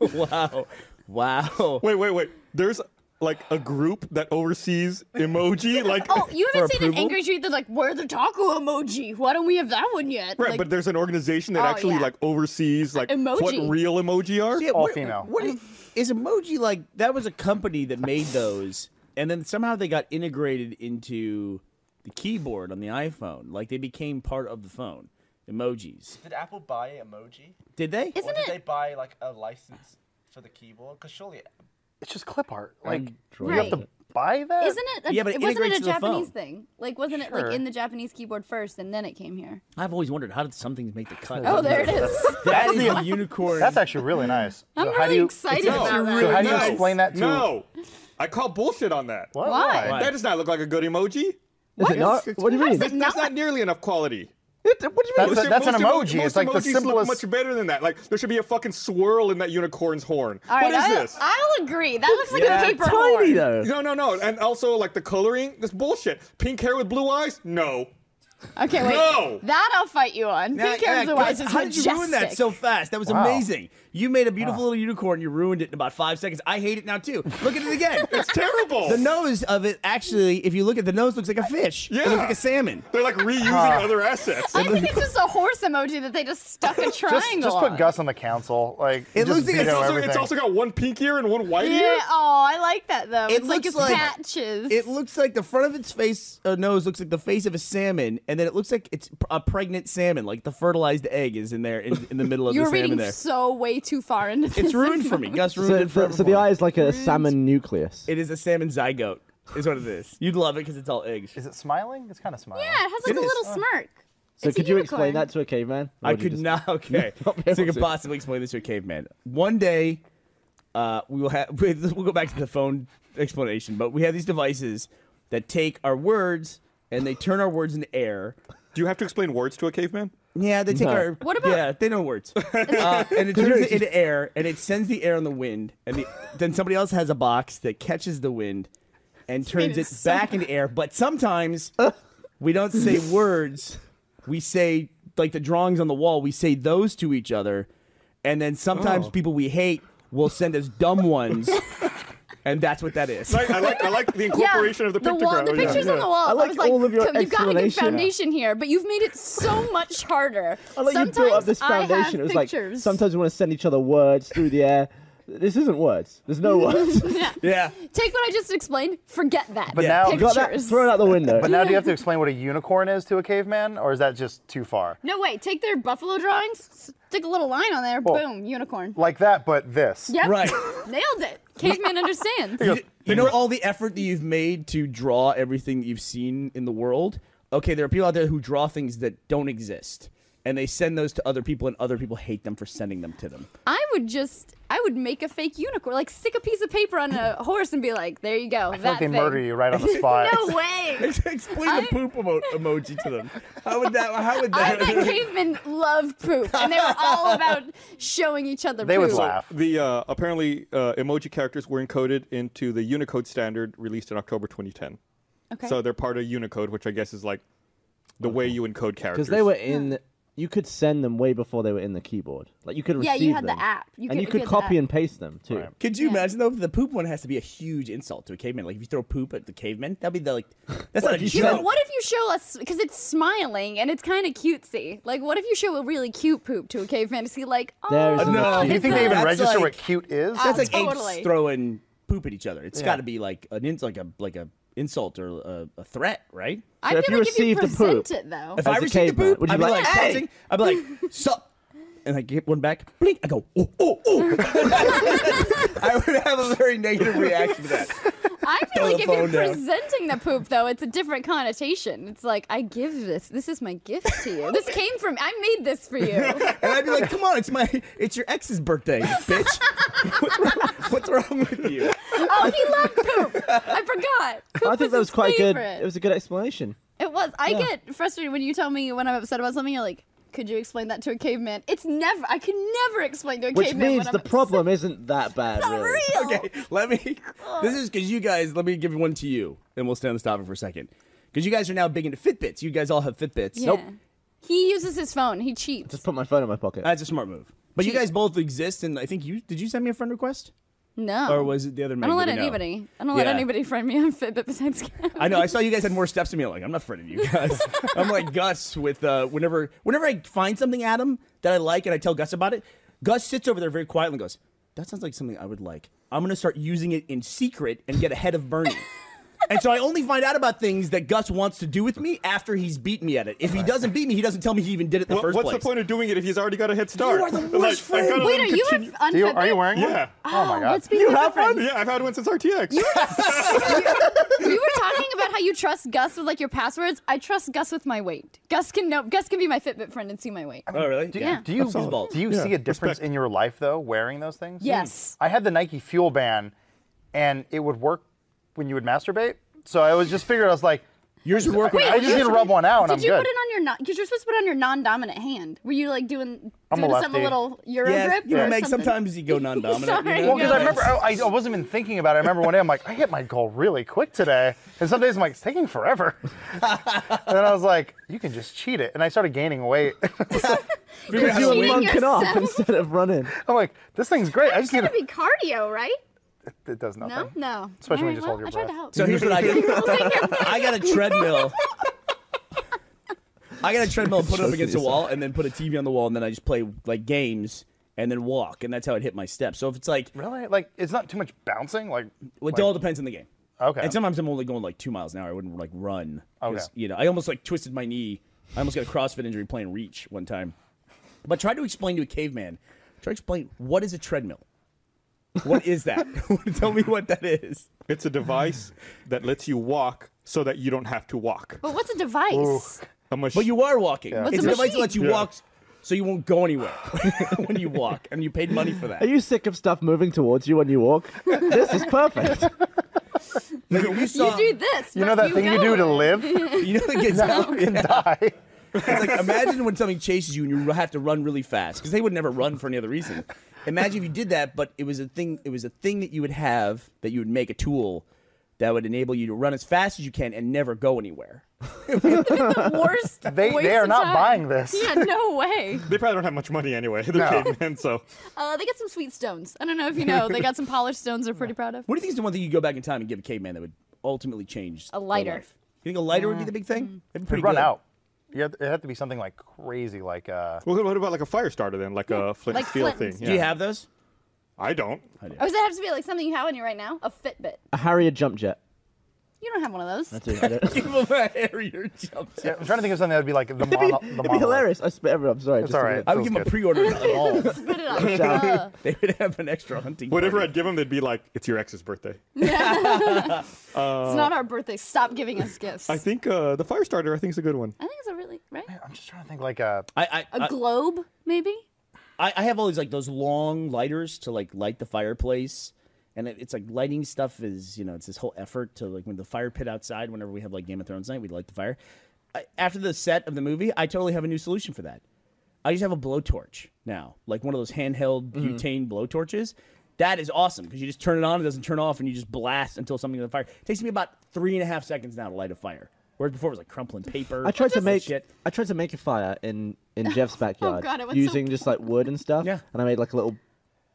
Speaker 2: Wow. Wow.
Speaker 1: Wait, wait, wait. There's like a group that oversees emoji, like
Speaker 3: Oh, you haven't
Speaker 2: For
Speaker 3: seen
Speaker 2: approval?
Speaker 3: an angry tweet that's like, "Where the taco emoji? Why don't we have that one yet?"
Speaker 1: right.
Speaker 3: Like,
Speaker 1: but there's an organization that
Speaker 3: Oh,
Speaker 1: actually
Speaker 3: yeah.
Speaker 1: like oversees like what
Speaker 3: Emoji.
Speaker 1: real emoji are.
Speaker 2: Yeah,
Speaker 4: All female.
Speaker 2: What is, is emoji like? That was a company that made those, and then somehow they got integrated into the keyboard on the iPhone. Like they became part of the phone. Emojis.
Speaker 8: Did Apple buy emoji?
Speaker 2: Did they?
Speaker 8: or
Speaker 3: isn't
Speaker 8: did they
Speaker 3: it?
Speaker 8: buy like a license for the keyboard? Because surely
Speaker 4: It's just clip art. Like you
Speaker 3: Right.
Speaker 4: have to buy that.
Speaker 3: Isn't it? A,
Speaker 2: Yeah, but it
Speaker 3: wasn't
Speaker 2: integrates
Speaker 3: it
Speaker 2: to the
Speaker 3: a Japanese
Speaker 2: phone.
Speaker 3: thing? Like, wasn't it
Speaker 4: Sure.
Speaker 3: like in the Japanese keyboard first, and then it came here?
Speaker 2: I've always wondered how did some things make the cut.
Speaker 3: Oh, there it is.
Speaker 2: That is the unicorn.
Speaker 4: That's actually really nice.
Speaker 3: I'm
Speaker 4: So how do
Speaker 3: really
Speaker 4: you,
Speaker 3: excited
Speaker 1: No,
Speaker 3: about
Speaker 1: so
Speaker 3: that.
Speaker 4: So how do you
Speaker 1: No.
Speaker 4: explain that to?
Speaker 1: No, I call bullshit on that.
Speaker 4: What?
Speaker 3: Why?
Speaker 1: That does not look like a good emoji.
Speaker 5: Is it not? What do you mean?
Speaker 1: That's, that's not nearly enough quality.
Speaker 5: It- what do you mean?
Speaker 4: That's, a,
Speaker 1: Most-
Speaker 4: that's an
Speaker 1: most emo-
Speaker 4: emoji. It's
Speaker 1: most
Speaker 4: like the
Speaker 1: emojis look
Speaker 4: simplest.
Speaker 1: much better than that. Like there should be a fucking swirl in that unicorn's horn.
Speaker 3: All right,
Speaker 1: what is
Speaker 3: I'll,
Speaker 1: this?
Speaker 3: I'll agree. That looks like a paper
Speaker 5: tiny
Speaker 3: horn.
Speaker 5: though.
Speaker 1: no, no, no. And also like the coloring, this bullshit. Pink hair with blue eyes? No.
Speaker 3: Okay, wait.
Speaker 1: No!
Speaker 3: That I'll fight you on.
Speaker 2: Yeah,
Speaker 3: Pink hair
Speaker 2: yeah,
Speaker 3: blue
Speaker 2: guys,
Speaker 3: eyes is
Speaker 2: How did you ruin that
Speaker 3: majestic.
Speaker 2: so fast? That was
Speaker 4: Wow.
Speaker 2: amazing. You made a beautiful little unicorn. You ruined it in about five seconds. I hate it now too. Look at it again.
Speaker 1: It's terrible.
Speaker 2: the nose of it actually, if you look at the nose, looks like a fish. It
Speaker 1: Yeah.
Speaker 2: looks like a salmon.
Speaker 1: They're like reusing other assets.
Speaker 3: I think it's just a horse emoji that they just stuck a triangle
Speaker 4: Just, just
Speaker 3: on.
Speaker 4: put Gus on the council. Like
Speaker 2: It looks
Speaker 4: just
Speaker 2: like it's
Speaker 1: It's
Speaker 4: veto
Speaker 1: also,
Speaker 4: everything.
Speaker 1: it's also got one pink ear and one white ear.
Speaker 3: Yeah, oh, I like that though.
Speaker 2: It
Speaker 3: it's like
Speaker 2: looks
Speaker 3: it's
Speaker 2: like-
Speaker 3: patches.
Speaker 2: It looks like the front of its face, uh, nose looks like the face of a salmon, and then it looks like it's pr- a pregnant salmon. Like the fertilized egg is in there in, in the middle of
Speaker 3: You're
Speaker 2: the salmon
Speaker 3: reading
Speaker 2: there.
Speaker 3: so way too far into this.
Speaker 2: It's ruined for me. Gus ruined
Speaker 5: So,
Speaker 2: it forever
Speaker 5: so, so
Speaker 2: for me.
Speaker 5: the eye is like a salmon nucleus.
Speaker 2: It is a salmon zygote. Is what it is. You'd love it because it's all eggs.
Speaker 4: Is it smiling? It's kind of smiling.
Speaker 3: Yeah, it has like
Speaker 2: It
Speaker 3: a
Speaker 2: is.
Speaker 3: little smirk.
Speaker 5: so
Speaker 3: It's a
Speaker 5: could you explain
Speaker 3: unicorn.
Speaker 5: that to a caveman? Or
Speaker 2: I
Speaker 5: would you
Speaker 2: could
Speaker 5: just-
Speaker 2: not. Okay,
Speaker 5: not be
Speaker 2: so you
Speaker 5: able
Speaker 2: could
Speaker 5: to.
Speaker 2: possibly explain this to a caveman. One day, uh, we will have. We'll go back to the phone explanation, but we have these devices that take our words and they turn our words into air.
Speaker 1: Do you have to explain words to a caveman?
Speaker 2: Yeah, they take
Speaker 5: No.
Speaker 2: our.
Speaker 3: What about-
Speaker 2: Yeah, they know words. uh, and it turns it into air, and it sends the air on the wind, and the, then somebody else has a box that catches the wind, and turns
Speaker 3: made
Speaker 2: it
Speaker 3: it so
Speaker 2: back into air. But sometimes we don't say words; we say like the drawings on the wall. We say those to each other, and then sometimes people we hate will send us dumb ones, and that's what that is.
Speaker 1: I, I like I like the incorporation of the pictogram.
Speaker 3: wall, the
Speaker 1: Yeah.
Speaker 3: pictures on the wall.
Speaker 5: I like
Speaker 3: was like,
Speaker 5: all of your
Speaker 3: "Come- you've got a good
Speaker 5: explanation.
Speaker 3: foundation here, but you've made it so much harder.
Speaker 5: I like
Speaker 3: sometimes
Speaker 5: you built up this
Speaker 3: I
Speaker 5: foundation.
Speaker 3: have
Speaker 5: It was like
Speaker 3: pictures.
Speaker 5: sometimes we want to send each other words through the air. This isn't words. There's no words.
Speaker 3: yeah.
Speaker 2: yeah,
Speaker 3: Take what I just explained. Forget that.
Speaker 4: But now-
Speaker 5: You got that
Speaker 3: Pictures.
Speaker 5: thrown out the window.
Speaker 4: But now do you have to explain what a unicorn is to a caveman, or is that just too far?
Speaker 3: No, wait. Take their buffalo drawings. Stick a little line on there.
Speaker 4: Well,
Speaker 3: boom, unicorn.
Speaker 4: Like that, but this.
Speaker 3: Yep.
Speaker 2: right.
Speaker 3: Nailed it. Caveman understands.
Speaker 2: You know all the effort that you've made to draw everything that you've seen in the world. Okay, there are people out there who draw things that don't exist, and they send those to other people, and other people hate them for sending them to them.
Speaker 3: I would just, I would make a fake unicorn, like stick a piece of paper on a horse and be like, "There you go."
Speaker 4: I feel
Speaker 3: that
Speaker 4: like they
Speaker 3: thing.
Speaker 4: murder you right on the spot.
Speaker 3: No way.
Speaker 2: Explain
Speaker 3: I-
Speaker 2: the poop emo- emoji to them. How would that? How would
Speaker 3: I
Speaker 2: that?
Speaker 3: bet cavemen love poop, and they were all about showing each other
Speaker 4: They
Speaker 3: poop.
Speaker 4: would laugh.
Speaker 1: The uh, apparently uh, emoji characters were encoded into the Unicode standard released in October 2010.
Speaker 3: Okay.
Speaker 1: So they're part of Unicode, which I guess is like the way you encode characters.
Speaker 5: Because they were in, you could send them way before they were in the keyboard. Like you could receive
Speaker 3: Yeah,
Speaker 5: them.
Speaker 3: you had the app. You
Speaker 5: and
Speaker 3: could-
Speaker 5: you
Speaker 3: if
Speaker 5: could
Speaker 3: you had the
Speaker 5: copy
Speaker 3: app.
Speaker 5: and paste them too.
Speaker 2: Could you imagine though? The poop one has to be a huge insult to a caveman. Like if you throw poop at the caveman, that'd be the like. That's not a
Speaker 3: Yeah, but
Speaker 2: joke.
Speaker 3: what if you show us because it's smiling and it's kind of cutesy? Like, what if you show a really cute poop to a caveman to see, like, oh,
Speaker 5: There's a
Speaker 2: No.
Speaker 5: cute
Speaker 4: Do you think they even
Speaker 2: That's
Speaker 4: register
Speaker 2: like-
Speaker 4: what cute is?
Speaker 2: That's like
Speaker 3: Totally.
Speaker 2: apes throwing poop at each other. It's got to be like an ins- like a like a insult or a, a threat, right?
Speaker 3: I feel
Speaker 5: So if you
Speaker 3: like if you
Speaker 5: received the
Speaker 3: present
Speaker 5: poop-
Speaker 3: it though,
Speaker 2: If
Speaker 5: As
Speaker 2: I
Speaker 5: a
Speaker 2: received the
Speaker 5: caveman,
Speaker 2: poop,
Speaker 5: would you
Speaker 2: I'd be
Speaker 5: be
Speaker 2: like,
Speaker 5: like,
Speaker 2: hey! I'd be like, sup. And I get one back, blink. I go, oh, oh, oh. I would have a very negative reaction to that.
Speaker 3: I feel
Speaker 2: Throw
Speaker 3: like
Speaker 2: the
Speaker 3: if you're
Speaker 2: phone down.
Speaker 3: presenting the poop though, it's a different connotation. It's like I give this. This is my gift to you. This came from. I made this for you.
Speaker 2: And I'd be like, come on, it's my, it's your ex's birthday, bitch. What's wrong, what's wrong with you?
Speaker 3: Oh, he loved poop. I forgot. Poop
Speaker 5: I think that
Speaker 3: his
Speaker 5: was quite
Speaker 3: favorite.
Speaker 5: good. It was a good explanation.
Speaker 3: It was. I get frustrated when you tell me when I'm upset about something. You're like, could you explain that to a caveman? It's never. I can never explain to a
Speaker 5: Which
Speaker 3: caveman.
Speaker 5: means
Speaker 3: when
Speaker 5: the
Speaker 3: I'm
Speaker 5: problem isn't that bad,
Speaker 3: Upset.
Speaker 5: really.
Speaker 3: It's not real.
Speaker 2: Okay, let me. This is because you guys. Let me give one to you, and we'll stay on this topic for a second. Because you guys are now big into Fitbits. You guys all have Fitbits.
Speaker 3: Yeah. He uses his phone. He cheats.
Speaker 5: Just put my phone in my pocket.
Speaker 2: That's a smart move. But you guys both exist, and I think you did. You send me a friend request,
Speaker 3: No.
Speaker 2: or was it the other?
Speaker 3: I don't let anybody. I don't let
Speaker 2: Yeah.
Speaker 3: anybody friend me on Fitbit besides Gavin.
Speaker 2: I know. I saw you guys had more steps than me. I'm like, I'm not friending you guys. I'm like Gus with uh, whenever whenever I find something, Adam, that I like, and I tell Gus about it. Gus sits over there very quietly and goes, "That sounds like something I would like. I'm gonna start using it in secret and get ahead of Bernie." and so I only find out about things that Gus wants to do with me after he's beat me at it. If he doesn't beat me, he doesn't tell me he even did it in the
Speaker 1: What-
Speaker 2: first
Speaker 1: what's
Speaker 2: place.
Speaker 1: the point of doing it if he's already got a head start?
Speaker 2: are the
Speaker 1: Like,
Speaker 2: worst
Speaker 1: I
Speaker 2: friend.
Speaker 1: gotta let
Speaker 3: Wait,
Speaker 1: him
Speaker 3: are you
Speaker 1: continue-
Speaker 3: on
Speaker 4: Do you, are you
Speaker 3: Fitbit?
Speaker 4: wearing one?
Speaker 1: Yeah.
Speaker 4: Oh my god.
Speaker 3: Let's be good friends.
Speaker 1: Yeah, I've had one since RTX.
Speaker 3: We were talking about how you trust Gus with like your passwords. I trust Gus with my weight. Gus can know. Gus can be my Fitbit friend and see my weight.
Speaker 2: Oh, really?
Speaker 4: Do,
Speaker 3: Yeah.
Speaker 4: do you
Speaker 2: That's solid.
Speaker 4: do you
Speaker 1: Yeah,
Speaker 4: see a difference
Speaker 1: respect.
Speaker 4: in your life though wearing those things?
Speaker 3: Yes.
Speaker 4: I had the Nike Fuel Band, and it would work when you would masturbate. So I was just figured I was like,
Speaker 7: Yours would work. when
Speaker 3: Wait,
Speaker 7: I
Speaker 4: I just
Speaker 3: you-
Speaker 4: need to rub one out and
Speaker 3: Did
Speaker 4: I'm
Speaker 3: you
Speaker 4: good.
Speaker 3: put it on your non? Because you're supposed to put it on your non-dominant hand. Were you like doing
Speaker 4: I'm a
Speaker 3: doing something
Speaker 4: lefty.
Speaker 3: a little Euro
Speaker 2: Yeah,
Speaker 3: grip?
Speaker 2: you
Speaker 3: or
Speaker 2: know, Meg.
Speaker 3: something?
Speaker 2: Sometimes you go non-dominant.
Speaker 3: Sorry.
Speaker 2: You know?
Speaker 4: Well, because I
Speaker 3: Yeah.
Speaker 4: remember oh, I, I wasn't even thinking about it. I remember one day I'm like, I hit my goal really quick today, and some days I'm like, it's taking forever. and then I was like, you can just cheat it, and I started gaining weight.
Speaker 7: figure out how to
Speaker 5: you were
Speaker 3: cheating
Speaker 7: win.
Speaker 5: lunking off
Speaker 3: yourself.
Speaker 5: instead of running.
Speaker 4: I'm like, this thing's great. I just
Speaker 3: It's
Speaker 4: need
Speaker 3: gonna
Speaker 4: to.
Speaker 3: be cardio, right?
Speaker 4: It does nothing.
Speaker 3: No, no.
Speaker 4: Especially when you
Speaker 3: Alright,
Speaker 4: just
Speaker 3: well, I tried
Speaker 4: hold your breath.
Speaker 3: to help.
Speaker 2: So here's what I did. I got a treadmill. I got a treadmill and put it up against a wall and then put a TV on the wall and then I just play like games and then walk and that's how it hit my steps. So if it's like
Speaker 4: Really? Like, it's not too much bouncing. Like,
Speaker 2: well, it all depends on the game.
Speaker 4: Okay.
Speaker 2: And sometimes I'm only going like two miles an hour. I wouldn't like run. 'cause,
Speaker 4: Okay.
Speaker 2: You know, I almost like twisted my knee. I almost got a CrossFit injury playing reach one time. But try to explain to a caveman. Try to explain what is a treadmill. What is that? Tell me what that is.
Speaker 1: It's a device that lets you walk so that you don't have to walk.
Speaker 3: But what's a device?
Speaker 1: A mach-
Speaker 2: But you are walking.
Speaker 3: What's
Speaker 2: It's
Speaker 3: a
Speaker 2: a device that
Speaker 3: machine?
Speaker 2: lets you
Speaker 1: Yeah.
Speaker 2: walk so you won't go anywhere when you walk. And you paid money for that.
Speaker 5: Are you sick of stuff moving towards you when you walk? this is perfect.
Speaker 2: Like, if you
Speaker 3: You
Speaker 2: saw,
Speaker 3: do this.
Speaker 4: you know
Speaker 3: but
Speaker 4: that thing you do to
Speaker 3: go.
Speaker 4: live
Speaker 2: you know, like it's,
Speaker 4: and die?
Speaker 2: it's like imagine when something chases you and you have to run really fast because they would never run for any other reason. Imagine if you did that, but it was a thing. It was a thing that you would have that you would make a tool that would enable you to run as fast as you can and never go anywhere.
Speaker 3: The worst.
Speaker 4: They,
Speaker 3: waste
Speaker 4: they are
Speaker 3: of
Speaker 4: not
Speaker 3: time.
Speaker 4: buying this.
Speaker 3: Yeah, no way.
Speaker 1: they probably don't have much money anyway. They're
Speaker 4: No.
Speaker 1: cavemen, so
Speaker 3: Uh, they got some sweet stones. I don't know if you know. They got some polished stones. They're pretty proud of.
Speaker 2: What do you think is the one thing you go back in time and give a caveman that would ultimately change their
Speaker 3: A lighter. Mm.
Speaker 2: life? You think a lighter would be the big thing? That'd be pretty
Speaker 4: It'd run
Speaker 2: good.
Speaker 4: out. You have, it'd have to be something like crazy, like, uh,
Speaker 1: Well, what about like a fire starter then, like a flint
Speaker 3: like
Speaker 1: and steel
Speaker 3: flint and
Speaker 1: thing?
Speaker 3: steel.
Speaker 2: Do you have those?
Speaker 1: I don't.
Speaker 3: Oh, does that have to be like something you have on you right now? A Fitbit.
Speaker 5: A Harrier jump jet.
Speaker 3: You don't have one of those.
Speaker 5: That's it, I don't- It'd
Speaker 2: Give him a Harrier jump set.
Speaker 4: yeah, I'm trying to think of something that would be like the
Speaker 5: be,
Speaker 4: mono.
Speaker 5: it'd
Speaker 4: The
Speaker 5: be
Speaker 4: mono.
Speaker 5: hilarious. I spit everyone. I'm sorry.
Speaker 4: It's
Speaker 5: just
Speaker 4: all
Speaker 5: to
Speaker 4: right.
Speaker 5: get-
Speaker 2: I would give
Speaker 4: Feels
Speaker 2: him a
Speaker 4: good.
Speaker 2: pre-order of all.
Speaker 3: Spit it out. Uh,
Speaker 2: They would have an extra hunting.
Speaker 1: Whatever
Speaker 2: party.
Speaker 1: I'd give them, they'd be like, "It's your ex's birthday."
Speaker 3: it's not our birthday. Stop giving us gifts. I,
Speaker 1: I think uh, the fire starter, I think, is a good one.
Speaker 3: think it's a really right.
Speaker 4: I'm just trying to think, like, uh,
Speaker 2: I I,
Speaker 3: A globe, maybe.
Speaker 2: I I have all these like those long lighters to like light the fireplace, and it, it's like lighting stuff is you know it's this whole effort to like when the fire pit outside. Whenever we have like Game of Thrones night, we light the fire. I, after the set of the movie, I totally have a new solution for that. I just have a blowtorch now, like one of those handheld
Speaker 5: Mm-hmm.
Speaker 2: butane blowtorches. That is awesome because you just turn it on, it doesn't turn off, and you just blast until something's on fire. It takes me about three and a half seconds now to light a fire. Whereas before it was like crumpling paper.
Speaker 5: I tried to
Speaker 2: and
Speaker 5: make
Speaker 2: shit.
Speaker 5: I tried to make a fire in in Jeff's backyard
Speaker 3: Oh, God, it went so
Speaker 5: using just like wood and stuff.
Speaker 2: Yeah.
Speaker 5: And I made like a little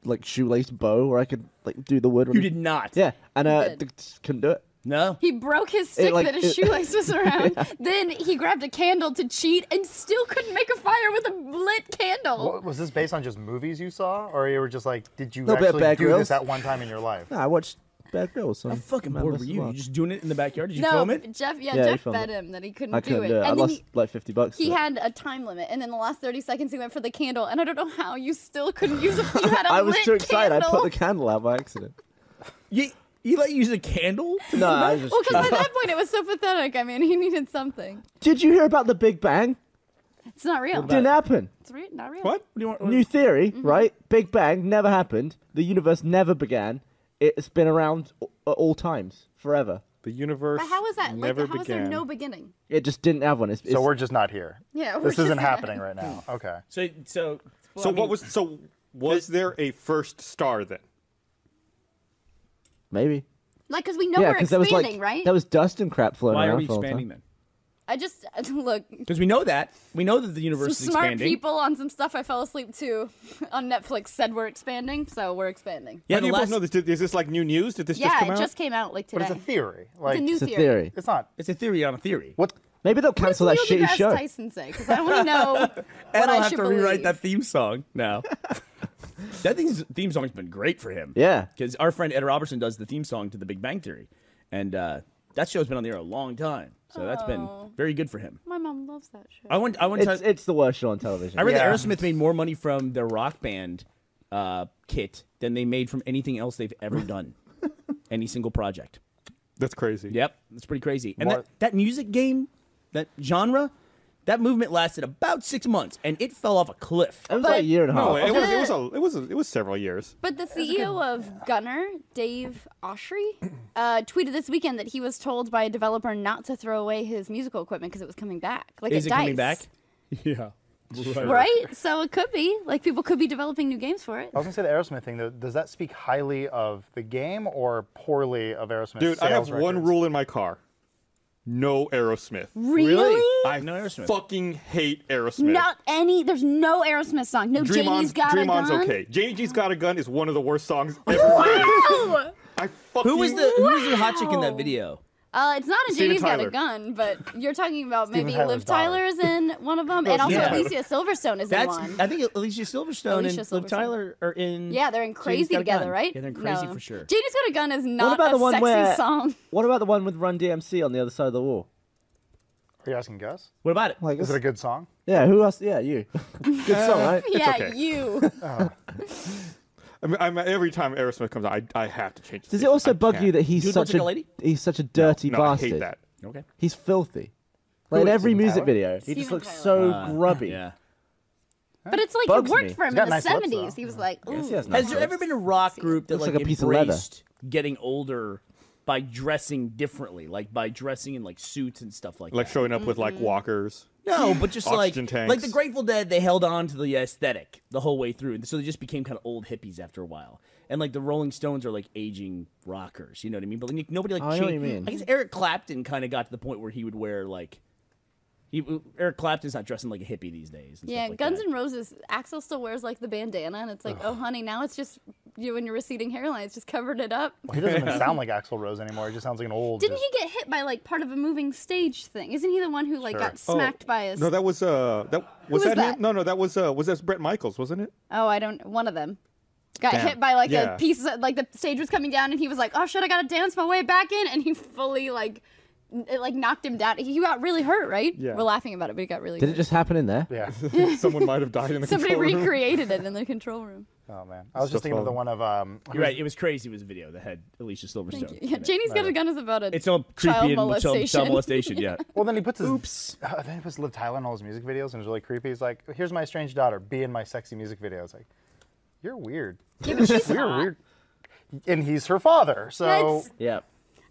Speaker 5: like shoelace bow where I could like do the wood.
Speaker 2: You did not.
Speaker 5: Yeah. And uh,
Speaker 3: did.
Speaker 5: d- just couldn't do it.
Speaker 2: No.
Speaker 3: He broke his stick
Speaker 5: like,
Speaker 3: that his
Speaker 5: it-
Speaker 3: shoelace was around. Then he grabbed a candle to cheat and still couldn't make a fire with a lit candle.
Speaker 4: What, was this based on just movies you saw, or you were just like, did you
Speaker 5: Little bit of
Speaker 4: actually
Speaker 5: Bear
Speaker 4: do this
Speaker 5: Grylls.
Speaker 4: at one time in your life?
Speaker 5: No, I watched Bad Bills.
Speaker 2: How fucking bored were you? You just doing it in the backyard? Did you
Speaker 3: no,
Speaker 2: film it?
Speaker 3: Jeff. Yeah,
Speaker 5: Yeah, he
Speaker 3: Jeff
Speaker 5: filmed
Speaker 3: bet
Speaker 5: it.
Speaker 3: him that he couldn't,
Speaker 5: I couldn't
Speaker 3: do it,
Speaker 5: do it.
Speaker 3: and
Speaker 5: I
Speaker 3: then
Speaker 5: lost
Speaker 3: he,
Speaker 5: like fifty bucks.
Speaker 3: he
Speaker 5: to it.
Speaker 3: had a time limit, and then the last thirty seconds he went for the candle, and I don't know how you still couldn't use it. You had a
Speaker 5: I was
Speaker 3: lit
Speaker 5: too excited. I
Speaker 3: candle.
Speaker 5: put the candle out by accident.
Speaker 2: You, you let you use a candle?
Speaker 5: no, I was just.
Speaker 3: Well, because at that point it was so pathetic. I mean, he needed something.
Speaker 5: Did you hear about the Big Bang?
Speaker 3: It's not real.
Speaker 5: Didn't happen.
Speaker 3: It's re- not real.
Speaker 2: What? do you want?
Speaker 3: Mm-hmm.
Speaker 5: New theory, right? Big Bang never happened. The universe never began. It's been around a- at all times, forever.
Speaker 1: The universe
Speaker 3: But how was that?
Speaker 1: never
Speaker 3: like, how was
Speaker 1: began.
Speaker 3: there no beginning?
Speaker 5: It just didn't have one. It's, it's
Speaker 4: So we're just not here.
Speaker 3: Yeah, we're just
Speaker 4: This
Speaker 3: Hmm.
Speaker 4: isn't
Speaker 3: not-
Speaker 4: happening right now. Okay.
Speaker 2: so, so, well,
Speaker 1: so
Speaker 2: I mean,
Speaker 1: what was? So was there a first star then?
Speaker 5: maybe.
Speaker 3: Like, because we know
Speaker 5: yeah,
Speaker 3: we're
Speaker 5: because there was
Speaker 3: expanding,
Speaker 5: like
Speaker 3: right?
Speaker 5: there was dust and crap floating
Speaker 2: why
Speaker 5: around.
Speaker 2: are we
Speaker 5: for a long
Speaker 2: expanding
Speaker 5: time.
Speaker 2: then?
Speaker 3: I just look.
Speaker 2: Because we know that. We know that the universe
Speaker 3: Some
Speaker 2: is
Speaker 3: smart
Speaker 2: expanding.
Speaker 3: people on some stuff I fell asleep to on Netflix said we're expanding, so we're expanding.
Speaker 2: Yeah,
Speaker 1: How do
Speaker 2: the
Speaker 1: you
Speaker 2: last,
Speaker 1: both know this? Did, is this like new news? Did this
Speaker 3: Yeah,
Speaker 1: just come
Speaker 3: it
Speaker 1: out?
Speaker 3: just came out like
Speaker 4: But
Speaker 3: today.
Speaker 4: it's a theory. Like,
Speaker 3: new
Speaker 5: It's a
Speaker 3: theory.
Speaker 5: theory.
Speaker 4: it's not.
Speaker 2: it's a theory on a theory.
Speaker 4: What?
Speaker 5: Maybe they'll
Speaker 3: What does
Speaker 5: cancel that
Speaker 3: Neil
Speaker 5: shitty
Speaker 3: deGrasse
Speaker 5: show.
Speaker 3: Tyson say? Because I want to know what
Speaker 2: And
Speaker 3: I
Speaker 2: I'll have
Speaker 3: should
Speaker 2: to
Speaker 3: believe.
Speaker 2: rewrite that theme song now. that thing's, theme song's been great for him.
Speaker 5: Yeah.
Speaker 2: Because our friend Ed Robertson does the theme song to The Big Bang Theory. And uh, that show's been on the air a long time. So that's been
Speaker 3: Oh.
Speaker 2: very good for him.
Speaker 3: My mom loves that show.
Speaker 2: I want, I want
Speaker 5: It's
Speaker 2: to.
Speaker 5: it's the worst show on television.
Speaker 2: I read
Speaker 4: Yeah.
Speaker 2: that Aerosmith made more money from their rock band uh, kit than they made from anything else they've ever done, any single project.
Speaker 1: That's crazy.
Speaker 2: Yep, that's pretty crazy. And
Speaker 4: More-
Speaker 2: that, that music game, that genre, That movement lasted about six months, and it fell off a cliff.
Speaker 5: It was like a year and a half.
Speaker 1: No, it was it was a, it was a, it was several years.
Speaker 3: But the CEO of Gunner, Dave Oshry, uh, tweeted this weekend that he was told by a developer not to throw away his musical equipment because it was coming back. Like
Speaker 2: Is
Speaker 3: at
Speaker 2: it
Speaker 3: Dice,
Speaker 2: coming back?
Speaker 7: Yeah.
Speaker 3: Right? So it could be. Like people could be developing new games for it.
Speaker 4: I was gonna say the Aerosmith thing. Though, does that speak highly of the game or poorly of Aerosmith?
Speaker 1: Dude, I have
Speaker 4: sales
Speaker 1: one
Speaker 4: records?
Speaker 1: rule in my car. No Aerosmith.
Speaker 3: Really?
Speaker 1: I
Speaker 2: No Aerosmith.
Speaker 1: fucking hate Aerosmith.
Speaker 3: Not any. There's no Aerosmith song. No
Speaker 1: Dream
Speaker 3: Janie's
Speaker 1: On's,
Speaker 3: got
Speaker 1: Dream
Speaker 3: a
Speaker 1: On's
Speaker 3: gun.
Speaker 1: okay. Janie's Got a Gun is one of the worst songs ever made.
Speaker 3: Oh!
Speaker 1: I fucking
Speaker 2: Who was the who was the hot chick in that
Speaker 3: Wow.
Speaker 2: video?
Speaker 3: Uh, it's not a
Speaker 1: Steven
Speaker 3: Janie's got
Speaker 1: Tyler.
Speaker 3: a gun, but you're talking about maybe
Speaker 4: Tyler's
Speaker 3: Liv
Speaker 4: daughter.
Speaker 3: Tyler is in one of them, and also
Speaker 2: Yeah.
Speaker 3: Alicia Silverstone is
Speaker 2: That's
Speaker 3: in one.
Speaker 2: I think Alicia Silverstone
Speaker 3: Alicia
Speaker 2: and
Speaker 3: Silverstone.
Speaker 2: Liv Tyler are in.
Speaker 3: Yeah, they're in
Speaker 2: Jane's
Speaker 3: Crazy
Speaker 2: Got a Gun.
Speaker 3: together, right?
Speaker 2: Yeah, they're in Crazy
Speaker 3: No.
Speaker 2: for sure.
Speaker 3: Janie's Got a Gun is not
Speaker 5: What about
Speaker 3: a
Speaker 5: the one
Speaker 3: sexy
Speaker 5: where?
Speaker 3: song.
Speaker 5: What about the one with Run DMC on the other side of the wall?
Speaker 4: Are you asking Gus?
Speaker 2: What about it?
Speaker 5: Like,
Speaker 4: Is it a good song?
Speaker 5: yeah, who else? Yeah, you. Good song, right?
Speaker 3: Yeah,
Speaker 1: okay.
Speaker 3: you.
Speaker 1: I mean, I'm, every time Aerosmith comes out, I, I have to change. the
Speaker 5: Does it
Speaker 1: station.
Speaker 5: also
Speaker 1: I
Speaker 5: bug you
Speaker 1: can't.
Speaker 5: that he's
Speaker 2: Dude looks
Speaker 5: such
Speaker 2: like
Speaker 5: a,
Speaker 2: a lady?
Speaker 5: he's such a dirty
Speaker 1: no,
Speaker 5: bastard?
Speaker 1: I hate that.
Speaker 2: Okay.
Speaker 5: He's filthy. Like in every
Speaker 4: Steven
Speaker 5: music
Speaker 4: Tyler?
Speaker 5: video, he just
Speaker 3: Steven
Speaker 5: looks
Speaker 3: Tyler.
Speaker 5: so grubby.
Speaker 2: Uh, Yeah.
Speaker 3: But it's like
Speaker 5: Bugs
Speaker 3: it worked
Speaker 5: me.
Speaker 3: for him
Speaker 4: got
Speaker 3: in the
Speaker 4: nice lips,
Speaker 3: 70s.
Speaker 4: though.
Speaker 3: he was like, ooh.
Speaker 5: he has nice
Speaker 2: Has there ever been a rock group that
Speaker 5: Looks
Speaker 2: like,
Speaker 5: like a piece of leather.
Speaker 2: embraced getting older by dressing differently, like by dressing in like suits and stuff like,
Speaker 1: Like
Speaker 2: that?
Speaker 1: showing up with
Speaker 3: Mm-hmm.
Speaker 1: like walkers.
Speaker 2: No, but just like
Speaker 1: Oxygen tanks.
Speaker 2: like the Grateful Dead, they held on to the aesthetic the whole way through, and so they just became kind of old hippies after a while. And like the Rolling Stones are like aging rockers, you know what I mean? But like, nobody like
Speaker 5: Oh, I know what you
Speaker 2: changed-
Speaker 5: mean.
Speaker 2: I guess Eric Clapton kind of got to the point where he would wear like. He, Eric Clapton's not dressing like a hippie these days. and
Speaker 3: Yeah,
Speaker 2: stuff like
Speaker 3: Guns
Speaker 2: that.
Speaker 3: N' Roses. Axel still wears like the bandana, and it's like, oh, honey, now it's just you and your receding hairline. It's just covered it up.
Speaker 4: Well, he doesn't even sound like Axl Rose anymore. He just sounds like an old.
Speaker 3: Didn't
Speaker 4: just-
Speaker 3: he get hit by like part of a moving stage thing? Isn't he the one who like
Speaker 4: Sure.
Speaker 3: got
Speaker 1: Oh,
Speaker 3: smacked by his?
Speaker 1: No, that was uh, that was
Speaker 3: was
Speaker 1: that,
Speaker 3: that?
Speaker 1: him? No, no, that was uh, was that Brett Michaels, wasn't it?
Speaker 3: Oh, I don't. One of them got
Speaker 2: Damn.
Speaker 3: hit by like
Speaker 1: Yeah.
Speaker 3: a piece. Of, like the stage was coming down, and he was like, "Oh shit, I gotta dance my way back in," and he fully like, n- it, like knocked him down. He got really hurt, right?
Speaker 1: Yeah.
Speaker 3: We're laughing about it, but he got really.
Speaker 5: Did it
Speaker 3: hurt.
Speaker 5: just happen in there?
Speaker 4: Yeah.
Speaker 1: Someone might have died in the
Speaker 3: Somebody
Speaker 1: control room.
Speaker 3: recreated it in the control room.
Speaker 4: Oh man, I was
Speaker 1: Stuff
Speaker 4: just thinking of the
Speaker 1: on.
Speaker 4: one of um.
Speaker 2: You're right. It was crazy. It was a video that had Alicia
Speaker 3: Thank you.
Speaker 2: Silverstone.
Speaker 3: Yeah, Janie's got a gun is about a
Speaker 2: It's all creepy
Speaker 3: child
Speaker 2: and child-
Speaker 3: molestation.
Speaker 2: Child molestation. Yeah.
Speaker 4: Well, then he puts his. Oops. then he puts Liv Tyler in all his music videos, and it's really creepy. He's like, "Here's my strange daughter. Be in my sexy music video." It's like, you're weird.
Speaker 3: Yeah, but she's
Speaker 4: We're
Speaker 3: hot.
Speaker 4: weird. And he's her father, so
Speaker 3: That's-
Speaker 5: Yeah.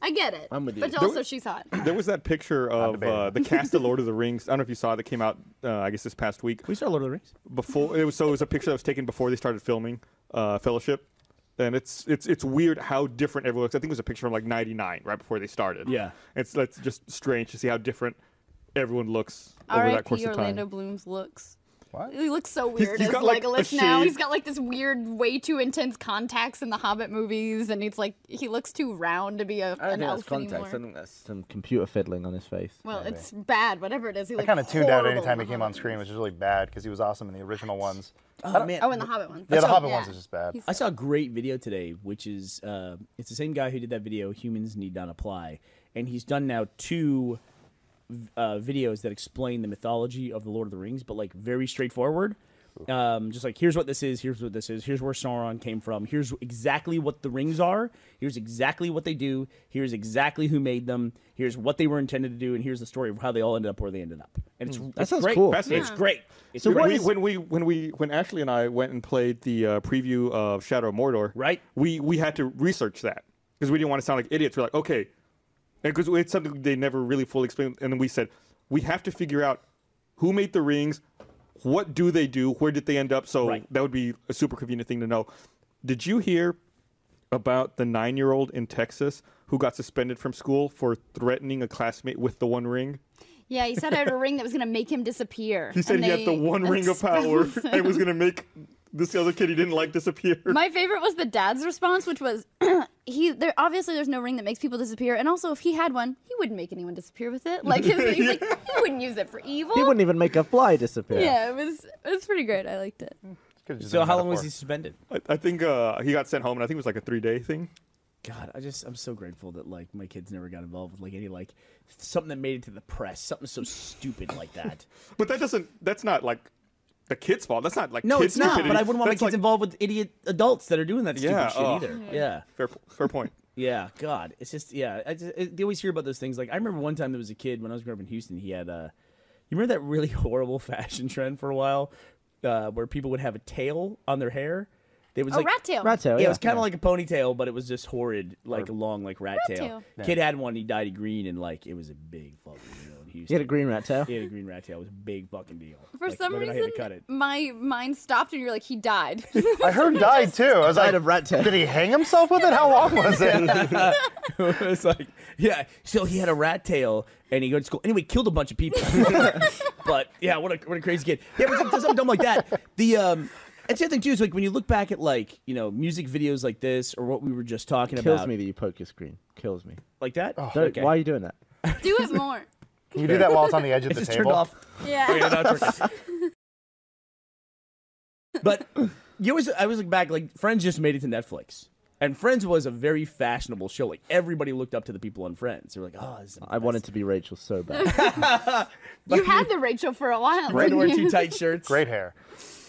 Speaker 3: I get it.
Speaker 5: I'm with you.
Speaker 3: But
Speaker 5: There
Speaker 3: also, she's hot.
Speaker 1: There was that picture of
Speaker 4: debatable.
Speaker 1: uh, the cast of Lord of the Rings. I don't know if you saw it, that came out. Uh, I guess this past week.
Speaker 2: We saw Lord of the Rings.
Speaker 1: before it was so it was a picture that was taken before they started filming uh, Fellowship, and it's it's it's weird how different everyone looks. I think it was a picture from like '99, right before they started.
Speaker 2: Yeah.
Speaker 1: it's it's just strange to see how different everyone looks over that course
Speaker 3: R.I.P.
Speaker 1: of time.
Speaker 3: Orlando Bloom's looks.
Speaker 4: What?
Speaker 3: He looks so weird
Speaker 1: he's
Speaker 3: as
Speaker 1: got, like, a
Speaker 3: Legolas now.
Speaker 1: shade-
Speaker 3: He's got like this weird, way too intense contacts in the Hobbit movies, and he's like he looks too round to be a,
Speaker 5: I don't
Speaker 3: an
Speaker 5: think that's
Speaker 3: elf
Speaker 5: context. I
Speaker 3: anymore.
Speaker 5: think that's some computer fiddling on his face.
Speaker 3: Well, it's bad. Whatever it is, he
Speaker 4: I
Speaker 3: looked
Speaker 4: kind of tuned out
Speaker 3: horrible
Speaker 4: anytime
Speaker 3: in
Speaker 4: he
Speaker 3: the
Speaker 4: came
Speaker 3: Hobbit
Speaker 4: on screen,
Speaker 3: movies.
Speaker 4: which is really bad because he was awesome in the original ones.
Speaker 2: Oh man.
Speaker 3: Oh, in the Hobbit one.
Speaker 4: Yeah, the
Speaker 3: That's-
Speaker 4: Hobbit ones is just bad.
Speaker 3: He's-
Speaker 2: I saw a great video today, which is uh, it's the same guy who did that video. Humans need not apply, and he's done now two uh, videos that explain the mythology of the Lord of the Rings, but like very straightforward. Um, just like here's what this is, here's what this is, here's where Sauron came from, here's exactly what the rings are, here's exactly what they do, here's exactly who made them, here's what they were intended to do, and here's the story of how they all ended up where they ended up. And it's, it's
Speaker 5: Hmm. sounds
Speaker 2: great.
Speaker 5: cool.
Speaker 2: It's
Speaker 1: Yeah.
Speaker 2: great. It's
Speaker 1: So
Speaker 2: great.
Speaker 1: when we, when we when we when Ashley and I went and played the uh, preview of Shadow of Mordor,
Speaker 2: Right.
Speaker 1: We we had to research that because we didn't want to sound like idiots. We're like, okay, because it's something they never really fully explained. And then we said we have to figure out who made the rings, what do they do, where did they end up. So
Speaker 2: Right.
Speaker 1: that would be a super convenient thing to know. Did you hear about the nine-year-old in Texas who got suspended from school for threatening a classmate with the One Ring?
Speaker 3: Yeah, he said I had a ring that was gonna make him disappear.
Speaker 1: He said
Speaker 3: and
Speaker 1: he had the
Speaker 3: they
Speaker 1: one ring of power
Speaker 3: expelled him.
Speaker 1: and was going to make this other kid he didn't like disappear.
Speaker 3: My favorite was the dad's response, which was he there obviously there's no ring that makes people disappear, and also if he had one, he wouldn't make anyone disappear with it. Like his, he's like he wouldn't use it for evil.
Speaker 5: He wouldn't even make a fly disappear.
Speaker 3: Yeah, it was it was pretty great. I liked it.
Speaker 4: Could've just
Speaker 2: so
Speaker 4: been a
Speaker 2: how long was he
Speaker 4: metaphor.
Speaker 2: suspended?
Speaker 1: I, I think uh, he got sent home, and I think it was like a three-day thing.
Speaker 2: God, I just I'm so grateful that like my kids never got involved with like any like something that made it to the press, something so stupid like that.
Speaker 1: But that doesn't. That's not like the kid's fault. That's not like
Speaker 2: No,
Speaker 1: kid
Speaker 2: it's not. But
Speaker 1: stupidity.
Speaker 2: I wouldn't want my
Speaker 1: That's,
Speaker 2: kids
Speaker 1: like,
Speaker 2: involved with idiot adults that are doing that stupid
Speaker 1: Yeah,
Speaker 2: shit
Speaker 1: oh.
Speaker 2: either. Yeah,
Speaker 1: Fair, fair point.
Speaker 2: yeah. God, it's just yeah. I just, it, they always hear about those things. Like I remember one time there was a kid when I was growing up in Houston. He had uh, You remember that really horrible fashion trend for a while, uh, where people would have a tail on their hair. It was
Speaker 3: Oh,
Speaker 2: like
Speaker 3: rat tail.
Speaker 5: Rat tail,
Speaker 2: Yeah, it
Speaker 5: yeah.
Speaker 2: was kind of like a ponytail, but it was just horrid, like a long, like rat,
Speaker 3: Rat
Speaker 2: tail.
Speaker 3: tail.
Speaker 2: Kid had one. He dyed it green, and like it was a big fucking deal. in
Speaker 5: He had
Speaker 2: Houston.
Speaker 5: a green rat tail.
Speaker 2: He had a green rat tail. It was a big fucking deal.
Speaker 3: For
Speaker 2: Like,
Speaker 3: some
Speaker 2: whether I had
Speaker 3: reason,
Speaker 2: to cut it.
Speaker 3: my mind stopped, and you're like, he died.
Speaker 4: I heard died too. I was like,
Speaker 5: Died of rat tail.
Speaker 4: did he hang himself with it? How long was it?
Speaker 2: it's like, yeah. So he had a rat tail, and he go to school. Anyway, killed a bunch of people. but yeah, what a what a crazy kid. Yeah, but something, something dumb like that. The um, and the other thing too is like when you look back at like you know music videos like this or what we were just talking
Speaker 5: Kills
Speaker 2: about,
Speaker 5: me that you poke your screen. Kills me.
Speaker 2: like that.
Speaker 5: Don't,
Speaker 2: okay.
Speaker 5: Why are you doing that?
Speaker 3: Do it more.
Speaker 4: Can you do that while it's on the edge of
Speaker 2: It
Speaker 4: the
Speaker 2: just
Speaker 4: table?
Speaker 2: turned off.
Speaker 3: Yeah.
Speaker 2: Yeah, now it's working. but you always, I was looking back, like Friends just made it to Netflix, and Friends was a very fashionable show. Like everybody looked up to the people on Friends. They were like, oh, this is the
Speaker 5: I
Speaker 2: best."
Speaker 5: wanted to be Rachel so bad.
Speaker 3: You had the Rachel for a while.
Speaker 2: They
Speaker 3: didn't
Speaker 2: wore
Speaker 3: you?
Speaker 2: too tight shirts.
Speaker 4: Great hair.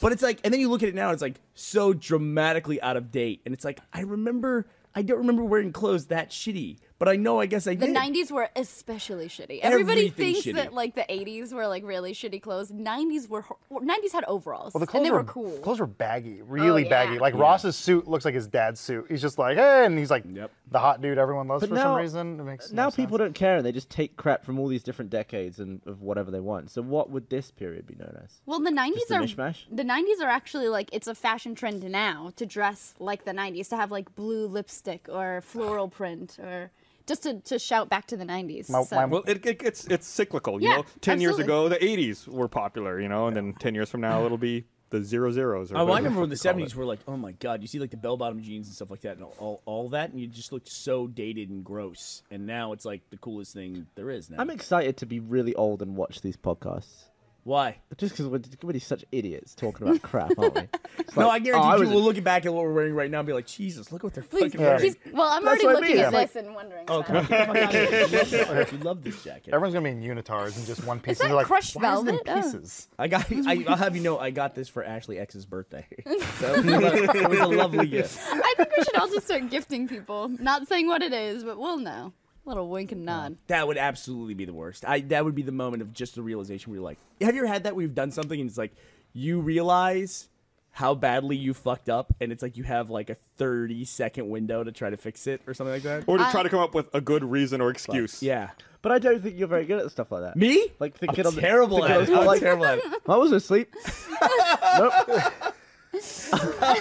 Speaker 2: But it's like, and then you look at it now, it's like so dramatically out of date, and it's like I remember, I don't remember wearing clothes that shitty, but I know, I guess I
Speaker 3: The
Speaker 2: did.
Speaker 3: 90s were especially shitty. Everybody
Speaker 2: Everything
Speaker 3: thinks
Speaker 2: shitty.
Speaker 3: that like the 80s were like really shitty clothes. 90s were hor- 90s had overalls
Speaker 4: Well, the
Speaker 3: and
Speaker 4: clothes
Speaker 3: they
Speaker 4: were,
Speaker 3: were, cool. Oh,
Speaker 4: Clothes were baggy, really
Speaker 3: yeah.
Speaker 4: baggy. Like Ross's suit looks like his dad's suit. He's just like, hey, and he's like
Speaker 2: Yep.
Speaker 4: the hot dude everyone loves
Speaker 5: But
Speaker 4: for
Speaker 5: now-
Speaker 4: some reason. It makes
Speaker 5: now
Speaker 4: no
Speaker 5: people
Speaker 4: sense.
Speaker 5: don't care and they just take crap from all these different decades and of whatever they want. So what would this period be known as?
Speaker 3: well, the 90s
Speaker 5: the
Speaker 3: are
Speaker 5: mishmash?
Speaker 3: the 90s are actually like it's a fashion trend now to dress like the 90s to have like blue lipstick or floral print or just to, to shout back to the 90s.
Speaker 4: My-
Speaker 3: so.
Speaker 4: my-
Speaker 1: Well, it, it, it's it's cyclical, you
Speaker 3: Yeah,
Speaker 1: know. Ten years
Speaker 3: absolutely.
Speaker 1: ago, the '80s were popular, you know, and then ten years from now, it'll be the zero zeros. Or
Speaker 2: Oh, well, I
Speaker 1: whatever
Speaker 2: remember
Speaker 1: fuck
Speaker 2: when the
Speaker 1: you call it.
Speaker 2: seventies were like, oh my god, you see like the bell bottom jeans and stuff like that, and all, all, all that, and you just looked so dated and gross. And now it's like the coolest thing there is now.
Speaker 5: I'm excited to be really old and watch these podcasts.
Speaker 2: Why?
Speaker 5: Just because we're, we're really such idiots talking about crap, aren't we? It's
Speaker 2: no,
Speaker 5: like,
Speaker 2: I
Speaker 5: oh,
Speaker 2: guarantee you,
Speaker 5: was
Speaker 2: we'll look back at what we're wearing right now and be like, Jesus, look what they're
Speaker 3: Please,
Speaker 2: fucking wearing.
Speaker 3: please- well, I'm
Speaker 5: That's
Speaker 3: already
Speaker 5: what I
Speaker 3: looking
Speaker 5: mean.
Speaker 3: at
Speaker 5: Yeah.
Speaker 3: this and wondering.
Speaker 2: Oh,
Speaker 3: about
Speaker 2: come on,
Speaker 3: it.
Speaker 2: get the fuck out of here! You love this jacket.
Speaker 4: Everyone's gonna be in unitards and just one piece.
Speaker 3: that
Speaker 4: and they're like,
Speaker 3: crushed
Speaker 4: Why is it in
Speaker 3: velvet? Oh.
Speaker 4: pieces.
Speaker 2: I got. I, I'll have you know, I got this for Ashley X's birthday. So it was a lovely gift.
Speaker 3: I think we should all just start gifting people. Not saying what it is, but we'll know. little wink and nod.
Speaker 2: That would absolutely be the worst. I that would be the moment of just the realization where you're like, have you ever had that where you've done something and it's like you realize how badly you fucked up and it's like you have like a 30 second window to try to fix it or something like that?
Speaker 1: or to try to come up with a good reason or excuse.
Speaker 2: Yeah.
Speaker 5: But I don't think you're very good at stuff like that.
Speaker 2: Me?
Speaker 5: Like the
Speaker 2: I'm
Speaker 5: kid on the-
Speaker 2: terrible
Speaker 5: the
Speaker 2: at it.
Speaker 5: kid on the-
Speaker 2: I'm
Speaker 5: like-
Speaker 2: terrible at it.
Speaker 5: I was asleep. nope.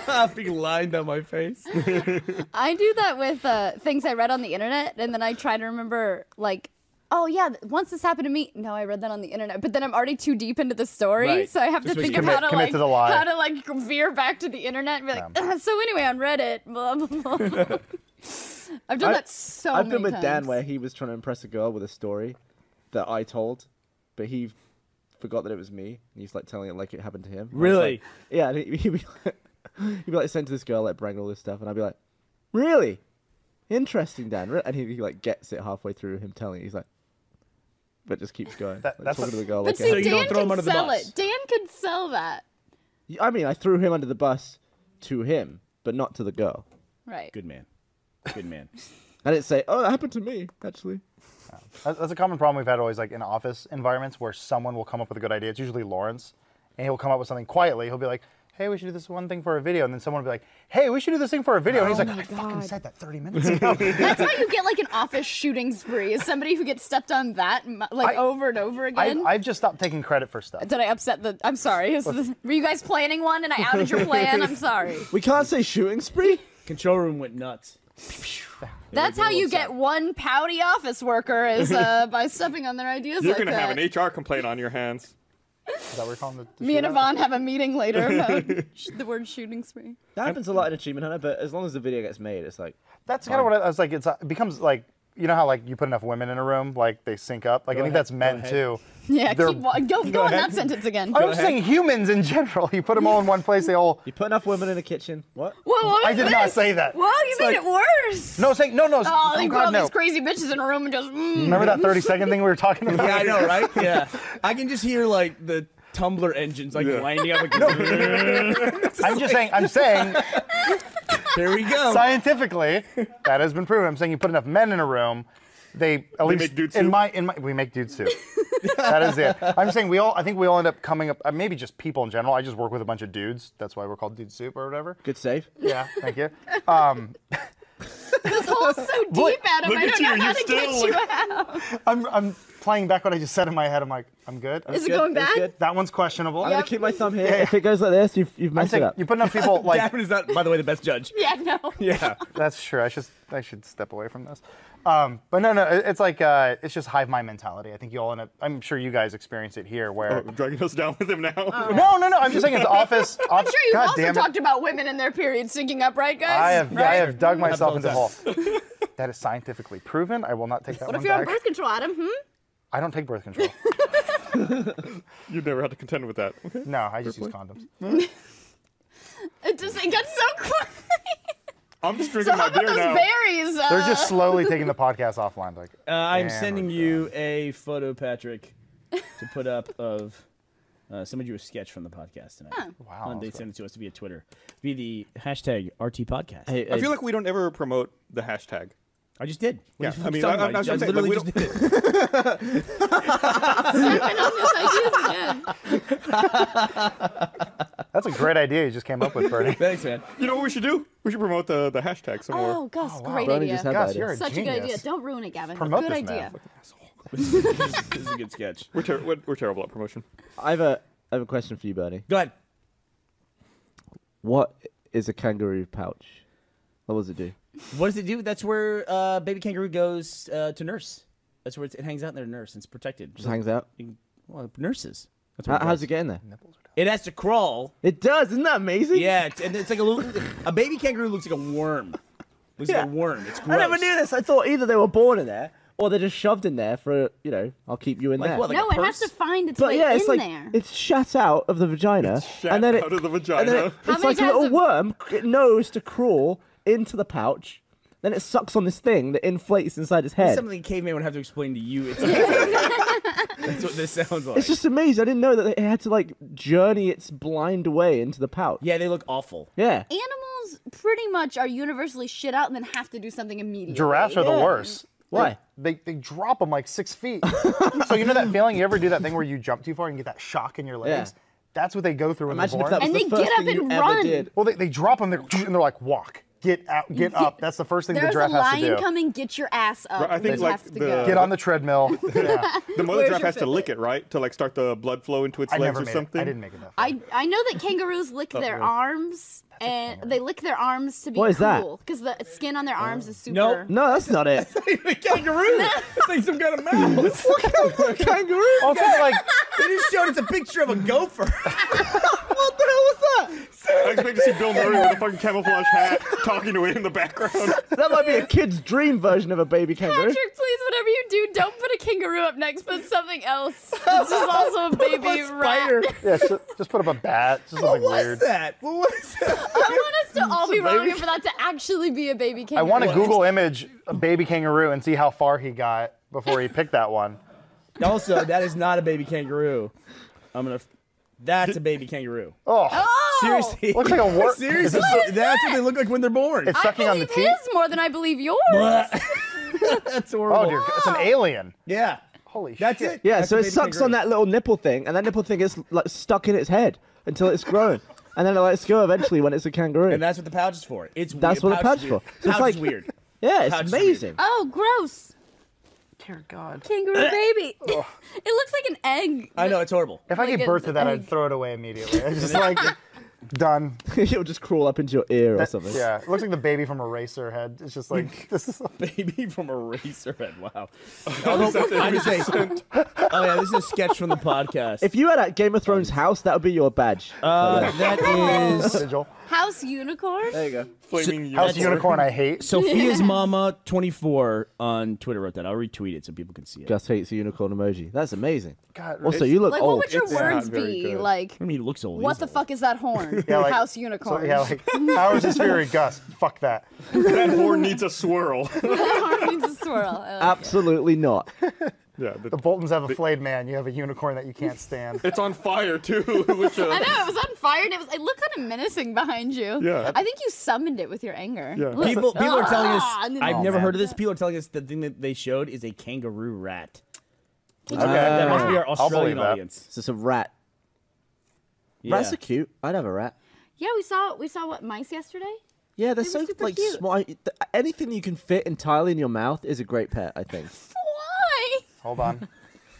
Speaker 2: I'm being lined on my face.
Speaker 3: I do that with uh, things I read on the internet, and then I try to remember, like, oh yeah, th- once this happened to me. No, I read that on the internet, but then I'm already too deep into the story,
Speaker 2: Right.
Speaker 3: so I have
Speaker 2: Just
Speaker 3: to
Speaker 2: makes
Speaker 3: think
Speaker 2: you
Speaker 3: of how to
Speaker 4: commit- commit
Speaker 3: like
Speaker 4: to the lie.
Speaker 3: how to like veer back to the internet and be like, "Ah, so anyway, on Reddit, blah blah blah. I've done
Speaker 5: I-
Speaker 3: that so.
Speaker 5: I've
Speaker 3: many
Speaker 5: been with Dan
Speaker 3: times.
Speaker 5: where he was trying to impress a girl with a story that I told, but he forgot that it was me. And he's like telling it like it happened to him. I was
Speaker 2: Really?
Speaker 5: like- yeah. And he- he'd, be like, he'd be like saying to this girl, like, bring all this stuff. And I'd be like, really? Interesting, Dan. Re-" And he, he, like gets it halfway through him telling it. He's like, but just keeps going.
Speaker 4: That-
Speaker 5: like,
Speaker 4: that's
Speaker 5: talking
Speaker 4: a-
Speaker 5: to the girl.
Speaker 3: But
Speaker 5: Like,
Speaker 3: see,
Speaker 2: you don't
Speaker 3: Dan
Speaker 2: throw 'em under
Speaker 3: could
Speaker 2: the
Speaker 3: sell
Speaker 2: bus.
Speaker 3: it. Dan could sell that,
Speaker 5: I mean, I threw him under the bus to him, but not to the girl.
Speaker 3: right?
Speaker 2: Good man. Good man.
Speaker 5: I didn't say, oh, that happened to me, actually.
Speaker 4: That's that's a common problem we've had always like in office environments where someone will come up with a good idea. It's usually Lawrence, and he'll come up with something quietly. He'll be like, "Hey, we should do this one thing for a video," and then someone will be like, "Hey, we should do this thing for a video," and
Speaker 3: Oh
Speaker 4: he's like, "I fucking said that 30 minutes ago."
Speaker 3: That's how you get like an office shooting spree. Is somebody who gets stepped on that mu- like
Speaker 4: I-
Speaker 3: over and over
Speaker 4: I,
Speaker 3: again?
Speaker 4: I've just stopped taking credit for stuff.
Speaker 3: Did I upset the? I'm sorry. Is this- were you guys planning one and I outed your plan? I'm sorry.
Speaker 5: We can't say shooting spree.
Speaker 2: Control room went nuts.
Speaker 3: That's how you get one pouty office worker is uh, by stepping on their ideas.
Speaker 1: You're
Speaker 3: like
Speaker 1: gonna have
Speaker 3: that.
Speaker 1: an HR complaint on your hands.
Speaker 4: Is that what we're calling the, the
Speaker 3: Me and
Speaker 4: shootout?
Speaker 3: Yvonne have a meeting later about sh- the word shooting spree.
Speaker 5: That happens a lot in Achievement Hunter, but as long as the video gets made, it's like,
Speaker 4: That's kind of what I, I was like. It's, uh, it becomes like you know how like you put enough women in a room, like they sync up. Like I think
Speaker 2: ahead,
Speaker 4: that's men
Speaker 2: go
Speaker 4: too.
Speaker 3: Yeah,
Speaker 4: They're-
Speaker 3: keep wa- go go, on that sentence again.
Speaker 4: I'm just saying humans in general. You put them all in one place, they all.
Speaker 5: you put enough women in the kitchen. What?
Speaker 3: Whoa, what
Speaker 4: I
Speaker 3: was
Speaker 4: did not
Speaker 3: this?
Speaker 4: say that.
Speaker 3: Whoa, you made it worse.
Speaker 4: No, say no, no.
Speaker 3: Oh,
Speaker 4: oh
Speaker 3: they put all
Speaker 4: God, no.
Speaker 3: these crazy bitches in a room and just. Mm.
Speaker 4: Remember that 30 second thing we were talking about?
Speaker 2: Yeah, I know, right? Yeah. I can just hear like the tumbler engines like winding up. Like,
Speaker 4: I'm just saying. I'm saying
Speaker 2: There we go.
Speaker 4: scientifically that has been proven. I'm saying you put enough men in a room, they at least
Speaker 1: make dude
Speaker 4: in
Speaker 1: soup?
Speaker 4: my in my we make dude soup. that is it. I'm saying we all. I think we all end up coming up. uh, Maybe just people in general. I just work with a bunch of dudes. That's why we're called Dude Soup or whatever.
Speaker 5: Good save.
Speaker 4: Yeah, thank you. Um,
Speaker 3: This hole's so deep, Adam.
Speaker 1: look
Speaker 3: I
Speaker 1: at
Speaker 3: don't
Speaker 1: you,
Speaker 3: know
Speaker 1: you're
Speaker 3: how to get
Speaker 1: still-
Speaker 3: you out.
Speaker 4: I'm I'm playing back what I just said in my head. I'm like, I'm good. I'm
Speaker 3: Is it
Speaker 4: good.
Speaker 3: going bad?
Speaker 5: good.
Speaker 4: That one's questionable.
Speaker 5: I'm gonna keep my thumb here. If it goes like this, you've you've
Speaker 4: I'm
Speaker 5: messed it
Speaker 4: saying
Speaker 5: up.
Speaker 4: you're putting up people like
Speaker 2: Gavin is not, by the way, the best judge.
Speaker 3: Yeah, no.
Speaker 2: Yeah.
Speaker 4: That's true. I should I should step away from this. Um, but no, no, it- it's like uh, it's just hive mind mentality. I think you all end up. I'm sure you guys experience it here. Where
Speaker 1: I'm dragging us down with him now.
Speaker 4: no, no, no. I'm just saying it's office.
Speaker 3: I'm
Speaker 4: office
Speaker 3: sure you've
Speaker 4: God
Speaker 3: also
Speaker 4: damn it.
Speaker 3: talked about women in their period syncing up, right, guys?
Speaker 4: I have I
Speaker 3: Right?
Speaker 4: have dug myself into a hole. That is scientifically proven. I will not take that
Speaker 3: What
Speaker 4: one
Speaker 3: if you're on
Speaker 4: back.
Speaker 3: birth control, Adam? Hmm?
Speaker 4: I don't take birth control.
Speaker 1: You've never had to contend with that. Okay.
Speaker 4: No, I just use condoms.
Speaker 3: It just it gets so quick.
Speaker 1: I'm just
Speaker 3: so
Speaker 1: drinking
Speaker 3: how
Speaker 1: my
Speaker 3: about
Speaker 1: beer
Speaker 3: those
Speaker 1: now.
Speaker 3: berries? Uh,
Speaker 4: They're just slowly taking the podcast offline. Like
Speaker 2: Uh, I'm
Speaker 4: Damn, we're
Speaker 2: sending you a photo, Patrick, to put up of. Uh, someone drew a sketch from the podcast tonight.
Speaker 4: Wow,
Speaker 2: And they
Speaker 4: that's
Speaker 2: sent it to us via Twitter, via the hashtag RT Podcast.
Speaker 5: Hey,
Speaker 1: I
Speaker 5: hey,
Speaker 1: feel like we don't ever promote the hashtag.
Speaker 2: I just did.
Speaker 1: Yeah,
Speaker 2: What the fuck
Speaker 1: I mean,
Speaker 2: you talking
Speaker 1: I- I- I
Speaker 2: about?
Speaker 1: was
Speaker 2: I,
Speaker 1: gonna say,
Speaker 2: literally
Speaker 1: like,
Speaker 2: just
Speaker 1: we
Speaker 2: did it.
Speaker 3: I know these ideas again.
Speaker 4: that's a great idea you just came up with, Bernie.
Speaker 2: Thanks, man.
Speaker 1: You know what we should do? We should promote the, the hashtag some more.
Speaker 3: Oh, Gus,
Speaker 4: wow.
Speaker 3: great
Speaker 5: Bernie
Speaker 3: idea.
Speaker 5: just had that
Speaker 4: Gosh,
Speaker 5: idea.
Speaker 4: you're a
Speaker 3: Such
Speaker 4: genius.
Speaker 3: a good idea. Don't ruin it, Gavin.
Speaker 4: Promote
Speaker 3: good
Speaker 4: this man.
Speaker 3: idea.
Speaker 2: This is a good sketch.
Speaker 1: We're, ter- we're, we're terrible at promotion.
Speaker 5: I have a I have a question for you, Bernie.
Speaker 2: Go ahead.
Speaker 5: What is a kangaroo pouch? What does it do?
Speaker 2: What does it do? That's where uh, baby kangaroo goes uh, to nurse. That's where it's, it hangs out in their nurse. And it's protected.
Speaker 5: Just hangs out.
Speaker 2: You can- Well, nurses. That's
Speaker 5: How,
Speaker 2: what it,
Speaker 5: how's
Speaker 2: does.
Speaker 5: it get in there?
Speaker 2: it has to crawl.
Speaker 5: It does. Isn't that amazing?
Speaker 2: Yeah, it's, and it's like a little. A baby kangaroo looks like a worm. Looks like a
Speaker 5: Yeah.
Speaker 2: worm. It's
Speaker 5: I
Speaker 2: gross.
Speaker 5: never knew this. I thought either they were born in there or they're just shoved in there for you know. I'll keep you in
Speaker 2: Like
Speaker 5: there.
Speaker 2: what, like-
Speaker 3: no,
Speaker 2: a
Speaker 3: it has to
Speaker 2: purse?
Speaker 3: find its
Speaker 5: but
Speaker 3: way
Speaker 5: yeah, it's
Speaker 3: in
Speaker 5: like
Speaker 3: there.
Speaker 5: it's shut out of the vagina,
Speaker 1: shat
Speaker 5: and then it
Speaker 1: out of the
Speaker 5: and then it-
Speaker 1: vagina.
Speaker 5: it's
Speaker 3: How many
Speaker 5: like a little
Speaker 3: times have-
Speaker 5: worm. It knows to crawl into the pouch. Then it sucks on this thing that inflates inside its head.
Speaker 2: something a caveman would have to explain to you. It's that's what this sounds like.
Speaker 5: It's just amazing. I didn't know that it had to like journey its blind way into the pouch.
Speaker 2: yeah, they look awful.
Speaker 5: Yeah.
Speaker 3: Animals pretty much are universally shit out and then have to do something immediately.
Speaker 4: Giraffes are the worst.
Speaker 5: Why?
Speaker 4: They, they drop them like six feet. so you know that feeling you ever do that thing where you jump too far and get that shock in your legs?
Speaker 5: Yeah.
Speaker 4: That's what they go through when
Speaker 5: Imagine
Speaker 4: they're
Speaker 5: if
Speaker 4: born.
Speaker 5: that was
Speaker 3: And
Speaker 5: the
Speaker 3: they
Speaker 5: first
Speaker 3: get up
Speaker 5: thing you
Speaker 3: and
Speaker 5: ever
Speaker 3: run.
Speaker 5: did.
Speaker 4: well, they, they drop them and they're like, walk, get out, get up. That's the first thing the
Speaker 3: There's a
Speaker 4: giraffe has to
Speaker 3: lion
Speaker 4: do.
Speaker 3: coming. Get your ass up.
Speaker 1: Right, I think,
Speaker 3: you
Speaker 1: like,
Speaker 3: have to
Speaker 1: the-
Speaker 3: go.
Speaker 4: Get on the treadmill. Yeah.
Speaker 1: The mother
Speaker 3: Where's
Speaker 1: giraffe
Speaker 3: your
Speaker 1: has to lick it, right? To like start the blood flow into its
Speaker 4: I
Speaker 1: legs
Speaker 4: never
Speaker 1: or
Speaker 4: made
Speaker 1: something.
Speaker 4: it. I didn't make it that far.
Speaker 3: I, I know that kangaroos lick their arms and they lick their arms to be
Speaker 5: What is that?
Speaker 3: cool because the skin on their
Speaker 1: Oh.
Speaker 3: arms is super.
Speaker 2: Nope.
Speaker 5: No, that's not it.
Speaker 2: a kangaroo. it's like some kind of mouse.
Speaker 5: kangaroo.
Speaker 4: also, like,
Speaker 2: they just showed us a picture of a gopher.
Speaker 5: What the hell was
Speaker 1: I expect to see Bill Murray with a fucking camouflage hat talking to it in the background.
Speaker 5: that? That might be a kid's dream version of a baby kangaroo.
Speaker 3: Patrick, please, whatever you do, don't put a kangaroo up next, but something else. This is also a baby rat.
Speaker 4: yeah, so- just put up a bat. Just something weird.
Speaker 2: that? What was that?
Speaker 3: I want us to all be wrong and for that to actually be a baby
Speaker 4: I
Speaker 3: kangaroo.
Speaker 4: want to Google image a baby kangaroo and see how far he got before he picked that one.
Speaker 2: Also, that is not a baby kangaroo. I'm gonna. f- That's a baby kangaroo.
Speaker 4: Oh,
Speaker 3: Oh!
Speaker 2: Seriously.
Speaker 4: looks like a wor-
Speaker 2: Seriously, that's what they look like when they're born.
Speaker 4: it's
Speaker 3: I
Speaker 4: sucking
Speaker 3: believe
Speaker 4: on the teeth.
Speaker 3: his more than I believe yours.
Speaker 2: that's
Speaker 4: Oh
Speaker 2: horrible.
Speaker 4: dear, God, it's an alien.
Speaker 2: Yeah.
Speaker 4: Holy
Speaker 2: That's
Speaker 4: shit.
Speaker 2: it.
Speaker 5: Yeah,
Speaker 2: That's
Speaker 5: so
Speaker 2: a
Speaker 5: it
Speaker 2: baby
Speaker 5: sucks
Speaker 2: kangaroo.
Speaker 5: on that little nipple thing, and that nipple thing is like stuck in its head until it's grown, and then it lets go eventually when it's a kangaroo.
Speaker 2: And that's what the pouch is for. It's weird.
Speaker 5: That's what a pouch
Speaker 2: is
Speaker 5: is
Speaker 2: weird.
Speaker 5: for. So it's
Speaker 2: Pouch is
Speaker 5: like-
Speaker 2: weird.
Speaker 5: yeah,
Speaker 2: Pouch
Speaker 5: it's
Speaker 2: is weird.
Speaker 5: amazing.
Speaker 3: Oh, gross. Dear God. Kangaroo baby. it looks like an egg.
Speaker 2: I know it's horrible.
Speaker 4: If I
Speaker 3: Like
Speaker 4: gave
Speaker 3: a-
Speaker 4: birth to that,
Speaker 3: egg.
Speaker 4: I'd throw it away immediately. It's just like done.
Speaker 5: It'll just crawl up into your ear or something.
Speaker 4: Yeah, it looks like the baby from Eraserhead. It's just like this is.
Speaker 2: baby from Eraserhead. Wow. Although, I just say, oh yeah, this is a sketch from the podcast.
Speaker 5: If you had a Game of Thrones house, that would be your badge.
Speaker 2: uh, that is
Speaker 4: Sigil.
Speaker 3: House unicorn.
Speaker 5: there you go.
Speaker 1: Flaming
Speaker 4: House
Speaker 1: unicorn.
Speaker 4: unicorn, I hate.
Speaker 2: Sophia's mama 24 on Twitter wrote that. I'll retweet it so people can see it.
Speaker 5: Gus hates the unicorn emoji. That's amazing.
Speaker 4: God,
Speaker 5: also,
Speaker 4: Oh, it's-
Speaker 5: you look
Speaker 3: Like,
Speaker 5: old.
Speaker 3: what would your
Speaker 1: it's not
Speaker 3: words
Speaker 1: very
Speaker 3: be?
Speaker 1: good.
Speaker 3: Like,
Speaker 2: I mean, he looks old.
Speaker 3: what
Speaker 2: He's
Speaker 3: the
Speaker 2: old.
Speaker 3: fuck is that horn?
Speaker 4: Yeah, like-
Speaker 3: House
Speaker 4: So,
Speaker 3: unicorn.
Speaker 4: yeah, like ours is Fury Gus. Fuck that.
Speaker 1: that horn needs a swirl.
Speaker 3: horn needs a swirl. I like it.
Speaker 5: Absolutely not.
Speaker 1: yeah, the,
Speaker 4: The Boltons have a flayed man. You have a unicorn that you can't stand.
Speaker 1: it's on fire too. Which, uh,
Speaker 3: I know it was on fire and it was. It looked kind of menacing behind you.
Speaker 1: Yeah.
Speaker 3: I think you summoned it with your anger.
Speaker 1: Yeah.
Speaker 3: Look-
Speaker 2: People, people are telling us.
Speaker 3: Ah, and then
Speaker 2: I've
Speaker 3: it-
Speaker 2: never heard of this. People are telling us the thing that they showed is a kangaroo rat. Uh,
Speaker 4: Okay.
Speaker 2: that must be our
Speaker 4: I'll believe
Speaker 2: Australian
Speaker 4: that.
Speaker 2: audience.
Speaker 5: So it's a rat. Rats
Speaker 2: Yeah.
Speaker 5: are cute. I'd have a rat.
Speaker 3: Yeah, we saw we saw what mice yesterday.
Speaker 5: Yeah, they're
Speaker 3: They were
Speaker 5: so
Speaker 3: super
Speaker 5: like
Speaker 3: cute.
Speaker 5: small. I- th- Anything you can fit entirely in your mouth is a great pet, I think.
Speaker 3: Why?
Speaker 4: Hold on.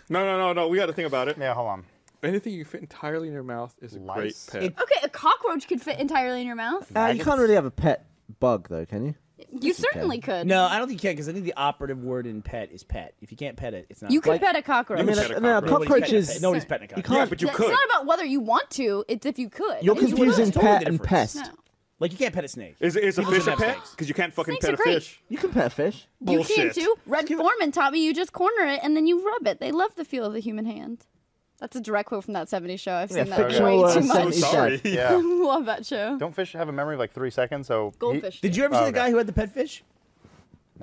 Speaker 1: No, no, no, no. We got to think about it.
Speaker 4: Yeah, hold on.
Speaker 1: Anything you fit entirely in your mouth is a
Speaker 4: Lice.
Speaker 1: great pet.
Speaker 3: Okay, a cockroach could fit entirely in your mouth.
Speaker 5: Uh, you can't really have a pet bug though, can you?
Speaker 3: You certainly could.
Speaker 2: No, I don't think you can because I think the operative word in pet is pet. If you can't pet it, it's not.
Speaker 3: You
Speaker 2: pet.
Speaker 3: could pet a cockroach.
Speaker 1: I mean,
Speaker 5: like,
Speaker 1: pet a
Speaker 5: uh, no,
Speaker 1: cockroach.
Speaker 2: Nobody's petting a
Speaker 5: cockroaches.
Speaker 2: pet. Nobody's petting a
Speaker 5: You
Speaker 2: cockroach.
Speaker 5: can't.
Speaker 1: Yeah, but you
Speaker 3: it's
Speaker 1: could.
Speaker 3: not about whether you want to. It's if you could.
Speaker 5: You're
Speaker 3: I mean, you
Speaker 5: confusing
Speaker 2: it's totally
Speaker 5: pet and
Speaker 2: different.
Speaker 5: pest.
Speaker 3: No.
Speaker 2: Like you can't pet a snake.
Speaker 1: Is, is a
Speaker 2: People
Speaker 1: fish a
Speaker 2: shouldn't have
Speaker 1: pet?
Speaker 2: snakes.
Speaker 1: Because you can't fucking
Speaker 3: Snakes
Speaker 1: pet
Speaker 3: are
Speaker 1: a
Speaker 3: great.
Speaker 1: fish.
Speaker 5: You can pet a fish.
Speaker 3: You can
Speaker 1: Bullshit.
Speaker 3: too. Red Foreman taught me you just corner it and then you rub it. They love the feel of the human hand. That's a direct quote from that 70s show. I've seen that
Speaker 5: fictional,
Speaker 3: way
Speaker 5: uh,
Speaker 3: too
Speaker 1: So
Speaker 3: much.
Speaker 5: 70s
Speaker 1: sorry.
Speaker 4: Yeah.
Speaker 3: love that show.
Speaker 4: Don't fish have a memory of like three seconds? So he-
Speaker 3: Goldfish.
Speaker 2: Did you ever
Speaker 4: Oh,
Speaker 2: see
Speaker 4: okay.
Speaker 2: the guy who had the pet fish?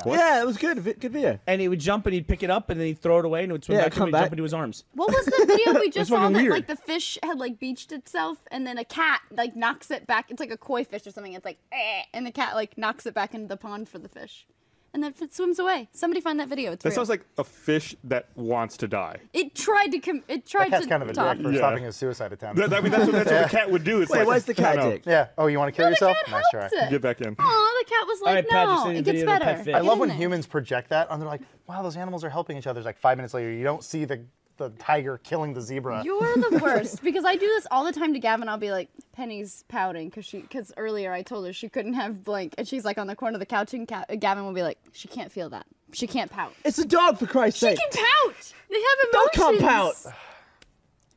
Speaker 5: Yeah, it was good. vi- Good video.
Speaker 2: And he would jump and he'd pick it up and then he'd throw it away and it would swim
Speaker 5: Yeah,
Speaker 2: back to him
Speaker 5: come
Speaker 2: and
Speaker 5: back.
Speaker 2: jump into his arms.
Speaker 3: What was the video we just saw
Speaker 2: fucking
Speaker 3: that
Speaker 2: weird.
Speaker 3: like the fish had like beached itself and then a cat like knocks it back. It's like a koi fish or something. It's like eh, and the cat like knocks it back into the pond for the fish, and then it swims away. Somebody find that video. It's
Speaker 1: That
Speaker 3: real.
Speaker 1: sounds like a fish that wants to die.
Speaker 3: it tried to com- it
Speaker 4: That
Speaker 3: tried
Speaker 4: cat's
Speaker 3: to
Speaker 4: kind of a
Speaker 3: talk.
Speaker 4: dick for
Speaker 1: Yeah.
Speaker 4: stopping his suicide attempt.
Speaker 1: That, I mean, that's what, that's what the cat would do. It's
Speaker 5: Wait,
Speaker 1: like,
Speaker 5: why is the cat
Speaker 1: no, no.
Speaker 5: dick?
Speaker 4: yeah. Oh, you want to kill
Speaker 3: No, the
Speaker 4: yourself?
Speaker 3: cat
Speaker 4: Nice try.
Speaker 3: helped it.
Speaker 1: Get back in.
Speaker 3: Aw, the cat was
Speaker 2: All
Speaker 3: like,
Speaker 2: right, Pat, just
Speaker 3: no,
Speaker 2: send me
Speaker 3: it
Speaker 2: a
Speaker 3: gets
Speaker 2: video of the
Speaker 3: better.
Speaker 2: pet fish.
Speaker 4: I
Speaker 2: Get
Speaker 4: love
Speaker 3: in
Speaker 4: when
Speaker 3: there.
Speaker 4: humans project that and they're like, wow, those animals are helping each other. It's like five minutes later, you don't see the, the tiger killing the zebra.
Speaker 3: You're the worst because I do this all the time to Gavin. I'll be like, Penny's pouting because she because earlier I told her she couldn't have blank, and she's like on the corner of the couch, and Ca- Gavin will be like, she can't feel that. She can't pout.
Speaker 5: It's a dog for Christ's
Speaker 3: She
Speaker 5: sake.
Speaker 3: can pout. They have
Speaker 5: Don't
Speaker 3: emotions.
Speaker 5: come pout.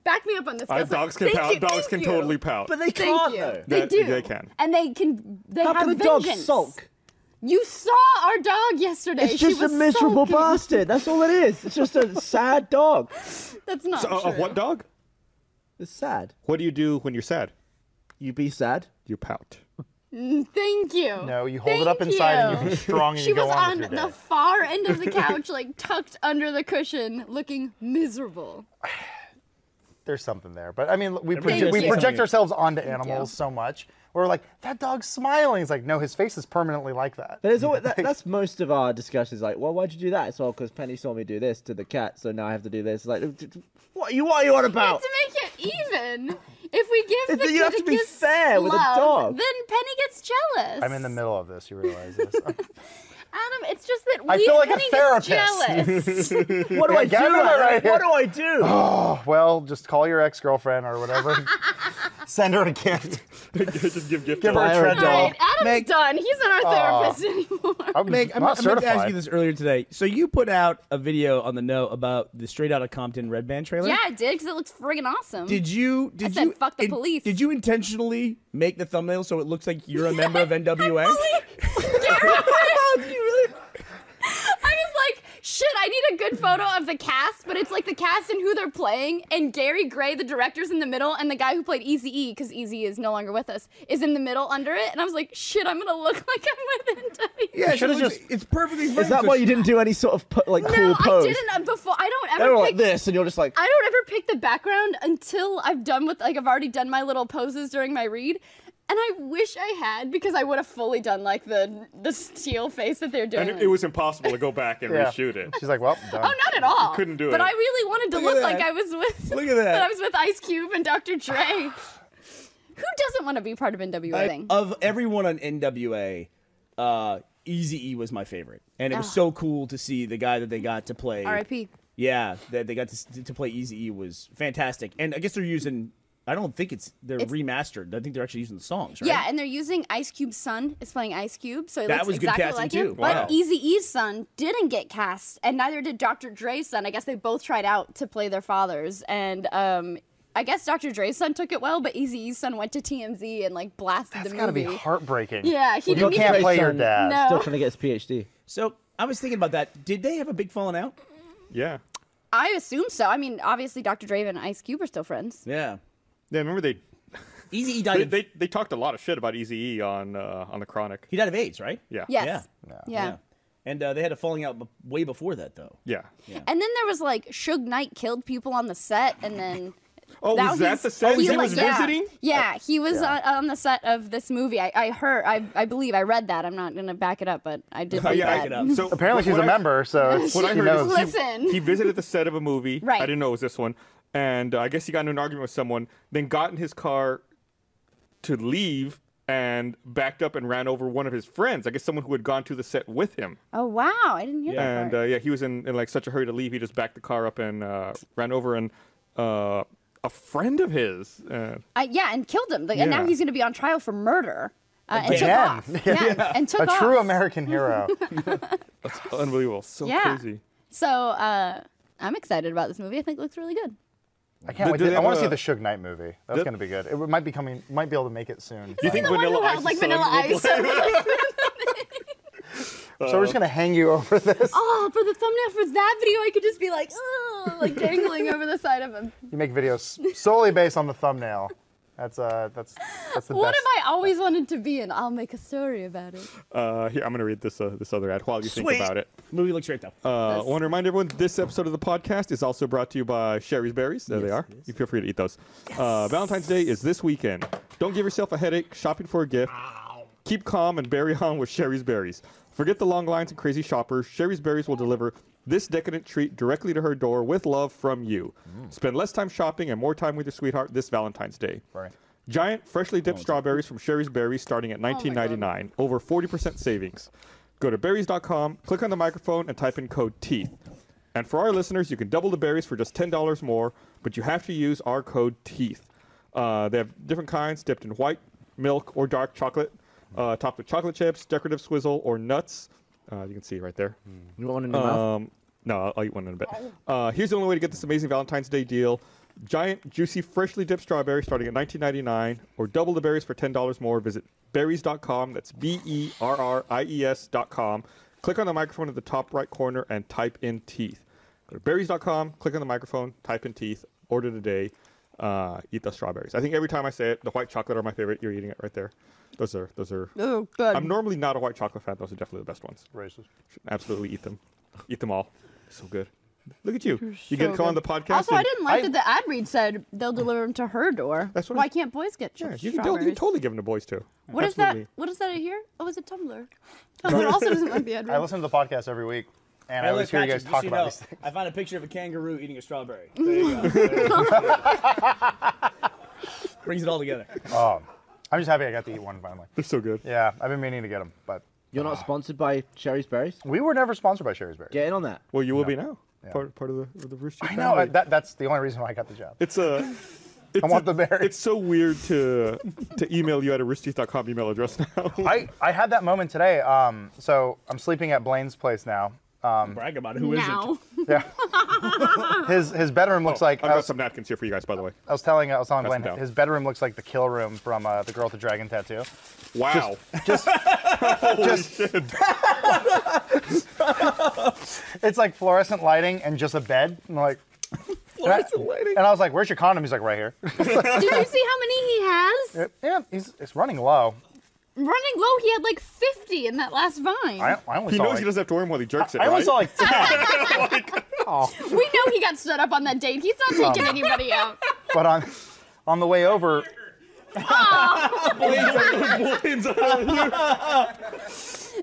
Speaker 3: Back me up on this.
Speaker 1: I,
Speaker 3: Gus.
Speaker 1: Uh, dogs can
Speaker 3: Thank
Speaker 1: pout.
Speaker 3: you,
Speaker 1: dogs
Speaker 3: thank
Speaker 1: can
Speaker 3: you.
Speaker 1: totally pout.
Speaker 5: But they
Speaker 3: Thank
Speaker 5: can't
Speaker 3: you.
Speaker 5: though.
Speaker 3: They
Speaker 1: That-
Speaker 3: do.
Speaker 1: they can.
Speaker 3: And they can. They
Speaker 5: How
Speaker 3: have
Speaker 5: can the dog
Speaker 3: vengeance.
Speaker 5: sulk?
Speaker 3: You saw our dog yesterday.
Speaker 5: It's
Speaker 3: She
Speaker 5: just a
Speaker 3: was
Speaker 5: miserable
Speaker 3: sulking.
Speaker 5: bastard. That's all it is. It's just a sad dog.
Speaker 3: That's not
Speaker 1: So, uh,
Speaker 3: true.
Speaker 1: uh, what dog?
Speaker 5: It's sad.
Speaker 1: What do you do when you're sad?
Speaker 5: You be sad.
Speaker 1: You pout.
Speaker 3: Thank you.
Speaker 4: No, you hold it
Speaker 3: Thank
Speaker 4: up inside and you
Speaker 3: you.
Speaker 4: be strong and
Speaker 3: She
Speaker 4: you go
Speaker 3: was
Speaker 4: on,
Speaker 3: on
Speaker 4: with your
Speaker 3: the
Speaker 4: day.
Speaker 3: far end of the couch, like tucked under the cushion, looking miserable.
Speaker 4: There's something there. But I mean, we,
Speaker 2: Everybody
Speaker 4: proje-
Speaker 3: does
Speaker 4: we
Speaker 3: see
Speaker 4: project
Speaker 2: something.
Speaker 4: ourselves onto animals
Speaker 3: you.
Speaker 4: so much. We're like, that dog's smiling. It's like, no, his face is permanently like that.
Speaker 5: There's always that, that's most of our discussions. Like, well, why'd you do that? It's all because Penny saw me do this to the cat, so now I have to do this. Like, d- d- what are you what are you on about?
Speaker 3: To make it even, if we give
Speaker 5: It-
Speaker 3: the
Speaker 5: you
Speaker 3: kid
Speaker 5: have
Speaker 3: a
Speaker 5: to be
Speaker 3: kiss
Speaker 5: fair with a
Speaker 3: love,
Speaker 5: dog.
Speaker 3: then Penny gets jealous.
Speaker 4: I'm in the middle of this, you realize this.
Speaker 3: Adam, it's just that we
Speaker 4: I feel like a
Speaker 3: Penny gets jealous.
Speaker 5: What do I do?
Speaker 4: Gavin, am I
Speaker 5: Adam?
Speaker 4: right
Speaker 5: what do I do?
Speaker 4: oh, well, just call your ex girlfriend or whatever. Send her a gift.
Speaker 1: Just give gift.
Speaker 4: Give her
Speaker 1: cards.
Speaker 4: a
Speaker 5: Fire a
Speaker 3: All
Speaker 4: treadmill.
Speaker 3: right, Adam's
Speaker 2: Meg-
Speaker 3: done. He's not our therapist anymore.
Speaker 4: I'm,
Speaker 2: Meg, I'm,
Speaker 4: not
Speaker 2: I meant to ask
Speaker 4: certified.
Speaker 2: you this earlier today. So you put out a video on the know about the Straight Outta Compton Red Band trailer.
Speaker 3: yeah, I did because it looks friggin' awesome.
Speaker 2: Did you? Did
Speaker 3: said,
Speaker 2: you?
Speaker 3: "Fuck the police."
Speaker 2: Did you intentionally make the thumbnail so it looks like you're a member of NWA?
Speaker 3: I was like, shit, I need a good photo of the cast, but it's like the cast and who they're playing, and Gary Gray, the director's in the middle, and the guy who played Easy E, because Easy is no longer with us, is in the middle under it, and I was like, shit, I'm gonna look like I'm with NWA.
Speaker 2: yeah, so it
Speaker 4: should've
Speaker 2: looks-
Speaker 4: just-
Speaker 2: It's perfectly.
Speaker 5: Is that why you didn't do any sort of po- like cool
Speaker 3: No,
Speaker 5: pose?
Speaker 3: I didn't uh, before. I don't
Speaker 5: They
Speaker 3: ever
Speaker 5: were
Speaker 3: pick
Speaker 5: like this, and you're just like,
Speaker 3: I don't ever pick the background until I've done with like I've already done my little poses during my read. And I wish I had because I would have fully done like the the steel face that they're doing.
Speaker 1: And it, it was impossible to go back and
Speaker 4: Yeah.
Speaker 1: reshoot it.
Speaker 4: She's like, well, done.
Speaker 3: Oh, not at all.
Speaker 1: couldn't do
Speaker 3: But
Speaker 1: it.
Speaker 3: I really wanted to
Speaker 2: Look
Speaker 3: look
Speaker 2: at
Speaker 3: like
Speaker 2: that.
Speaker 3: I was with.
Speaker 2: Look at that.
Speaker 3: I was with Ice Cube and Dr. Dre. Who doesn't want to be part of NWA?
Speaker 2: I,
Speaker 3: thing?
Speaker 2: of everyone on NWA, uh, Easy E was my favorite, and it was
Speaker 3: Ah.
Speaker 2: so cool to see the guy that they got to play.
Speaker 3: R.I.P.
Speaker 2: Yeah, that they got to s- to play Easy E was fantastic, and I guess they're using. I don't think it's they're
Speaker 3: It's-
Speaker 2: remastered. I think they're actually using the songs, right?
Speaker 3: Yeah, and they're using Ice Cube's son is playing Ice Cube, so he
Speaker 2: That
Speaker 3: looks
Speaker 2: was good
Speaker 3: exactly
Speaker 2: casting
Speaker 3: like
Speaker 2: too.
Speaker 3: him.
Speaker 2: Wow.
Speaker 3: But Easy E's son didn't get cast, and neither did Dr. Dre's son. I guess they both tried out to play their fathers, and um, I guess Dr. Dre's son took it well, but Easy E's son went to TMZ and like blasted
Speaker 4: That's
Speaker 3: the
Speaker 4: got to
Speaker 3: movie.
Speaker 4: be heartbreaking.
Speaker 3: Yeah, he
Speaker 4: You
Speaker 3: didn't
Speaker 4: can't
Speaker 3: even-
Speaker 4: play your
Speaker 5: No.
Speaker 4: dad.
Speaker 3: No.
Speaker 5: still trying to get his PhD.
Speaker 2: So I was thinking about that. Did they have a big falling out?
Speaker 1: Yeah.
Speaker 3: I assume so. I mean, obviously, Dr. Dre and Ice Cube are still friends.
Speaker 2: Yeah.
Speaker 1: Yeah. Remember they
Speaker 2: Easy E
Speaker 1: they,
Speaker 2: died. of,
Speaker 1: they, they talked a lot of shit about Eazy-E on uh, on the Chronic.
Speaker 2: he died of AIDS, right?
Speaker 1: Yeah.
Speaker 3: Yes. Yeah.
Speaker 2: And uh, they had a falling out b- way before that, though.
Speaker 1: Yeah.
Speaker 3: And then there was like Suge Knight killed people on the set, and then
Speaker 1: Oh,
Speaker 3: That
Speaker 1: was that
Speaker 3: his-
Speaker 1: the set
Speaker 3: he
Speaker 1: he
Speaker 3: like-
Speaker 1: was
Speaker 3: yeah.
Speaker 1: visiting?
Speaker 3: Yeah, he was On, on the set of this movie. I, I heard, I, I believe, I read that. I'm not gonna back it up, but I did
Speaker 1: Uh,
Speaker 3: read
Speaker 1: yeah, I-
Speaker 3: that.
Speaker 1: So
Speaker 4: Apparently,
Speaker 1: what-
Speaker 4: she's
Speaker 1: what
Speaker 4: a
Speaker 1: I-
Speaker 4: member, so
Speaker 1: What I
Speaker 4: she
Speaker 1: heard
Speaker 4: knows.
Speaker 1: is he-
Speaker 3: Listen.
Speaker 1: He, visited the set of a movie.
Speaker 3: Right.
Speaker 1: I didn't know it was this one, and uh, I guess he got in an argument with someone. Then got in his car to leave and backed up and ran over one of his friends. I guess someone who had gone to the set with him.
Speaker 3: Oh wow, I didn't hear that.
Speaker 1: and
Speaker 3: part.
Speaker 1: uh, yeah, he was in, in like such a hurry to leave, he just backed the car up and uh, ran over and uh, a friend of his. Uh,
Speaker 3: I- yeah, and killed him. Like, And now
Speaker 1: Yeah.
Speaker 3: he's gonna be on trial for murder. Uh, and took
Speaker 4: Again.
Speaker 3: off. Yeah, and took
Speaker 4: a
Speaker 3: off.
Speaker 4: true American hero.
Speaker 1: that's unbelievable. So
Speaker 3: Yeah.
Speaker 1: crazy.
Speaker 3: So uh, I'm excited about this movie. I think it looks really good.
Speaker 4: I can't
Speaker 1: Do-
Speaker 4: wait.
Speaker 1: do
Speaker 4: to-
Speaker 1: they
Speaker 4: I want
Speaker 1: have
Speaker 4: to see
Speaker 1: a-
Speaker 4: the Suge Knight movie. That's
Speaker 1: Do-
Speaker 4: gonna be good. It might be coming. Might be able to make it soon.
Speaker 1: Do you think
Speaker 3: The one
Speaker 1: Vanilla
Speaker 3: who
Speaker 1: Ice?
Speaker 3: held, like Vanilla Ice.
Speaker 4: so we're
Speaker 1: Uh,
Speaker 4: just gonna hang you over this.
Speaker 3: oh, for the thumbnail for that video, I could just be like, oh, like dangling over the side of him.
Speaker 4: You make videos solely based on the thumbnail. That's uh, that's that's the
Speaker 3: What
Speaker 4: best.
Speaker 3: have I always wanted to be in? I'll make a story about it.
Speaker 1: Uh, here, I'm gonna read this uh, this other ad while you
Speaker 2: Sweet.
Speaker 1: think about it.
Speaker 2: Movie looks great though.
Speaker 4: Oh,
Speaker 1: Uh, I want to remind everyone this episode of the podcast is also brought to you by Sherry's Berries. There they are. You feel free to eat those. Uh, Valentine's Day is this weekend. Don't give yourself a headache shopping for a gift. Keep calm and berry on with Sherry's Berries. Forget the long lines and crazy shoppers. Sherry's Berries will deliver this decadent treat directly to her door with love from you. Spend less time shopping and more time with your sweetheart this Valentine's Day.
Speaker 4: Right.
Speaker 1: Giant freshly dipped strawberries from Sherry's Berries starting at $19.99. Over 40% savings. Go to berries.com, click on the microphone, and type in code TEETH. And for our listeners, you can double the berries for just $10 more, but you have to use our code TEETH. Uh, they have different kinds dipped in white, milk, or dark chocolate, uh, topped with chocolate chips, decorative swizzle, or nuts. Uh, you can see right there.
Speaker 5: You want one in your mouth?
Speaker 1: Um, no, I'll, I'll eat one in a bit. Uh, here's the only way to get this amazing Valentine's Day deal: giant, juicy, freshly dipped strawberries starting at 19.99, or double the berries for $10 more. Visit berries.com. That's E B-E-R-R-I-E-S.com. Click on the microphone at the top right corner and type in teeth. Go to berries.com. Click on the microphone. Type in teeth. Order today. Uh, eat the strawberries. I think every time I say it, the white chocolate are my favorite. You're eating it right there. Those are those are.
Speaker 3: Oh, good.
Speaker 1: I'm normally not a white chocolate fan. Those are definitely the best ones
Speaker 4: Racist.
Speaker 1: absolutely eat them. Eat them all. So good. Look at you. you
Speaker 3: so
Speaker 1: get to come on the
Speaker 3: good.
Speaker 1: podcast.
Speaker 3: Also, I
Speaker 1: and-
Speaker 3: didn't like that the ad read said they'll deliver them to her door.
Speaker 1: That's what
Speaker 3: Why
Speaker 1: I-
Speaker 3: can't boys get ch-
Speaker 1: Yeah, you can, tell- you
Speaker 3: strawberries?
Speaker 1: can totally give them to boys too.
Speaker 3: What is that? What is that I hear? Oh, is it Tumblr? Tumblr also doesn't like the ad read.
Speaker 4: I listen to the podcast every week, and I
Speaker 2: Hey,
Speaker 4: always
Speaker 2: look,
Speaker 4: hear you guys
Speaker 2: Patrick,
Speaker 4: talk
Speaker 2: so
Speaker 4: about these
Speaker 2: know,
Speaker 4: things.
Speaker 2: I found a picture of a kangaroo eating a strawberry. There you go. Brings it all together.
Speaker 4: Oh, I'm just happy I got to eat one finally.
Speaker 1: They're so good.
Speaker 4: Yeah, I've been meaning to get them, but
Speaker 5: You're not sponsored by Sherry's Berries?
Speaker 4: we were never sponsored by Sherry's Berry.
Speaker 5: Get in on that.
Speaker 1: Well, you will be now. Part part of the of the Rooster
Speaker 4: I
Speaker 1: family.
Speaker 4: know. I- That, that's the only reason why I got the job.
Speaker 1: it's a. It's
Speaker 4: want
Speaker 1: a-
Speaker 4: the berry.
Speaker 1: It's so weird to to email you at a roosterteeth.com email address now.
Speaker 4: I, I had that moment today. Um, so I'm sleeping at Blaine's place now. Um,
Speaker 2: Brag about it. Who is it?
Speaker 3: now.
Speaker 4: yeah. his his bedroom looks like
Speaker 1: Oh,
Speaker 4: uh,
Speaker 1: I've
Speaker 4: I
Speaker 1: got
Speaker 4: was,
Speaker 1: some napkins here for you guys, by the way.
Speaker 4: I was telling I was telling
Speaker 1: Pass them
Speaker 4: Blaine
Speaker 1: down.
Speaker 4: his bedroom looks like the kill room from uh, the girl with the dragon tattoo.
Speaker 1: Wow.
Speaker 4: It's like fluorescent lighting and just a bed. And like
Speaker 2: Fluorescent lighting.
Speaker 4: And I was like, "Where's your condom?" He's like, "Right here."
Speaker 3: Did you see how many he has?
Speaker 4: yeah, he's it's running low.
Speaker 3: Running low, he had like 50 in that last vine.
Speaker 4: I, I only
Speaker 1: he
Speaker 4: saw
Speaker 1: knows
Speaker 4: like,
Speaker 1: he doesn't have to wear them while he jerks it.
Speaker 4: I only
Speaker 1: right?
Speaker 4: saw like two-
Speaker 3: We know he got stood up on that date. He's not taking anybody out.
Speaker 4: but on on the way over,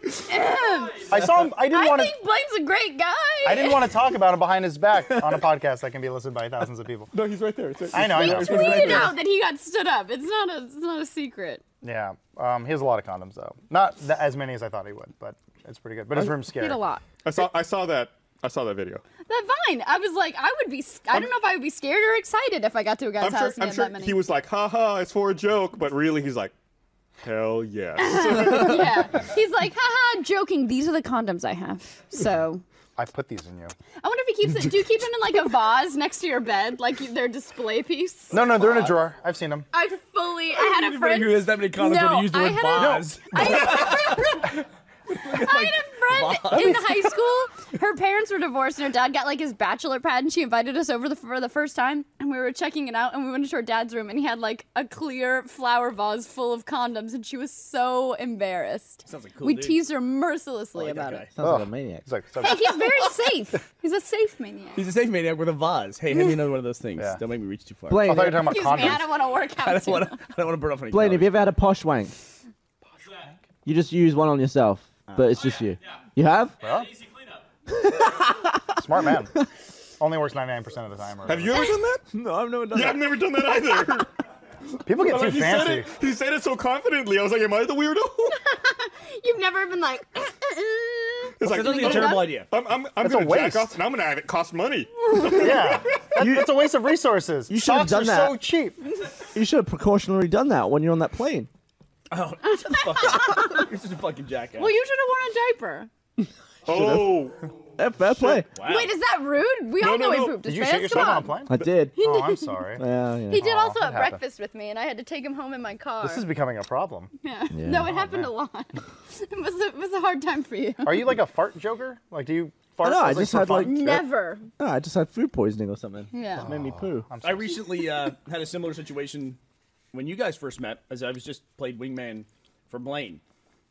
Speaker 4: I saw him. I didn't
Speaker 3: I
Speaker 4: want to.
Speaker 3: think Blaine's a great guy.
Speaker 4: I didn't want to talk about him behind his back on a podcast that can be listened by thousands of people.
Speaker 1: No, he's right there. It's right-
Speaker 4: I know. I know.
Speaker 1: it's
Speaker 4: It's
Speaker 1: right
Speaker 3: tweeted
Speaker 1: there.
Speaker 3: out that he got stood up. It's not a, it's not a secret.
Speaker 4: Yeah, um, he has a lot of condoms though. Not th- as many as I thought he would, but it's pretty good. But his room's
Speaker 3: He
Speaker 4: scary.
Speaker 3: had a lot.
Speaker 1: I saw I saw that I saw that video.
Speaker 3: That vine, I was like, I would be, s- I don't know if I would be scared or excited if I got to a guy's
Speaker 1: I'm sure,
Speaker 3: house
Speaker 1: I'm
Speaker 3: and
Speaker 1: sure
Speaker 3: that many.
Speaker 1: he was like, ha ha, it's for a joke, but really he's like, hell yes.
Speaker 3: yeah. He's like, haha, joking. These are the condoms I have. So.
Speaker 4: I put these in you.
Speaker 3: I wonder if he keeps it. Do you keep them in like a vase next to your bed, like their display piece?
Speaker 4: No, no, they're in a drawer. I've seen them.
Speaker 3: I fully. I had a friend.
Speaker 2: Who has that many condoms
Speaker 3: No,
Speaker 2: when you use the
Speaker 3: I
Speaker 2: word
Speaker 3: had a-
Speaker 2: vase?
Speaker 3: I, I had a friend in high school. Her parents were divorced, and her dad got like his bachelor pad, and she invited us over the, for the first time. And we were checking it out, and we went into her dad's room, and he had like a clear flower vase full of condoms, and she was so embarrassed.
Speaker 2: Sounds like a cool
Speaker 3: We
Speaker 2: dude.
Speaker 3: teased her mercilessly
Speaker 2: Like that
Speaker 3: about
Speaker 2: guy.
Speaker 3: it.
Speaker 5: Sounds like a
Speaker 4: Ugh.
Speaker 5: maniac.
Speaker 4: He's like, so-
Speaker 3: Hey, he's very safe. He's a safe maniac.
Speaker 2: He's a safe maniac with a vase. Hey, hand me another one of those things.
Speaker 4: Yeah.
Speaker 2: Don't make me reach too far.
Speaker 5: Blaine,
Speaker 4: I thought you
Speaker 5: have-
Speaker 4: were talking
Speaker 3: Excuse
Speaker 4: about
Speaker 3: me, I don't
Speaker 4: condoms.
Speaker 3: want to work out.
Speaker 2: I don't
Speaker 3: too
Speaker 2: want to.
Speaker 3: much.
Speaker 2: I don't want to burn off any.
Speaker 5: Blaine, have you
Speaker 2: calories.
Speaker 5: ever had a posh wank? You just use one on yourself, but it's just you. You have?
Speaker 9: Easy cleanup.
Speaker 4: Smart man. Only works 99% of the time. or
Speaker 1: Have you ever done that?
Speaker 5: No, I've never done
Speaker 1: Yeah, I've never done that either.
Speaker 4: whatever. People get
Speaker 1: Like,
Speaker 4: too
Speaker 1: he said it.
Speaker 4: fancy.
Speaker 1: He said it so confidently. I was like, "Am I the weirdo?"
Speaker 3: You've never been like. uh-uh.
Speaker 1: It's like,
Speaker 2: That sounds like a
Speaker 1: "Oh,
Speaker 2: terrible idea.
Speaker 1: I'm, I'm, I'm
Speaker 4: That's
Speaker 1: gonna
Speaker 4: a
Speaker 1: jack
Speaker 4: waste.
Speaker 1: off, and I'm gonna have it cost money.
Speaker 4: Yeah. That, that's a waste of resources. You
Speaker 5: should have
Speaker 4: Socks
Speaker 5: done
Speaker 4: are
Speaker 5: that.
Speaker 4: so cheap.
Speaker 5: You should have precautionarily done that when you're on that plane.
Speaker 2: Oh, shut the fuck up. You're such a fucking jackass.
Speaker 3: Well, you should have worn a diaper.
Speaker 1: Oh,
Speaker 5: Yeah, Eh, fair play.
Speaker 2: wow.
Speaker 3: Wait, is that rude? We all
Speaker 1: no,
Speaker 3: know he
Speaker 1: no.
Speaker 3: pooped
Speaker 4: Did
Speaker 3: his
Speaker 4: you shit
Speaker 3: pants.
Speaker 4: yourself
Speaker 3: Come
Speaker 4: on a
Speaker 3: on.
Speaker 4: plane?
Speaker 5: I did.
Speaker 4: Oh, I'm sorry.
Speaker 5: Yeah, yeah.
Speaker 3: He did
Speaker 4: Aw,
Speaker 3: also
Speaker 4: that
Speaker 3: at
Speaker 4: happened.
Speaker 3: breakfast with me, and I had to take him home in my car.
Speaker 4: This is Oh, becoming a problem.
Speaker 3: Yeah. No, it happened a lot. it was a, it was a hard time for you.
Speaker 4: Are you like a fart joker? Like, do you fart?
Speaker 5: No, I
Speaker 4: as,
Speaker 5: just
Speaker 4: for
Speaker 5: had,
Speaker 4: fun?
Speaker 5: like-
Speaker 3: Never.
Speaker 5: Ah, I just had food poisoning or something.
Speaker 3: Yeah.
Speaker 5: Made me poo.
Speaker 2: I recently uh, had a similar situation when you guys first met, as I was just played wingman for Blaine.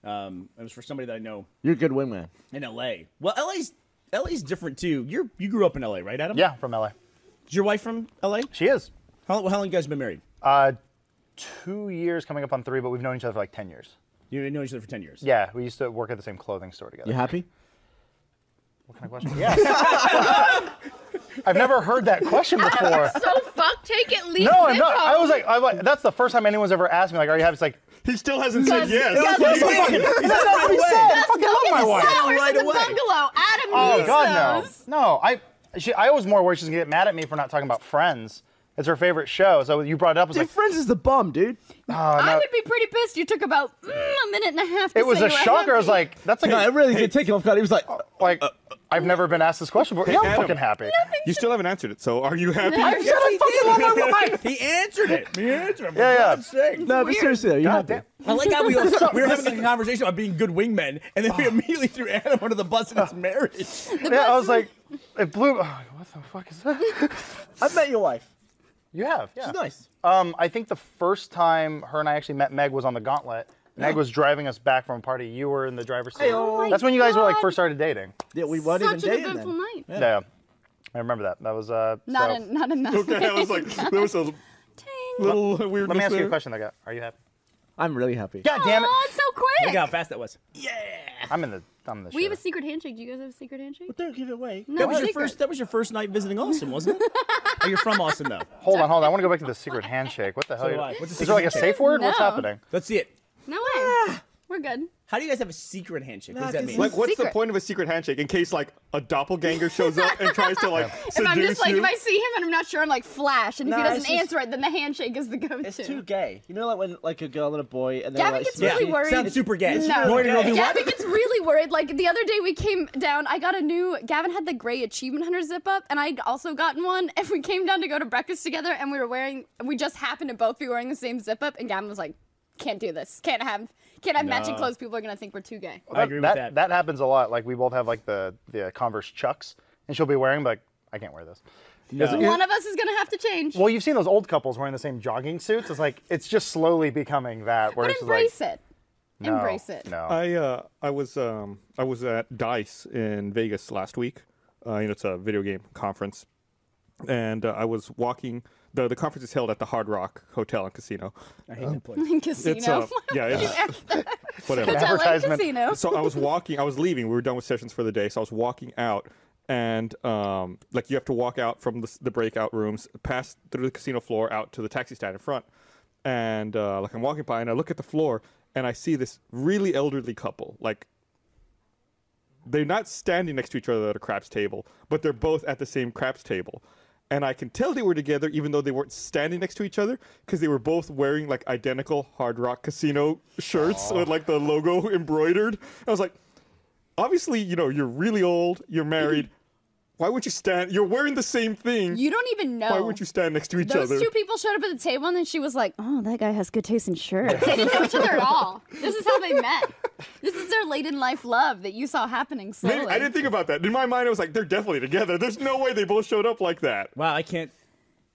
Speaker 2: Um, it was for somebody that I know
Speaker 5: You're a good wingman.
Speaker 2: in LA. Well, LA's LA's different too. You're you grew up in LA, right, Adam?
Speaker 4: Yeah, from LA.
Speaker 2: Is your wife from LA?
Speaker 4: She is.
Speaker 2: How, how long you guys been married?
Speaker 4: Uh, two years coming up on three, but we've known each other for like 10 years.
Speaker 2: You know each other for ten years.
Speaker 4: Yeah, we used to work at the same clothing store together.
Speaker 5: You happy?
Speaker 4: What kind of question? Yes. I've never heard that question before.
Speaker 3: So fuck, take it, leave.
Speaker 4: No, I'm
Speaker 3: live
Speaker 4: not. I
Speaker 3: home.
Speaker 4: was like, I was like, that's the first time anyone's ever asked me, like, are you happy? It's like,
Speaker 1: he still hasn't said
Speaker 3: Gus-
Speaker 1: yes.
Speaker 3: Gus-
Speaker 1: That's what he
Speaker 4: fucking,
Speaker 1: said.
Speaker 4: is that what he said? I
Speaker 3: Let's
Speaker 4: fucking
Speaker 3: go
Speaker 4: love
Speaker 3: get
Speaker 4: my
Speaker 3: the
Speaker 4: wife.
Speaker 3: flowers
Speaker 2: Right
Speaker 3: at the
Speaker 2: away.
Speaker 3: bungalow. Adam
Speaker 4: Oh
Speaker 3: needs
Speaker 4: God,
Speaker 3: those.
Speaker 4: no, no. I, she, I was more worried she's gonna get mad at me for not talking about Friends. It's her favorite show. So you brought it up. I was
Speaker 5: Dude,
Speaker 4: like, "Oh,
Speaker 5: Friends is the bomb, dude.
Speaker 3: I would be pretty pissed. You took about mm, a minute and a half. To
Speaker 4: it was
Speaker 3: say
Speaker 4: a
Speaker 3: you were
Speaker 4: shocker. I was
Speaker 3: happy.
Speaker 4: like, that's like,
Speaker 5: No, it really did take him off guard. He was like,
Speaker 4: like I've never been asked this question before. Yeah, I'm
Speaker 1: Adam.
Speaker 4: fucking happy.
Speaker 1: You still haven't answered it. So, are you happy?
Speaker 4: I said I fucking love my wife.
Speaker 2: He answered it. He answered it. for
Speaker 4: Yeah, yeah.
Speaker 2: God's sake.
Speaker 5: no, but
Speaker 3: weird.
Speaker 5: seriously, though, you
Speaker 4: God
Speaker 5: happy?
Speaker 2: I like how we, we were having a conversation about being good wingmen, and then we immediately threw Adam under the bus in his marriage.
Speaker 4: damn. Yeah, I was like, it blew. Oh, what the fuck is that?
Speaker 5: I've met your wife.
Speaker 4: You have. Yeah.
Speaker 5: She's nice.
Speaker 4: Um, I think the first time her and I actually met Meg was on the Gauntlet. Meg was driving us back from a party. You were in the driver's seat.
Speaker 5: Oh my
Speaker 4: That's when you guys were like
Speaker 3: God.
Speaker 4: first started dating.
Speaker 5: Yeah, we weren't
Speaker 3: Such
Speaker 5: even
Speaker 3: an
Speaker 5: dating
Speaker 3: eventful
Speaker 5: then.
Speaker 3: night.
Speaker 4: Yeah. I remember that. That was uh.
Speaker 3: Not
Speaker 4: so-
Speaker 3: in, not in that.
Speaker 1: okay, I was like, there was a little weird.
Speaker 4: Let me ask you a question. I got. Are you happy?
Speaker 5: I'm really happy.
Speaker 4: God damn it!
Speaker 3: Oh, it's so quick.
Speaker 2: Look how fast that was.
Speaker 4: I'm in the. I'm in the.
Speaker 3: We have a
Speaker 4: shitter.
Speaker 3: secret handshake. Do you guys have a secret handshake?
Speaker 2: Don't give it away.
Speaker 3: No,
Speaker 2: that was your
Speaker 3: secret.
Speaker 2: first. That was your first night visiting Austin, wasn't it? oh, you're from Austin though.
Speaker 4: Hold on, hold on. I want to go back to the secret handshake. What the hell?
Speaker 2: do
Speaker 4: you-
Speaker 2: I. What's a
Speaker 4: is
Speaker 2: secret
Speaker 4: there like a
Speaker 2: handshake?
Speaker 4: safe word? What's
Speaker 3: No.
Speaker 4: happening?
Speaker 2: Let's see it.
Speaker 3: No way. We're good.
Speaker 2: How do you guys have a secret handshake? What does that mean?
Speaker 1: Like, what's the
Speaker 3: Secret.
Speaker 1: point of a secret handshake in case like a doppelganger shows up and tries to like seduce
Speaker 3: If I'm just like,
Speaker 1: you?
Speaker 3: if I see him and I'm not sure, I'm like flash, and if
Speaker 5: Nah,
Speaker 3: he
Speaker 5: it's
Speaker 3: doesn't
Speaker 5: just-
Speaker 3: answer it, then the handshake is the go-to.
Speaker 5: It's too gay. You know, like when like a girl and a boy and they're
Speaker 3: Gavin
Speaker 5: like,
Speaker 3: gets
Speaker 5: smoking?
Speaker 3: really worried.
Speaker 2: Sounds super gay.
Speaker 3: No.
Speaker 2: Boy and girl do
Speaker 3: Gavin
Speaker 2: what?
Speaker 3: gets really worried. Like the other day, we came down. I got a new. Gavin had the gray achievement hunter zip up, and I'd also gotten one. And we came down to go to breakfast together, and we were wearing. We just happened to both be wearing the same zip up, and Gavin was like, "Can't do this. Can't have. Can't have matching clothes. People are gonna think we're too gay."
Speaker 2: I agree with that.
Speaker 4: That happens a lot. Like we both have like the the Converse Chucks, and she'll be wearing like I can't wear this.
Speaker 2: No.
Speaker 3: One of us is gonna have to change.
Speaker 4: Well, you've seen those old couples wearing the same jogging suits. It's like it's just slowly becoming that. Where
Speaker 3: but
Speaker 4: it's just
Speaker 3: embrace
Speaker 4: like,
Speaker 3: it.
Speaker 4: no,
Speaker 3: embrace it.
Speaker 4: No.
Speaker 1: I uh, I was um, I was at Dice in Vegas last week. Uh, you know, it's a video game conference, and uh, I was walking. the The conference is held at the Hard Rock Hotel and Casino.
Speaker 2: I hate that place.
Speaker 3: In casino.
Speaker 1: It's uh, yeah, it's, whatever.
Speaker 3: Hotel and
Speaker 4: advertisement.
Speaker 3: casino.
Speaker 1: so I was walking. I was leaving. We were done with sessions for the day, so I was walking out, and um, like you have to walk out from the, s- the breakout rooms, pass through the casino floor, out to the taxi stand in front, and uh, like I'm walking by, and I look at the floor, and I see this really elderly couple, like. They're not standing next to each other at a craps table, but they're both at the same craps table. And I can tell they were together even though they weren't standing next to each other because they were both wearing like identical Hard Rock Casino shirts with like the logo embroidered. I was like, obviously, you know, you're really old, you're married. Why would you stand? You're wearing the same thing.
Speaker 3: You don't even know.
Speaker 1: Why would you stand next to each
Speaker 3: Those
Speaker 1: other?
Speaker 3: two people showed up at the table, and then she was like, "Oh, that guy has good taste in shirts." They didn't know each other at all. This is how they met. This is their late in life love that you saw happening slowly.
Speaker 1: Man, I didn't think about that. In my mind, I was like, they're definitely together. There's no way they both showed up like that.
Speaker 2: Wow, I can't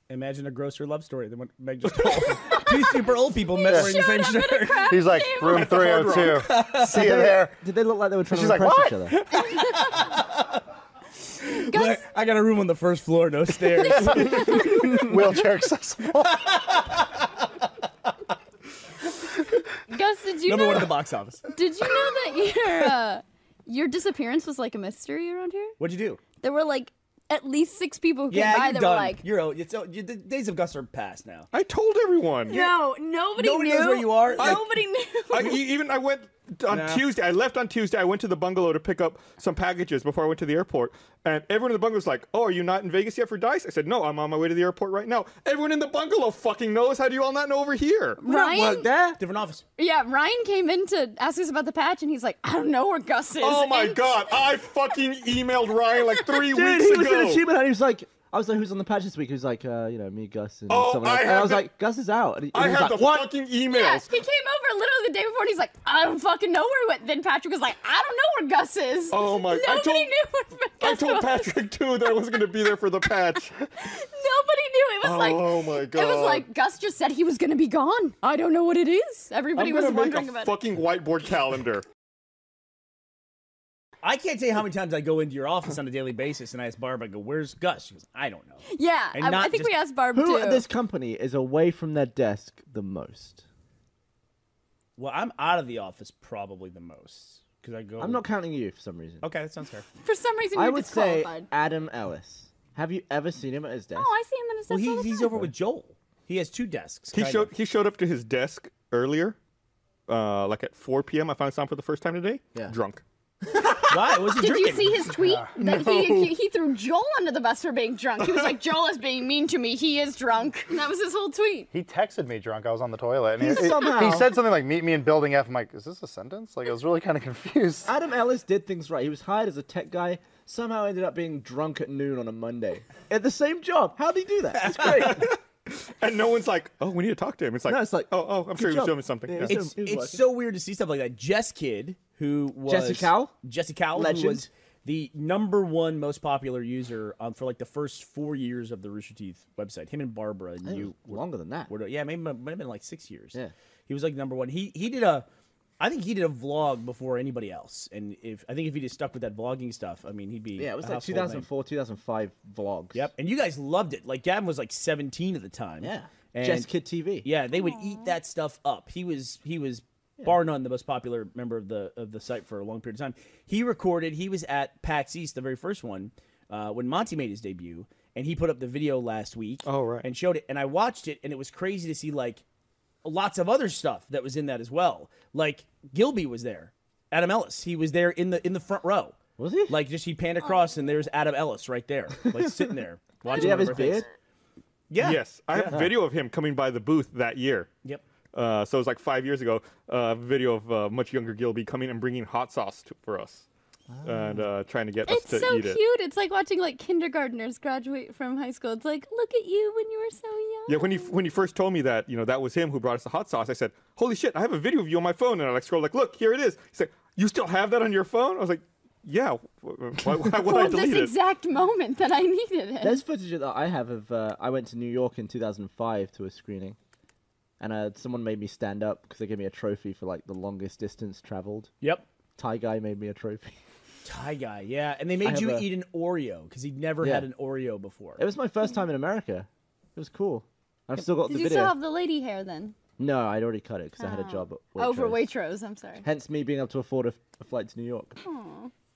Speaker 2: imagine a grosser love story than what Meg just told. Two super old people met wearing the same shirt.
Speaker 4: He's like room
Speaker 1: the Hard
Speaker 4: 302. See you there.
Speaker 5: Did they look like they were trying
Speaker 4: She's
Speaker 5: to
Speaker 4: like,
Speaker 5: impress
Speaker 4: "What?"
Speaker 5: each other?
Speaker 3: Gus,
Speaker 2: I got a room on the first floor, no stairs.
Speaker 4: Wheelchair accessible.
Speaker 3: Gus, did you
Speaker 2: Number
Speaker 3: know?
Speaker 2: one at the box office.
Speaker 3: Did you know that your uh, your disappearance was like a mystery around here?
Speaker 2: What'd you do?
Speaker 3: There were like at least six people who came
Speaker 2: Yeah,
Speaker 3: by
Speaker 2: you're
Speaker 3: that
Speaker 2: done.
Speaker 3: were like,
Speaker 2: you're old. It's, you the days of Gus are past now.
Speaker 1: I told everyone.
Speaker 3: "No, nobody,
Speaker 2: Nobody
Speaker 3: knew
Speaker 2: knows where you are. Like-
Speaker 3: Nobody knew."
Speaker 1: I, e- even I went on
Speaker 2: Nah.
Speaker 1: Tuesday. I left on Tuesday. I went to the bungalow to pick up some packages before I went to the airport. And everyone in the bungalow was like, "Oh, are you not in Vegas yet for Dice?" I said, "No, I'm on my way to the airport right now." Everyone in the bungalow fucking knows. How do you all not know over here?
Speaker 3: Ryan,
Speaker 2: Different office.
Speaker 3: yeah, Ryan came in to ask us about the patch, and he's like, "I don't know where Gus is."
Speaker 1: Oh my
Speaker 3: And
Speaker 1: god! I fucking emailed Ryan like three
Speaker 5: Dude,
Speaker 1: weeks
Speaker 5: he was
Speaker 1: ago.
Speaker 5: in achievement and he was like, I was like, who's on the patch this week? He was like, uh, you know, me, Gus, and
Speaker 1: Oh,
Speaker 5: someone
Speaker 1: I
Speaker 5: else. And
Speaker 1: had
Speaker 5: I was
Speaker 1: the-
Speaker 5: like, Gus is out. And he,
Speaker 1: I
Speaker 5: and he was
Speaker 1: had
Speaker 5: like,
Speaker 1: the
Speaker 5: what?
Speaker 1: fucking
Speaker 3: Yeah,
Speaker 1: emails.
Speaker 3: he came over literally the day before, and he's like, "I don't fucking know where he went." Then Patrick was like, "I don't know where Gus is."
Speaker 1: Oh my- I
Speaker 3: Nobody
Speaker 1: told-
Speaker 3: knew where
Speaker 1: I
Speaker 3: Gus
Speaker 1: told
Speaker 3: was.
Speaker 1: Patrick too that I wasn't gonna be there for the patch.
Speaker 3: Nobody knew. It was like,
Speaker 1: Oh my
Speaker 3: It was
Speaker 1: God.
Speaker 3: like Gus just said he was gonna be gone. I don't know what it is. Everybody
Speaker 1: I'm
Speaker 3: was
Speaker 1: gonna make
Speaker 3: wondering
Speaker 1: a
Speaker 3: about
Speaker 1: fucking whiteboard calendar.
Speaker 2: I can't tell you how many times I go into your office on a daily basis and I ask Barb, I go, where's Gus? She goes, I don't know.
Speaker 3: it. Yeah,
Speaker 2: And
Speaker 3: I,
Speaker 2: not
Speaker 3: I think
Speaker 2: just-
Speaker 3: we asked Barb
Speaker 5: Who
Speaker 3: too.
Speaker 5: at this company is away from their desk the most?
Speaker 2: Well, I'm out of the office probably the most. Because I go.
Speaker 5: I'm not counting you for some reason.
Speaker 2: Okay, that sounds fair.
Speaker 3: For some reason,
Speaker 5: I
Speaker 3: you're
Speaker 5: would say
Speaker 3: disqualified.
Speaker 5: Adam Ellis. Have you ever seen him at his desk?
Speaker 3: oh, I see him in his
Speaker 2: Well,
Speaker 3: desk all
Speaker 2: he,
Speaker 3: the
Speaker 2: he's
Speaker 3: time.
Speaker 2: over with Joel. He has two desks.
Speaker 1: He
Speaker 2: kind
Speaker 1: showed
Speaker 2: of.
Speaker 1: he showed up to his desk earlier, uh, like at 4 p.m. I finally saw him for the first time today.
Speaker 5: Yeah.
Speaker 1: Drunk.
Speaker 2: Why? Was he
Speaker 3: Did
Speaker 2: drinking?
Speaker 3: you see his tweet? That he, he threw Joel under the bus for being drunk. He was like, Joel is being mean to me. He is drunk. And that was his whole tweet.
Speaker 4: He texted me drunk. I was on the toilet. And he,
Speaker 5: He
Speaker 4: he-
Speaker 5: somehow-
Speaker 4: he said something like, meet me in building F. I'm like, is this a sentence? Like, I was really kind of confused.
Speaker 5: Adam Ellis did things right. He was hired as a tech guy, somehow ended up being drunk at noon on a Monday at the same job. How did he do that? That's great.
Speaker 1: And no one's like, oh, we need to talk to him. It's like,
Speaker 5: No, it's like,
Speaker 1: oh, oh, I'm
Speaker 5: good
Speaker 1: sure he was
Speaker 5: job.
Speaker 1: filming something.
Speaker 5: Yeah,
Speaker 1: Yeah.
Speaker 5: it's-
Speaker 2: It's,
Speaker 5: It was
Speaker 2: it's
Speaker 5: working.
Speaker 2: so weird to see stuff like that. Jess Kidd, who was
Speaker 5: Jesse Cowell?
Speaker 2: Jesse Cowell, who
Speaker 5: Legend.
Speaker 2: was the number one most popular user um, for like the first four years of the Rooster Teeth website. Him and Barbara and you were-
Speaker 5: longer than that.
Speaker 2: were- yeah, maybe might have been like six years.
Speaker 5: Yeah.
Speaker 2: he was like number one. He he did a, I think he did a vlog before anybody else. And if I think if he just stuck with that vlogging stuff, I mean, he'd be
Speaker 5: Yeah, it was
Speaker 2: a
Speaker 5: like
Speaker 2: household name.
Speaker 5: 2004, 2005 vlogs.
Speaker 2: Yep, and you guys loved it. Like Gavin was like 17 at the time.
Speaker 5: Yeah.
Speaker 2: and
Speaker 5: Jess Kid TV.
Speaker 2: yeah, they would eat that stuff up. He was he was bar none the most popular member of the of the site for a long period of time. He recorded. He was at PAX East, the very first one, uh, when Monty made his debut, and he put up the video last week.
Speaker 1: Oh, right.
Speaker 2: and showed it, and I watched it, and it was crazy to see like lots of other stuff that was in that as well. Like Gilby was there, Adam Ellis. He was there in the in the front row.
Speaker 5: Was he?
Speaker 2: Like just he panned across, and there's Adam Ellis right there, like sitting there.
Speaker 5: Did
Speaker 2: watching
Speaker 5: he have his
Speaker 2: whatever things-
Speaker 5: beard?
Speaker 2: Yeah.
Speaker 1: Yes, I have a video of him coming by the booth that year.
Speaker 2: Yep.
Speaker 1: Uh, so it was like five years ago. Uh, video of uh, much younger Gilby coming and bringing hot sauce to, for us,
Speaker 5: Ah.
Speaker 1: and uh, trying to get
Speaker 3: It's
Speaker 1: us to
Speaker 3: so
Speaker 1: eat
Speaker 3: cute.
Speaker 1: it.
Speaker 3: It's like watching like kindergartners graduate from high school. It's like, look at you when you were so young.
Speaker 1: Yeah, when you when you first told me that, you know, that was him who brought us the hot sauce. I said, "Holy shit, I have a video of you on my phone." And I like scroll like, "Look, here it is." He's like, "You still have that on your phone?" I was like, "Yeah, why, why, why would I
Speaker 3: For
Speaker 1: delete
Speaker 3: this
Speaker 1: it?"
Speaker 3: exact moment that I needed it.
Speaker 5: There's footage that I have of uh, I went to New York in 2005 to a screening, and uh, someone made me stand up because they gave me a trophy for like the longest distance traveled.
Speaker 2: Yep.
Speaker 5: Thai guy made me a trophy.
Speaker 2: Thai guy, yeah, and they
Speaker 5: I
Speaker 2: made
Speaker 5: have
Speaker 2: you
Speaker 5: a-
Speaker 2: eat an Oreo because he'd never
Speaker 5: Yeah.
Speaker 2: had an Oreo before.
Speaker 5: It was my first time in America. It was cool. I've still got
Speaker 3: Did
Speaker 5: the
Speaker 3: you
Speaker 5: video.
Speaker 3: still have the lady hair then?
Speaker 5: No, I'd already cut it because I had a job at Waitrose.
Speaker 3: Oh, for Waitrose. I'm sorry.
Speaker 5: Hence me being able to afford a, a flight to New York.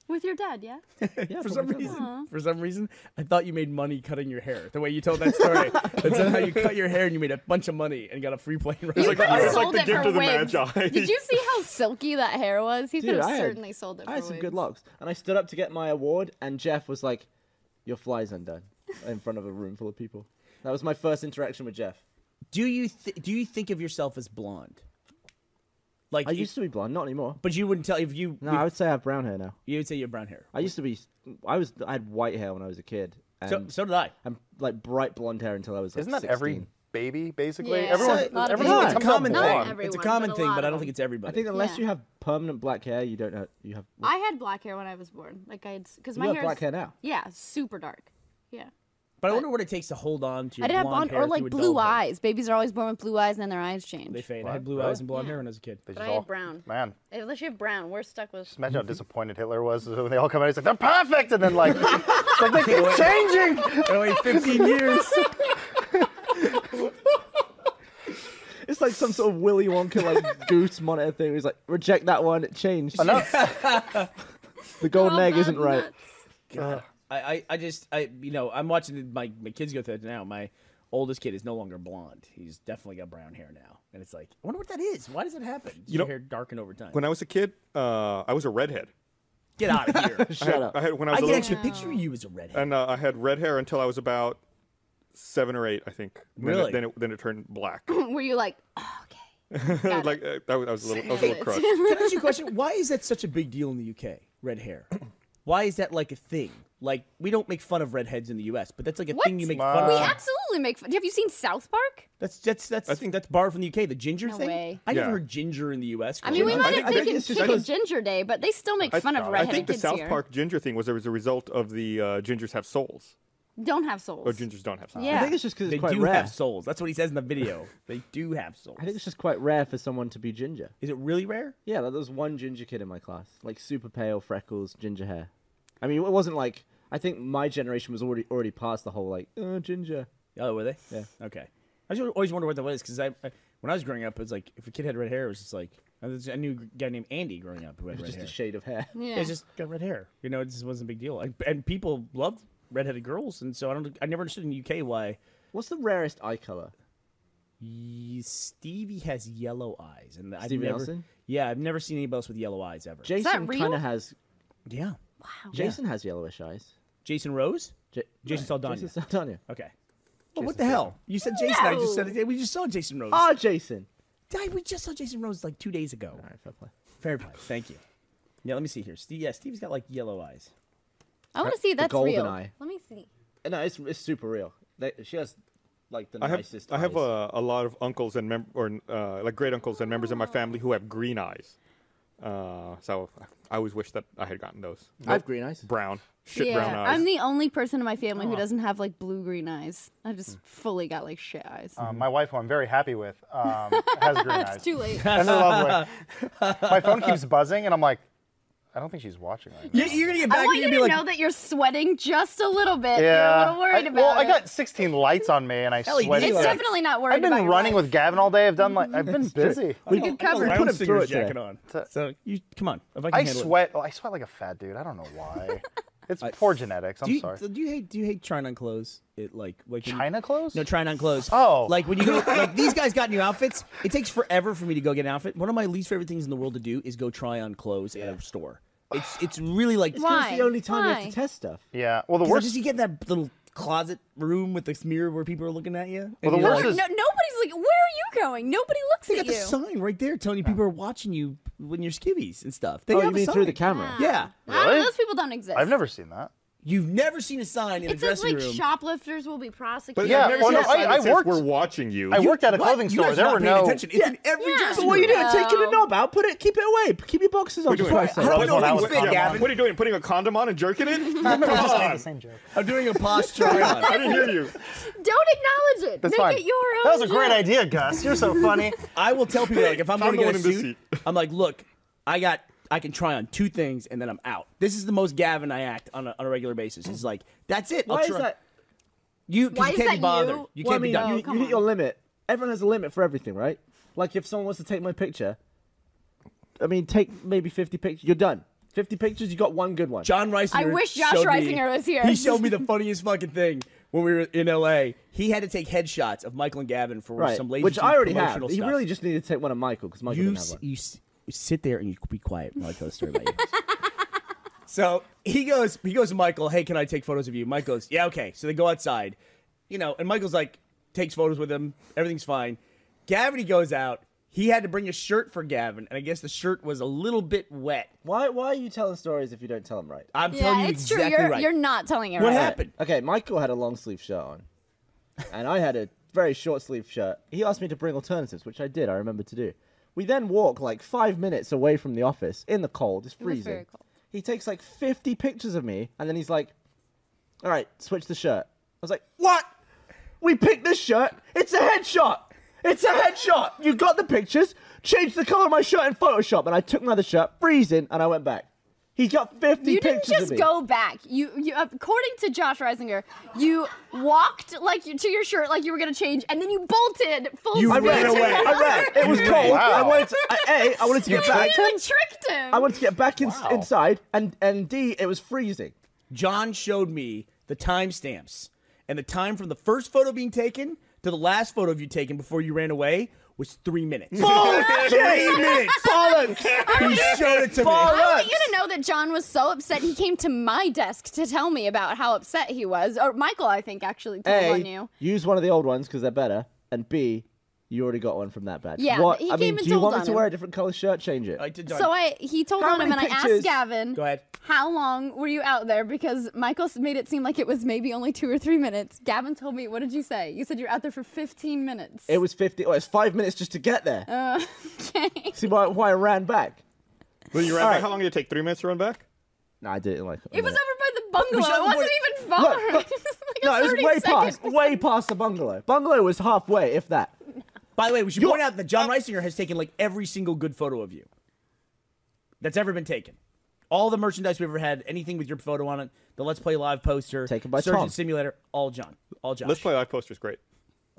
Speaker 3: With your dad, yeah?
Speaker 5: Yeah,
Speaker 2: for
Speaker 5: but
Speaker 2: some
Speaker 5: my dad-
Speaker 3: Uh-huh.
Speaker 2: reason, for some reason, I thought you made money cutting your hair. The way you told that story, that's how you cut your hair and you made a bunch of money and got a free plane ride.
Speaker 1: It's
Speaker 3: You
Speaker 1: like-
Speaker 3: could have
Speaker 1: it's like
Speaker 3: sold
Speaker 1: the
Speaker 3: it
Speaker 1: gift
Speaker 3: for
Speaker 1: of the
Speaker 3: wigs.
Speaker 1: Magi.
Speaker 3: Did you see how silky that hair was? He could
Speaker 5: Dude,
Speaker 3: have
Speaker 5: I had,
Speaker 3: certainly sold it.
Speaker 5: I
Speaker 3: for
Speaker 5: had some good
Speaker 3: wigs.
Speaker 5: locks, and I stood up to get my award, and Jeff was like, "Your fly's undone," in front of a room full of people. That was my first interaction with Jeff.
Speaker 2: Do you th- do you think of yourself as blonde? Like,
Speaker 5: I
Speaker 2: you-
Speaker 5: used to be blonde, not anymore.
Speaker 2: but you wouldn't tell if you.
Speaker 5: No, I would say I have brown hair now.
Speaker 2: you would say you have brown hair.
Speaker 5: I used to be, I was, I had white hair when I was a kid. And
Speaker 2: So, so did I.
Speaker 5: I'm like bright blonde hair until I was like
Speaker 4: Isn't that
Speaker 5: 16.
Speaker 4: every baby basically?
Speaker 3: Yeah.
Speaker 4: Everyone,
Speaker 3: So- A lot of
Speaker 4: everyone
Speaker 5: people.
Speaker 4: becomes
Speaker 5: It's
Speaker 2: a common
Speaker 3: Not
Speaker 2: thing.
Speaker 4: blonde.
Speaker 3: every-
Speaker 2: it's a
Speaker 3: everyone,
Speaker 2: common
Speaker 3: but a
Speaker 2: thing, but
Speaker 3: lot
Speaker 2: I
Speaker 3: of
Speaker 2: don't
Speaker 3: them.
Speaker 2: think it's everybody.
Speaker 5: I think unless
Speaker 3: Yeah.
Speaker 5: you have permanent black hair, you don't have you have.
Speaker 3: I had black hair when I was born. Like I had, because my
Speaker 5: have
Speaker 3: hair
Speaker 5: black
Speaker 3: is,
Speaker 5: hair now.
Speaker 3: Yeah, super dark. Yeah.
Speaker 2: but I wonder what it takes to hold on to your
Speaker 3: I didn't have
Speaker 2: blonde
Speaker 3: blonde
Speaker 2: hair
Speaker 3: or
Speaker 2: through
Speaker 3: like
Speaker 2: adulthood.
Speaker 3: blue eyes. Babies are always born with blue eyes and then their eyes change.
Speaker 2: They fade. I had blue eyes and blonde hair when I was a kid.
Speaker 4: They
Speaker 3: But I
Speaker 4: just
Speaker 3: had
Speaker 4: all-
Speaker 3: brown.
Speaker 4: Man,
Speaker 3: Unless you have brown, we're stuck with.
Speaker 4: just imagine how disappointed Hitler was when they all come out. He's like, they're perfect, and then like, it's like they keep changing.
Speaker 1: Oh,
Speaker 2: I wait 15 years.
Speaker 5: It's like some sort of Willy Wonka like goose monitor thing. Where he's like, reject that one, it changed. the golden egg isn't right.
Speaker 2: I, I, I just, I, you know, I'm watching my, my kids go through it now. My oldest kid is no longer blonde. He's definitely got brown hair now. And it's like, I wonder what that is. Why does that happen? Does your
Speaker 1: know-
Speaker 2: hair darken over time?
Speaker 1: When I was a kid, uh, I was a redhead.
Speaker 2: Get out of here.
Speaker 1: I had,
Speaker 5: Shut up.
Speaker 1: I had, when I
Speaker 2: I
Speaker 1: was a
Speaker 2: can
Speaker 1: little
Speaker 2: actually picture you as a redhead.
Speaker 1: and uh, I had red hair until I was about seven or eight, I think. Then it-
Speaker 2: Really?
Speaker 1: Then it, then it turned black.
Speaker 3: Were you like, oh, okay? Got it.
Speaker 1: like uh, I, was- I was a little, I was a little
Speaker 3: Nailed it.
Speaker 1: crushed.
Speaker 2: Can I ask you a question? Why is that such a big deal in the UK? Red hair. Why is that like a thing? Like we don't make fun of redheads in the US, but that's like a
Speaker 3: What?
Speaker 2: thing you make fun
Speaker 3: We
Speaker 2: of.
Speaker 3: absolutely make fun. Have you seen South Park?
Speaker 2: That's that's that's I
Speaker 1: I
Speaker 2: think
Speaker 1: think-
Speaker 2: that's borrowed from the UK. The ginger
Speaker 3: No
Speaker 2: thing.
Speaker 3: way.
Speaker 2: I never
Speaker 1: Yeah.
Speaker 2: heard ginger in the US.
Speaker 3: I mean, we
Speaker 1: I
Speaker 3: might
Speaker 1: think-
Speaker 3: have
Speaker 1: I think
Speaker 3: taken
Speaker 1: it's
Speaker 3: kick
Speaker 1: just
Speaker 3: a
Speaker 1: because-
Speaker 3: ginger day, but they still make
Speaker 1: I-
Speaker 3: fun of
Speaker 1: I
Speaker 3: redheaded
Speaker 1: think the
Speaker 3: kids
Speaker 1: South
Speaker 3: here.
Speaker 1: Park ginger thing was as a result of the uh, gingers have souls,
Speaker 3: Don't have souls.
Speaker 1: or gingers don't have souls.
Speaker 5: I
Speaker 3: Yeah.
Speaker 5: think it's just because
Speaker 2: they
Speaker 5: it's quite
Speaker 2: do
Speaker 5: rare.
Speaker 2: have souls. That's what he says in the video. they do have souls.
Speaker 5: I think it's just quite rare for someone to be ginger.
Speaker 2: Is it really rare?
Speaker 5: Yeah, like, there was one ginger kid in my class, like super pale, freckles, ginger hair. I mean, it wasn't like I think my generation was already already past the whole like uh, ginger.
Speaker 2: Oh, were they? Yeah. Okay. I just always wonder what that was because I, I when I was growing up, it was like if a kid had red hair, it was just like I was- I knew a guy named Andy growing up who had red
Speaker 5: Just
Speaker 2: hair.
Speaker 5: a shade of hair.
Speaker 3: yeah.
Speaker 2: It's just got red hair. You know, it just wasn't a big deal. Like, and people love redheaded girls, and so I don't. I never understood in the UK why
Speaker 5: What's the rarest eye color?
Speaker 2: ye- Stevie has yellow eyes, and I've
Speaker 5: Stevie
Speaker 2: never.
Speaker 5: Nelson?
Speaker 2: Yeah, I've never seen anybody else with yellow eyes ever.
Speaker 5: Jason
Speaker 3: real?
Speaker 5: kind of has.
Speaker 2: yeah,
Speaker 5: Jason has yellowish eyes.
Speaker 2: Jason Rose.
Speaker 5: J-
Speaker 2: Jason Saldana.
Speaker 5: Jason Saldana.
Speaker 2: Okay. Well, what the hell? You said Jason. I just said it. We just saw Jason Rose.
Speaker 3: Uh,
Speaker 5: Ah, Jason.
Speaker 2: Dad, we just saw Jason Rose like two days ago.
Speaker 5: All right, fair play.
Speaker 2: Fair play. Thank you. Yeah, let me see here. Steve. Yeah, Steve's got like yellow eyes.
Speaker 3: I want to see if that's
Speaker 5: golden
Speaker 3: real.
Speaker 5: eye.
Speaker 3: Let me see.
Speaker 5: Uh, No, it's, it's super real. They, she has like the
Speaker 1: I have
Speaker 5: nicest.
Speaker 1: I have
Speaker 5: eyes.
Speaker 1: a, a lot of uncles and mem- or uh, like great uncles and members in my family who have green eyes. Uh, so I always wish that I had gotten those.
Speaker 5: I have green eyes.
Speaker 1: Brown, shit
Speaker 3: yeah,
Speaker 1: brown eyes.
Speaker 3: I'm the only person in my family who doesn't have like blue green eyes. I just fully got like shit eyes.
Speaker 4: Um, my wife, who I'm very happy with, um, has green eyes.
Speaker 3: it's Mm-hmm. too late.
Speaker 4: And they're lovely. My phone keeps buzzing, and I'm like, I don't think she's watching right now.
Speaker 2: You, you're gonna get back.
Speaker 3: I want
Speaker 2: you're
Speaker 3: you
Speaker 2: gonna
Speaker 3: to
Speaker 2: be like,
Speaker 3: know that you're sweating just a little bit. You're a
Speaker 4: Yeah.
Speaker 3: little worried
Speaker 4: I,
Speaker 3: about
Speaker 4: well, I
Speaker 3: it.
Speaker 4: got 16 lights on me, and I
Speaker 2: LED
Speaker 4: sweat.
Speaker 3: it's
Speaker 2: like-
Speaker 3: definitely not worried
Speaker 4: I've been
Speaker 3: about your
Speaker 4: running
Speaker 3: life.
Speaker 4: with Gavin all day. I've done like I've been busy.
Speaker 3: We could cover.
Speaker 5: I
Speaker 3: it.
Speaker 5: put him through it today.
Speaker 2: jacket on. So you come on. If I can
Speaker 4: I
Speaker 2: handle it.
Speaker 4: sweat. I sweat like a fat dude. I don't know why. It's poor genetics. I'm
Speaker 2: Do you,
Speaker 4: sorry.
Speaker 2: do you hate do you hate trying on clothes? It like like when you-
Speaker 4: China clothes?
Speaker 2: No, trying on clothes.
Speaker 4: Oh.
Speaker 2: like when you go like these guys got new outfits. It takes forever for me to go get an outfit. One of my least favorite things in the world to do is go try on clothes at a store. It's it's really like
Speaker 3: Why?
Speaker 5: It's the only time you have
Speaker 3: Why?
Speaker 5: to test stuff.
Speaker 4: yeah. Well, the
Speaker 2: 'cause I
Speaker 4: worst.
Speaker 2: just you get in that little closet room with the mirror where people are looking at you.
Speaker 4: Well, the
Speaker 2: you're
Speaker 4: worst
Speaker 2: like,
Speaker 4: is-
Speaker 3: No, nobody's like, where are you going? Nobody looks
Speaker 2: they
Speaker 3: at
Speaker 2: got the
Speaker 3: you.
Speaker 2: sign right there telling you people are watching you when you're skivvies and stuff. They
Speaker 5: Oh,
Speaker 2: have
Speaker 5: you
Speaker 2: a
Speaker 5: mean
Speaker 2: sign.
Speaker 5: through the camera?
Speaker 2: Yeah,
Speaker 3: I don't-
Speaker 4: Really?
Speaker 3: Those people don't exist.
Speaker 4: I've never seen that.
Speaker 2: you've never seen a sign in
Speaker 3: It
Speaker 2: a
Speaker 3: says
Speaker 2: dressing
Speaker 3: like
Speaker 2: room.
Speaker 3: shoplifters will be prosecuted.
Speaker 1: but
Speaker 4: Yeah,
Speaker 1: I've never
Speaker 4: well,
Speaker 1: seen
Speaker 4: no,
Speaker 1: a sign
Speaker 4: I-
Speaker 1: that
Speaker 4: I
Speaker 1: says,
Speaker 4: worked-
Speaker 1: We're watching you.
Speaker 4: I worked at a
Speaker 2: What?
Speaker 4: clothing
Speaker 2: You
Speaker 4: store.
Speaker 2: guys are
Speaker 4: there
Speaker 2: not
Speaker 4: were
Speaker 2: paying
Speaker 4: no.
Speaker 2: attention. It's in every
Speaker 3: Yeah.
Speaker 2: dressing
Speaker 3: So what
Speaker 5: What are you
Speaker 2: room.
Speaker 5: doing? Taking a
Speaker 3: No.
Speaker 5: knob out? Put it. Keep it away. Keep your boxes on.
Speaker 1: We're doing-
Speaker 5: for Christ's
Speaker 2: I
Speaker 5: sake.
Speaker 2: don't
Speaker 4: Rub
Speaker 2: know
Speaker 4: one
Speaker 2: things
Speaker 4: out
Speaker 2: fit,
Speaker 4: with
Speaker 2: Gavin.
Speaker 1: What are you doing? Putting a condom on and jerking it? Come on!
Speaker 4: Same joke.
Speaker 2: I'm doing a posture. out.
Speaker 1: I didn't hear you.
Speaker 3: Don't acknowledge it.
Speaker 4: That's
Speaker 3: Make
Speaker 4: fine.
Speaker 3: it your own.
Speaker 4: that was a great
Speaker 3: shit.
Speaker 4: idea, Gus. You're so funny.
Speaker 2: I will tell people like if I'm going
Speaker 1: I'm the
Speaker 2: to
Speaker 1: one
Speaker 2: get a
Speaker 1: in this
Speaker 2: suit, I'm like, look, I got, I can try on two things and then I'm out. This is the most Gavin I act on a, on a regular basis. It's like that's it. I'll
Speaker 5: Why is
Speaker 2: try-
Speaker 5: that?
Speaker 2: You, 'cause
Speaker 3: Why
Speaker 2: you
Speaker 3: is
Speaker 2: can't
Speaker 3: that
Speaker 2: be bothered.
Speaker 3: you?
Speaker 2: You
Speaker 5: Well, I
Speaker 2: can't be
Speaker 5: mean,
Speaker 2: done.
Speaker 5: you,
Speaker 3: Oh,
Speaker 5: you
Speaker 3: come
Speaker 5: hit
Speaker 3: on.
Speaker 5: your limit. Everyone has a limit for everything, right? Like if someone wants to take my picture, I mean, take maybe fifty pictures. You're done. Fifty pictures. You got one good one.
Speaker 2: John Reisinger.
Speaker 3: I wish Josh
Speaker 2: showed me-
Speaker 3: Reisinger was here.
Speaker 2: He showed me the funniest fucking thing when we were in L.A. He had to take headshots of Michael and Gavin for
Speaker 5: right.
Speaker 2: some lazy
Speaker 5: Which I already have.
Speaker 2: promotional
Speaker 5: He
Speaker 2: stuff.
Speaker 5: really just needed to take one of Michael because Michael
Speaker 2: you
Speaker 5: didn't have
Speaker 2: s-
Speaker 5: one.
Speaker 2: you s- you sit there and you be quiet while I tell the story about you. so he goes, he goes to Michael, hey, can I take photos of you? Mike goes, yeah, okay. So they go outside, you know, and Michael's like, takes photos with him, everything's fine. Gavin, he goes out, He had to bring a shirt for Gavin, and I guess the shirt was a little bit wet.
Speaker 5: Why why are you telling stories if you don't tell them right?
Speaker 2: I'm telling
Speaker 3: yeah,
Speaker 2: you
Speaker 3: it's
Speaker 2: exactly
Speaker 3: true. You're
Speaker 2: right.
Speaker 3: you're not telling it
Speaker 2: What
Speaker 3: right.
Speaker 2: happened?
Speaker 5: Okay, Michael had a long sleeve shirt on, and I had a very short sleeve shirt. He asked me to bring alternatives, which I did. I remember to do. We then walk like five minutes away from the office in the cold. It's
Speaker 3: was
Speaker 5: freezing.
Speaker 3: very cold.
Speaker 5: He takes like 50 pictures of me, and then he's like, "All right, switch the shirt." I was like, "What? We picked this shirt. It's a headshot. It's a headshot. You got the pictures. Change the color of my shirt in Photoshop." And I took my other shirt, freezing, and I went back. He got 50
Speaker 3: You
Speaker 5: pictures
Speaker 3: didn't just
Speaker 5: of me.
Speaker 3: go back. You, you, according to Josh Reisinger, you walked like you, to your shirt like you were gonna change, and then you bolted full
Speaker 2: You
Speaker 5: I
Speaker 3: speed.
Speaker 5: ran
Speaker 3: to
Speaker 5: away.
Speaker 3: your-
Speaker 5: I ran. It was
Speaker 4: You
Speaker 5: cold.
Speaker 4: ran.
Speaker 5: I wanted to. I, a, I wanted to get back.
Speaker 3: You tricked him.
Speaker 5: I wanted to get back in,
Speaker 4: Wow.
Speaker 5: inside, and and D, it was freezing.
Speaker 2: John showed me the timestamps and the time from the first photo being taken to the last photo of you taken before you ran away was three minutes. three minutes.
Speaker 5: Bollocks!
Speaker 2: He showed it to me.
Speaker 3: I want you to know that John was so upset he came to my desk to tell me about how upset he was. Or Michael, I think, actually told on
Speaker 5: A,
Speaker 3: you.
Speaker 5: use one of the old ones because they're better, and B, you already got one from that badge.
Speaker 3: Yeah,
Speaker 5: What?
Speaker 3: he
Speaker 5: I
Speaker 3: came and
Speaker 5: mean, do you
Speaker 3: told
Speaker 5: want me
Speaker 3: on
Speaker 5: to
Speaker 3: him.
Speaker 5: wear a different color shirt? Change it.
Speaker 2: I did-
Speaker 3: So I he told
Speaker 5: How
Speaker 3: on him
Speaker 5: many
Speaker 3: and I
Speaker 5: pictures-
Speaker 3: asked Gavin,
Speaker 2: Go ahead.
Speaker 3: how long were you out there? Because Michael s- made it seem like it was maybe only two or three minutes. Gavin told me, what did you say? You said you're out there for 15 minutes.
Speaker 5: It was fifty. Oh, it's five minutes just to get there.
Speaker 3: Uh,
Speaker 5: okay. See why, why I ran back?
Speaker 1: Well, you ran
Speaker 5: All
Speaker 1: back.
Speaker 5: right.
Speaker 1: How long did it take? Three minutes to run back?
Speaker 5: No, I did it in like. a
Speaker 3: It was
Speaker 5: minute.
Speaker 3: over by the bungalow.
Speaker 5: shot
Speaker 3: It
Speaker 5: the
Speaker 3: wasn't
Speaker 5: boy-
Speaker 3: even far.
Speaker 5: Look, look.
Speaker 3: It was like a
Speaker 5: No, it was
Speaker 3: 30
Speaker 5: way
Speaker 3: second-
Speaker 5: past, way past the bungalow. Bungalow was halfway, if that.
Speaker 2: By the way, we should point out that John Reisinger has taken like every single good photo of you that's ever been taken. All the merchandise we've ever had, anything with your photo on it, the Let's Play Live poster,
Speaker 5: Taken by
Speaker 2: Surgeon
Speaker 5: Tom.
Speaker 2: Simulator, all John, all Josh.
Speaker 1: Let's play live poster's great.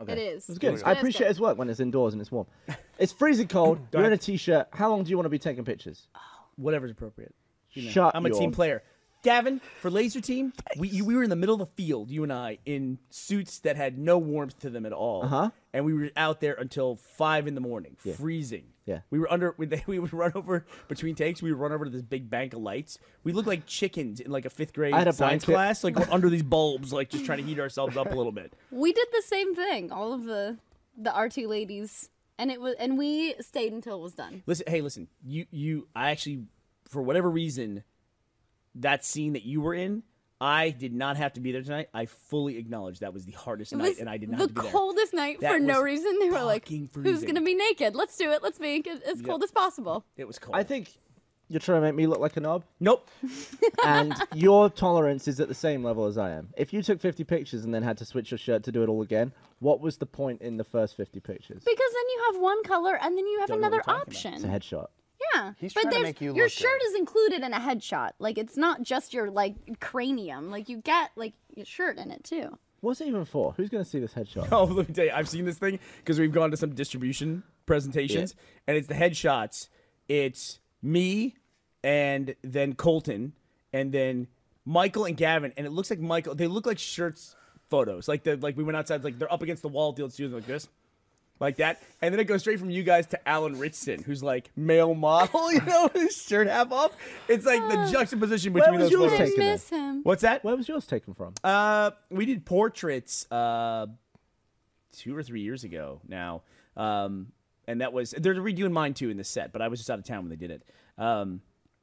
Speaker 3: It is.
Speaker 5: It's good. I appreciate his work when it's indoors and it's warm. It's freezing cold. You're in a t-shirt. How long do you want to be taking pictures?
Speaker 2: whatever's appropriate.
Speaker 5: Shut
Speaker 2: Ah, I'm a team
Speaker 5: your-
Speaker 2: player. Gavin, for laser team, we, you, we were in the middle of the field, you and I, in suits that had no warmth to them at all.
Speaker 5: Uh-huh.
Speaker 2: And we were out there until five in the morning, freezing.
Speaker 5: Yeah.
Speaker 2: We were under. We, we would run over between takes. We would run over to this big bank of lights. We looked like chickens in like a fifth grade
Speaker 5: I had a
Speaker 2: science
Speaker 5: blanket.
Speaker 2: class, like we're under these bulbs, like just trying to heat ourselves up a little bit.
Speaker 3: We did the same thing. All of the the RT ladies, and it was, and we stayed until it was done.
Speaker 2: Listen, hey, listen. You, you. I actually, for whatever reason, that scene that you were in, I did not have to be there tonight. I fully acknowledge that was the hardest
Speaker 3: It
Speaker 2: night,
Speaker 3: was
Speaker 2: and I did not
Speaker 3: the
Speaker 2: have to be
Speaker 3: coldest night
Speaker 2: That
Speaker 3: for no
Speaker 2: was
Speaker 3: reason. They were like,
Speaker 2: fucking
Speaker 3: "Who's
Speaker 2: freezing.
Speaker 3: gonna be naked? Let's do it. Let's make it as cold as possible."
Speaker 2: there. It was cold.
Speaker 5: I think you're trying to make me look like a knob,
Speaker 2: Nope.
Speaker 5: and your tolerance is at the same level as I am. If you took 50 pictures and then had to switch your shirt to do it all again, what was the point in the first 50 pictures?
Speaker 3: Because then you have one color, and then you have another option.
Speaker 5: It's a headshot.
Speaker 3: Yeah,
Speaker 4: He's
Speaker 3: but
Speaker 4: trying to
Speaker 3: there's
Speaker 4: make you
Speaker 3: your
Speaker 4: look
Speaker 3: shirt
Speaker 4: good.
Speaker 3: is included in a headshot. Like it's not just your like cranium. Like you get like your shirt in it too.
Speaker 5: What's it even for? Who's going to see this headshot?
Speaker 2: Oh, let me tell you, I've seen this thing because we've gone to some distribution presentations, and it's the headshots. It's me, and then Colton, and then Michael and Gavin, and it looks like Michael. They look like shirts photos. Like the like we went outside, like they're up against the wall, deal students like this. Like that, and then it goes straight from you guys to Alan Richson, who's like male model, you know, his shirt half off. It's like the juxtaposition
Speaker 5: Ah. Where
Speaker 2: between
Speaker 5: was
Speaker 2: those
Speaker 5: yours
Speaker 2: photos.
Speaker 5: taken?
Speaker 3: I
Speaker 5: Taking
Speaker 3: miss him.
Speaker 2: What's that?
Speaker 5: Where was yours taken from?
Speaker 2: Uh, we did portraits uh, two or three years ago now, um, and that was they're redoing mine too in the set, but I was just out of town when they did it. Um,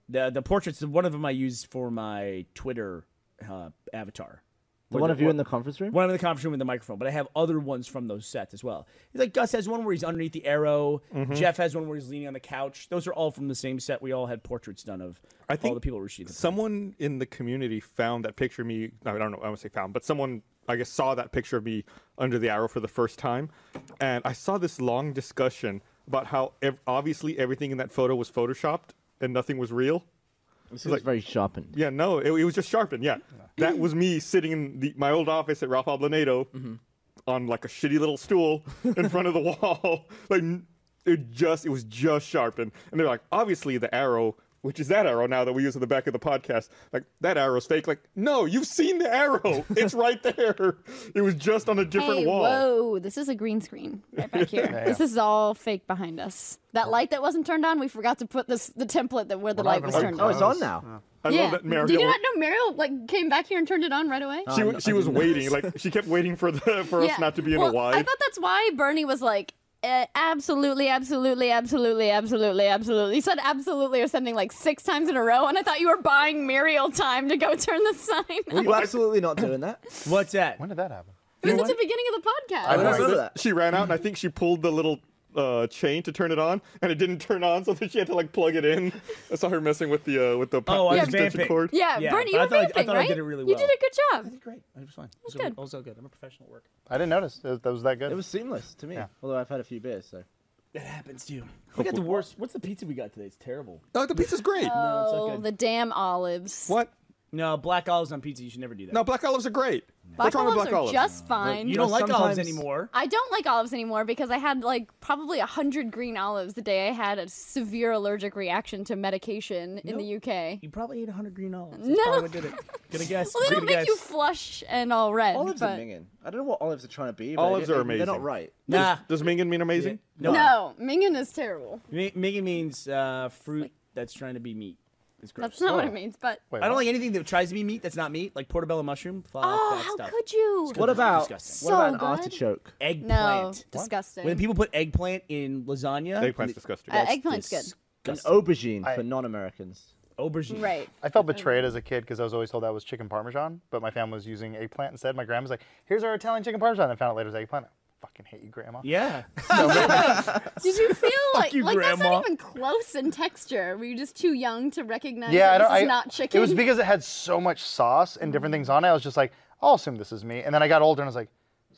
Speaker 2: the the portraits, one of them I used for my Twitter uh, avatar.
Speaker 5: the one of you in the conference room?
Speaker 2: One of them in the conference room with the microphone, but I have other ones from those sets as well. It's like Gus has one where he's underneath the arrow. Jeff has one where he's leaning on the couch. Those are all from the same set. We all had portraits done of
Speaker 1: I
Speaker 2: all
Speaker 1: think
Speaker 2: the people we were shooting.
Speaker 1: Someone in the community found that picture of me. I, mean, I don't know. I don't say found, but someone I guess saw that picture of me under the arrow for the first time, and I saw this long discussion about how ev- obviously everything in that photo was photoshopped and nothing was real.
Speaker 5: This is very sharpened.
Speaker 1: Yeah, no, it, it was just sharpened. Yeah, that was me sitting in the, my old office at Ralph Ablanedo on like a shitty little stool in front of the wall. Like n- it just, it was just sharpened. And they're like, obviously the arrow, which is that arrow now that we use at the back of the podcast, like that arrow's fake. Like, no, you've seen the arrow. It's right there. It was just on a different
Speaker 3: Hey,
Speaker 1: wall.
Speaker 3: whoa! This is a green screen right back here. This is all fake behind us. That light that wasn't turned on, we forgot to put this the template that where the light
Speaker 4: even
Speaker 3: was
Speaker 4: very
Speaker 3: turned
Speaker 5: Oh,
Speaker 3: on.
Speaker 5: it's on now.
Speaker 1: I
Speaker 3: yeah.
Speaker 1: love that
Speaker 3: Did
Speaker 1: Mariel.
Speaker 3: you not know Mariel like came back here and turned it on right away?
Speaker 1: She, wa- she was waiting, like she kept waiting for the for us not to be in
Speaker 3: well,
Speaker 1: a wide.
Speaker 3: I thought that's why Bernie was like, uh, absolutely, absolutely, absolutely, absolutely, absolutely. You said absolutely or something like six times in a row, and I thought you were buying Muriel time to go turn the sign.
Speaker 2: Oh.
Speaker 5: Were you absolutely not doing that?
Speaker 2: What's that?
Speaker 4: When did that happen?
Speaker 3: It was at the beginning of the podcast.
Speaker 5: I don't
Speaker 1: Right,
Speaker 5: remember
Speaker 1: th-
Speaker 5: that.
Speaker 1: She ran out, and I think she pulled the little uh, chain to turn it on, and it didn't turn on, so then she had to like plug it in. I saw her messing with the uh, with the
Speaker 2: Oh, I
Speaker 1: power
Speaker 2: was
Speaker 1: extension
Speaker 2: vamping.
Speaker 1: cord.
Speaker 3: yeah,
Speaker 2: Yeah, but
Speaker 3: Bernie, you
Speaker 2: I
Speaker 3: were
Speaker 2: thought I- I
Speaker 3: vamping,
Speaker 2: thought I
Speaker 3: right?
Speaker 2: did it really
Speaker 3: You
Speaker 2: well. Oh,
Speaker 3: did a good job.
Speaker 2: Great. I was fine. It was,
Speaker 3: good.
Speaker 2: All, was all good. I'm a professional at work.
Speaker 4: I didn't notice. That that was that good.
Speaker 5: It was seamless to me. Although I've had a few beers, so.
Speaker 2: That happens to you. We got the worst. What's the pizza we got today? It's terrible.
Speaker 1: Oh, the pizza's great.
Speaker 2: it's not
Speaker 3: Oh,
Speaker 2: good.
Speaker 3: the damn olives.
Speaker 1: What?
Speaker 2: No, black olives on pizza. You should never do that.
Speaker 1: No, black olives are great.
Speaker 3: Black
Speaker 1: What's wrong
Speaker 3: olives
Speaker 1: with black
Speaker 3: are
Speaker 1: olives?
Speaker 3: just fine.
Speaker 2: you don't
Speaker 5: No,
Speaker 2: like olives
Speaker 5: sometimes-
Speaker 2: anymore.
Speaker 3: I don't like olives anymore because I had like probably a hundred green olives the day I had a severe allergic reaction to medication in the UK.
Speaker 2: You probably ate 100 green olives.
Speaker 3: No.
Speaker 2: That's probably what did it. Gonna guess.
Speaker 3: Well, they
Speaker 2: Gonna
Speaker 3: don't make
Speaker 2: guess.
Speaker 3: you flush and all red.
Speaker 5: Olives
Speaker 3: but...
Speaker 5: are minging. I don't know what olives are trying to be. But
Speaker 1: Olives
Speaker 5: they-
Speaker 1: are
Speaker 5: They're not
Speaker 1: amazing.
Speaker 5: right.
Speaker 2: Nah.
Speaker 1: Does Mingan mean amazing?
Speaker 2: No.
Speaker 3: No, minging is terrible.
Speaker 2: Mi- Miggy means uh, fruit that's trying to be meat. It's gross.
Speaker 3: That's not what it means, but.
Speaker 4: Wait,
Speaker 2: I don't
Speaker 4: what?
Speaker 2: like anything that tries to be meat that's not meat, like portobello mushroom. Fuck
Speaker 3: Oh,
Speaker 2: that
Speaker 3: how
Speaker 2: stuff.
Speaker 3: could you?
Speaker 5: What about
Speaker 2: disgusting.
Speaker 5: what about an
Speaker 3: So good.
Speaker 5: artichoke?
Speaker 3: No,
Speaker 2: Eggplant.
Speaker 3: disgusting.
Speaker 2: When people put eggplant in lasagna,
Speaker 1: Eggplant's disgusting.
Speaker 3: uh, eggplant's
Speaker 2: dis-
Speaker 5: An aubergine
Speaker 4: I-
Speaker 5: for non-Americans.
Speaker 2: aubergine.
Speaker 3: good. Right.
Speaker 4: I felt betrayed as a kid because I was always told that was chicken parmesan, but my family was using eggplant instead. My grandma's like, "Here's our Italian chicken parmesan." I found out later it was eggplant. I fucking hate you, grandma.
Speaker 2: Yeah.
Speaker 3: Did you feel like
Speaker 2: you,
Speaker 3: like that's
Speaker 2: Grandma.
Speaker 3: not even close in texture? Were you just too young to recognize
Speaker 4: Yeah, I
Speaker 3: that
Speaker 4: don't.
Speaker 3: this is
Speaker 4: I,
Speaker 3: not chicken?
Speaker 4: It was because it had so much sauce and different things on it. I was just like, I'll assume this is meat. And then I got older and I was like,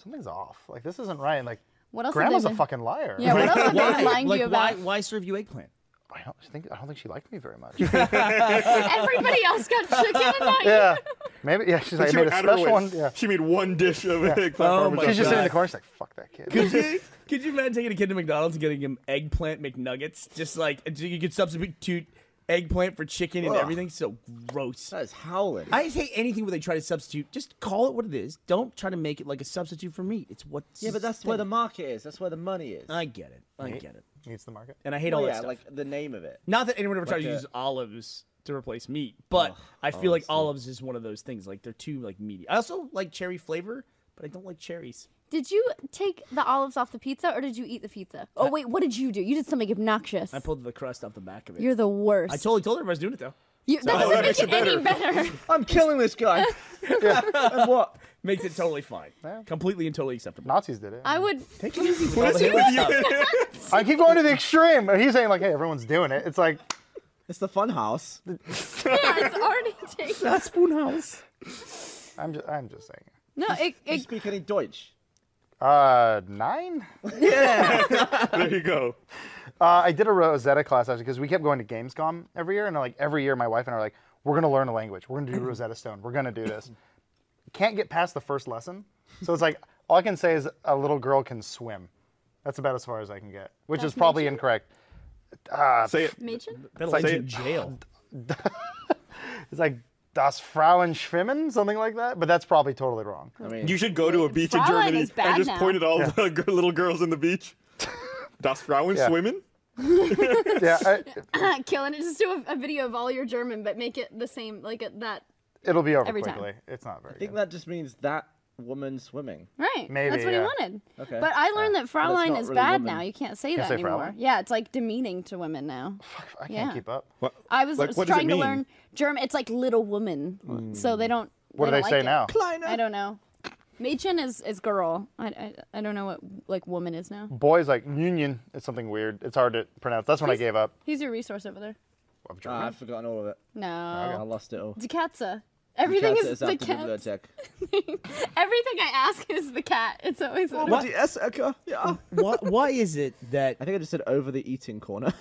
Speaker 4: something's off. Like this isn't right. And like,
Speaker 3: What else did they
Speaker 4: grandma's a
Speaker 3: do?
Speaker 4: fucking liar.
Speaker 3: yeah, what else are they
Speaker 2: why?
Speaker 3: lying to
Speaker 2: Like,
Speaker 3: you about?
Speaker 2: why? Why serve you eggplant?
Speaker 4: I don't think I don't think she liked me very much.
Speaker 3: Everybody else got chicken and not you.
Speaker 4: yeah, maybe. Yeah, she's like,
Speaker 1: She
Speaker 4: I
Speaker 1: went
Speaker 4: made a
Speaker 1: out of her
Speaker 4: special
Speaker 1: way.
Speaker 4: one. Yeah.
Speaker 1: She made one dish of eggplant
Speaker 2: Oh my
Speaker 1: parmesan.
Speaker 4: She's just sitting
Speaker 2: God.
Speaker 4: in the corner. She's like, fuck that kid.
Speaker 2: Could you, could you imagine taking a kid to McDonald's and getting him eggplant McNuggets? Just like you could substitute eggplant for chicken and
Speaker 5: Ugh.
Speaker 2: everything. So gross.
Speaker 5: That is howling.
Speaker 2: I just hate anything where they try to substitute. Just call it what it is. Don't try to make it like a substitute for meat. It's what.
Speaker 5: yeah, but that's where the market is. That's where the money is.
Speaker 2: I get it. I get it.
Speaker 4: Needs the market.
Speaker 2: And I hate
Speaker 5: Well,
Speaker 2: all
Speaker 5: yeah,
Speaker 2: that stuff.
Speaker 5: like the name of it.
Speaker 2: Not that anyone ever tried to
Speaker 5: a-
Speaker 2: use olives to replace meat, but I feel like olives is one of those things. Like they're too like meaty. I also like cherry flavor, but I don't like cherries.
Speaker 3: Did you take the olives off the pizza or did you eat the pizza? Oh wait, what did you do? You did something obnoxious.
Speaker 2: I pulled the crust off the back of it.
Speaker 3: You're the worst.
Speaker 2: I totally told everybody I was doing it though.
Speaker 3: you. That doesn't make
Speaker 1: makes it
Speaker 3: it any better.
Speaker 5: I'm killing this guy. And what?
Speaker 2: Makes it totally fine. Completely and totally acceptable.
Speaker 4: Nazis did it.
Speaker 3: I would.
Speaker 2: Take it easy with all
Speaker 1: What
Speaker 2: the
Speaker 1: is it
Speaker 2: Hitler
Speaker 1: with
Speaker 2: stuff.
Speaker 1: you?
Speaker 4: I keep going to the extreme. He's saying like, hey, everyone's doing it. It's like,
Speaker 5: It's the fun house.
Speaker 3: Yeah, it's already taken.
Speaker 2: That's Spoonhouse.
Speaker 4: I'm just, I'm just saying.
Speaker 3: No, it,
Speaker 5: Do you
Speaker 3: it
Speaker 5: speak any Deutsch?
Speaker 4: Uh, nine.
Speaker 1: there you go.
Speaker 4: Uh, I did a Rosetta class actually because we kept going to Gamescom every year, and like every year, my wife and I are like, "We're gonna learn a language. We're gonna do Rosetta Stone. We're gonna do this." Can't get past the first lesson, so it's like all I can say is a little girl can swim. That's about as far as I can get, which is probably incorrect.
Speaker 1: Say it.
Speaker 3: Machen?
Speaker 2: That'll
Speaker 1: Say
Speaker 2: end you in
Speaker 1: it.
Speaker 2: jail.
Speaker 4: It's like das Frauen schwimmen, something like that, but that's probably totally wrong.
Speaker 5: I mean,
Speaker 1: You should go to a beach in
Speaker 3: Fraulein
Speaker 1: Germany
Speaker 3: is bad
Speaker 1: and just
Speaker 3: now.
Speaker 1: point at all the g- little girls in the beach. Das Frauen
Speaker 4: Yeah.
Speaker 1: swimmen?
Speaker 4: Yeah, I,
Speaker 3: killing it. Just do a, a video of all your German, but make it the same, like it, that.
Speaker 4: it'll be over
Speaker 3: Every time.
Speaker 4: quickly. It's not very
Speaker 5: I think
Speaker 4: good.
Speaker 5: that just means that woman swimming.
Speaker 3: Right.
Speaker 4: Maybe,
Speaker 3: That's what
Speaker 4: yeah.
Speaker 3: he wanted.
Speaker 5: Okay.
Speaker 3: But I learned that Fraulein
Speaker 5: not
Speaker 3: is
Speaker 5: really
Speaker 3: bad
Speaker 5: woman.
Speaker 3: now. You can't say that
Speaker 4: say
Speaker 3: anymore.
Speaker 4: Fraulein?
Speaker 3: Yeah, it's like demeaning to women now.
Speaker 4: I can't
Speaker 3: yeah.
Speaker 4: keep up.
Speaker 1: What-
Speaker 3: I was
Speaker 1: Like,
Speaker 3: s-
Speaker 1: what does it
Speaker 3: trying to
Speaker 1: mean?
Speaker 3: learn German. It's like little woman. So they don't.
Speaker 4: What do
Speaker 3: they
Speaker 4: they
Speaker 3: don't
Speaker 4: say
Speaker 3: like it.
Speaker 4: now?
Speaker 3: I don't know. Mädchen is, is girl. I, I, I don't know what like woman is now.
Speaker 4: Boys like union. It's something weird. It's hard to pronounce. That's when I gave up.
Speaker 3: Who's your resource over there?
Speaker 4: of
Speaker 5: Ah,
Speaker 4: German.
Speaker 5: I've forgotten all of it. I
Speaker 3: No.
Speaker 5: lost it all.
Speaker 3: Dekatza. Everything
Speaker 5: Cats
Speaker 3: is
Speaker 5: out
Speaker 3: the
Speaker 5: the
Speaker 3: cat.
Speaker 5: bibliothek.
Speaker 3: Everything I ask is the cat. It's always the
Speaker 5: What? Yeah.
Speaker 2: why, why is it that
Speaker 5: I think I just said over the eating corner.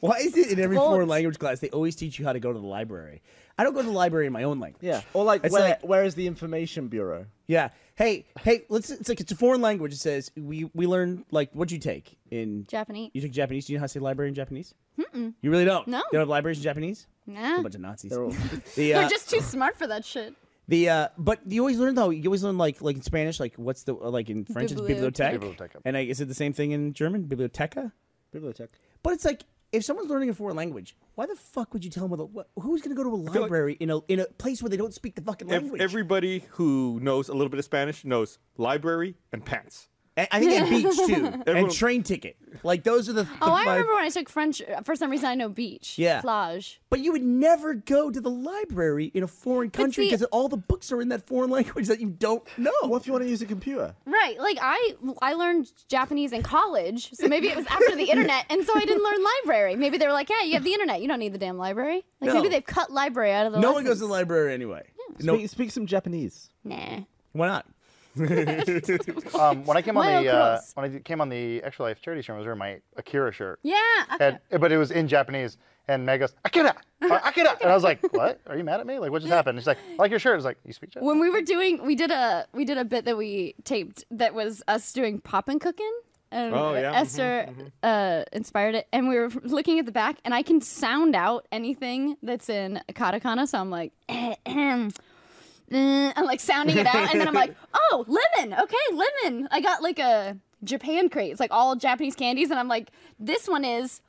Speaker 2: why is it in every
Speaker 3: Well,
Speaker 2: foreign
Speaker 3: it's-
Speaker 2: language class they always teach you how to go to the library? I don't go to the library in my own language.
Speaker 5: yeah. Or like
Speaker 2: It's
Speaker 5: where,
Speaker 2: like-
Speaker 5: where is the information bureau?
Speaker 2: Yeah. Hey, hey, let's it's like it's a foreign language. It says we we learn like what'd you take in
Speaker 3: Japanese.
Speaker 2: You took Japanese. Do you know how to say library in Japanese? Mm-mm. You really don't.
Speaker 3: No.
Speaker 2: You don't have libraries in Japanese.
Speaker 3: Nah.
Speaker 2: A bunch of Nazis.
Speaker 5: all-
Speaker 2: the, uh,
Speaker 3: They're just too smart for that shit.
Speaker 2: the uh, but you always learn though. You always learn like like in Spanish, like what's the like in French it's bibliothèque.
Speaker 3: Bibliothèque.
Speaker 4: Bibliotheca.
Speaker 2: And like, is it the same thing in German? Bibliotheca.
Speaker 5: Bibliothek.
Speaker 2: But it's like if someone's learning a foreign language, why the fuck would you tell them what, the- what who's going to go to a
Speaker 1: like-
Speaker 2: library in a in a place where they don't speak the fucking
Speaker 1: Ev-
Speaker 2: language?
Speaker 1: everybody who knows a little bit of Spanish knows library and pants.
Speaker 2: And I think and beach too, and
Speaker 1: Everyone-
Speaker 2: train ticket. Like those are the. the
Speaker 3: Oh, I
Speaker 2: five-
Speaker 3: remember when I took French. uh, For some reason, I know beach.
Speaker 2: Yeah.
Speaker 3: Plage.
Speaker 2: But you would never go to the library in a foreign country
Speaker 3: see-
Speaker 2: because all the books are in that foreign language that you don't know.
Speaker 5: Oh, What if you want to use a computer?
Speaker 3: Right. Like I, I learned Japanese in college, so maybe it was after the internet, and so I didn't learn library. Maybe they were like, "Hey, you have the internet. You don't need the damn library." Like
Speaker 2: No.
Speaker 3: maybe they've cut library out of the.
Speaker 2: no one goes to the
Speaker 3: lessons.
Speaker 2: library anyway. No,
Speaker 5: Speak, speak some Japanese.
Speaker 3: Nah.
Speaker 2: why not?
Speaker 4: Um, when I came on
Speaker 3: Mario
Speaker 4: the uh,
Speaker 3: Cross.
Speaker 4: when I came on the Extra Life charity stream, I was wearing my Akira shirt.
Speaker 3: Yeah. uh, Okay.
Speaker 4: And, but it was in Japanese, and Meg goes Akira, or, Akira, and I was like, "What? Are you mad at me? Like, what just happened?" And she's like, "I like your shirt." I was like, "You speak Japanese?"
Speaker 3: when we were doing we did a we did a bit that we taped that was us doing pop and cooking and
Speaker 1: Oh, yeah.
Speaker 3: esther uh, inspired it and we were looking at the back and i can sound out anything that's in katakana so i'm like "Ahem." Mm, i'm like sounding it out and then i'm like oh lemon okay lemon i got like a japan crate it's like all japanese candies and i'm like this one is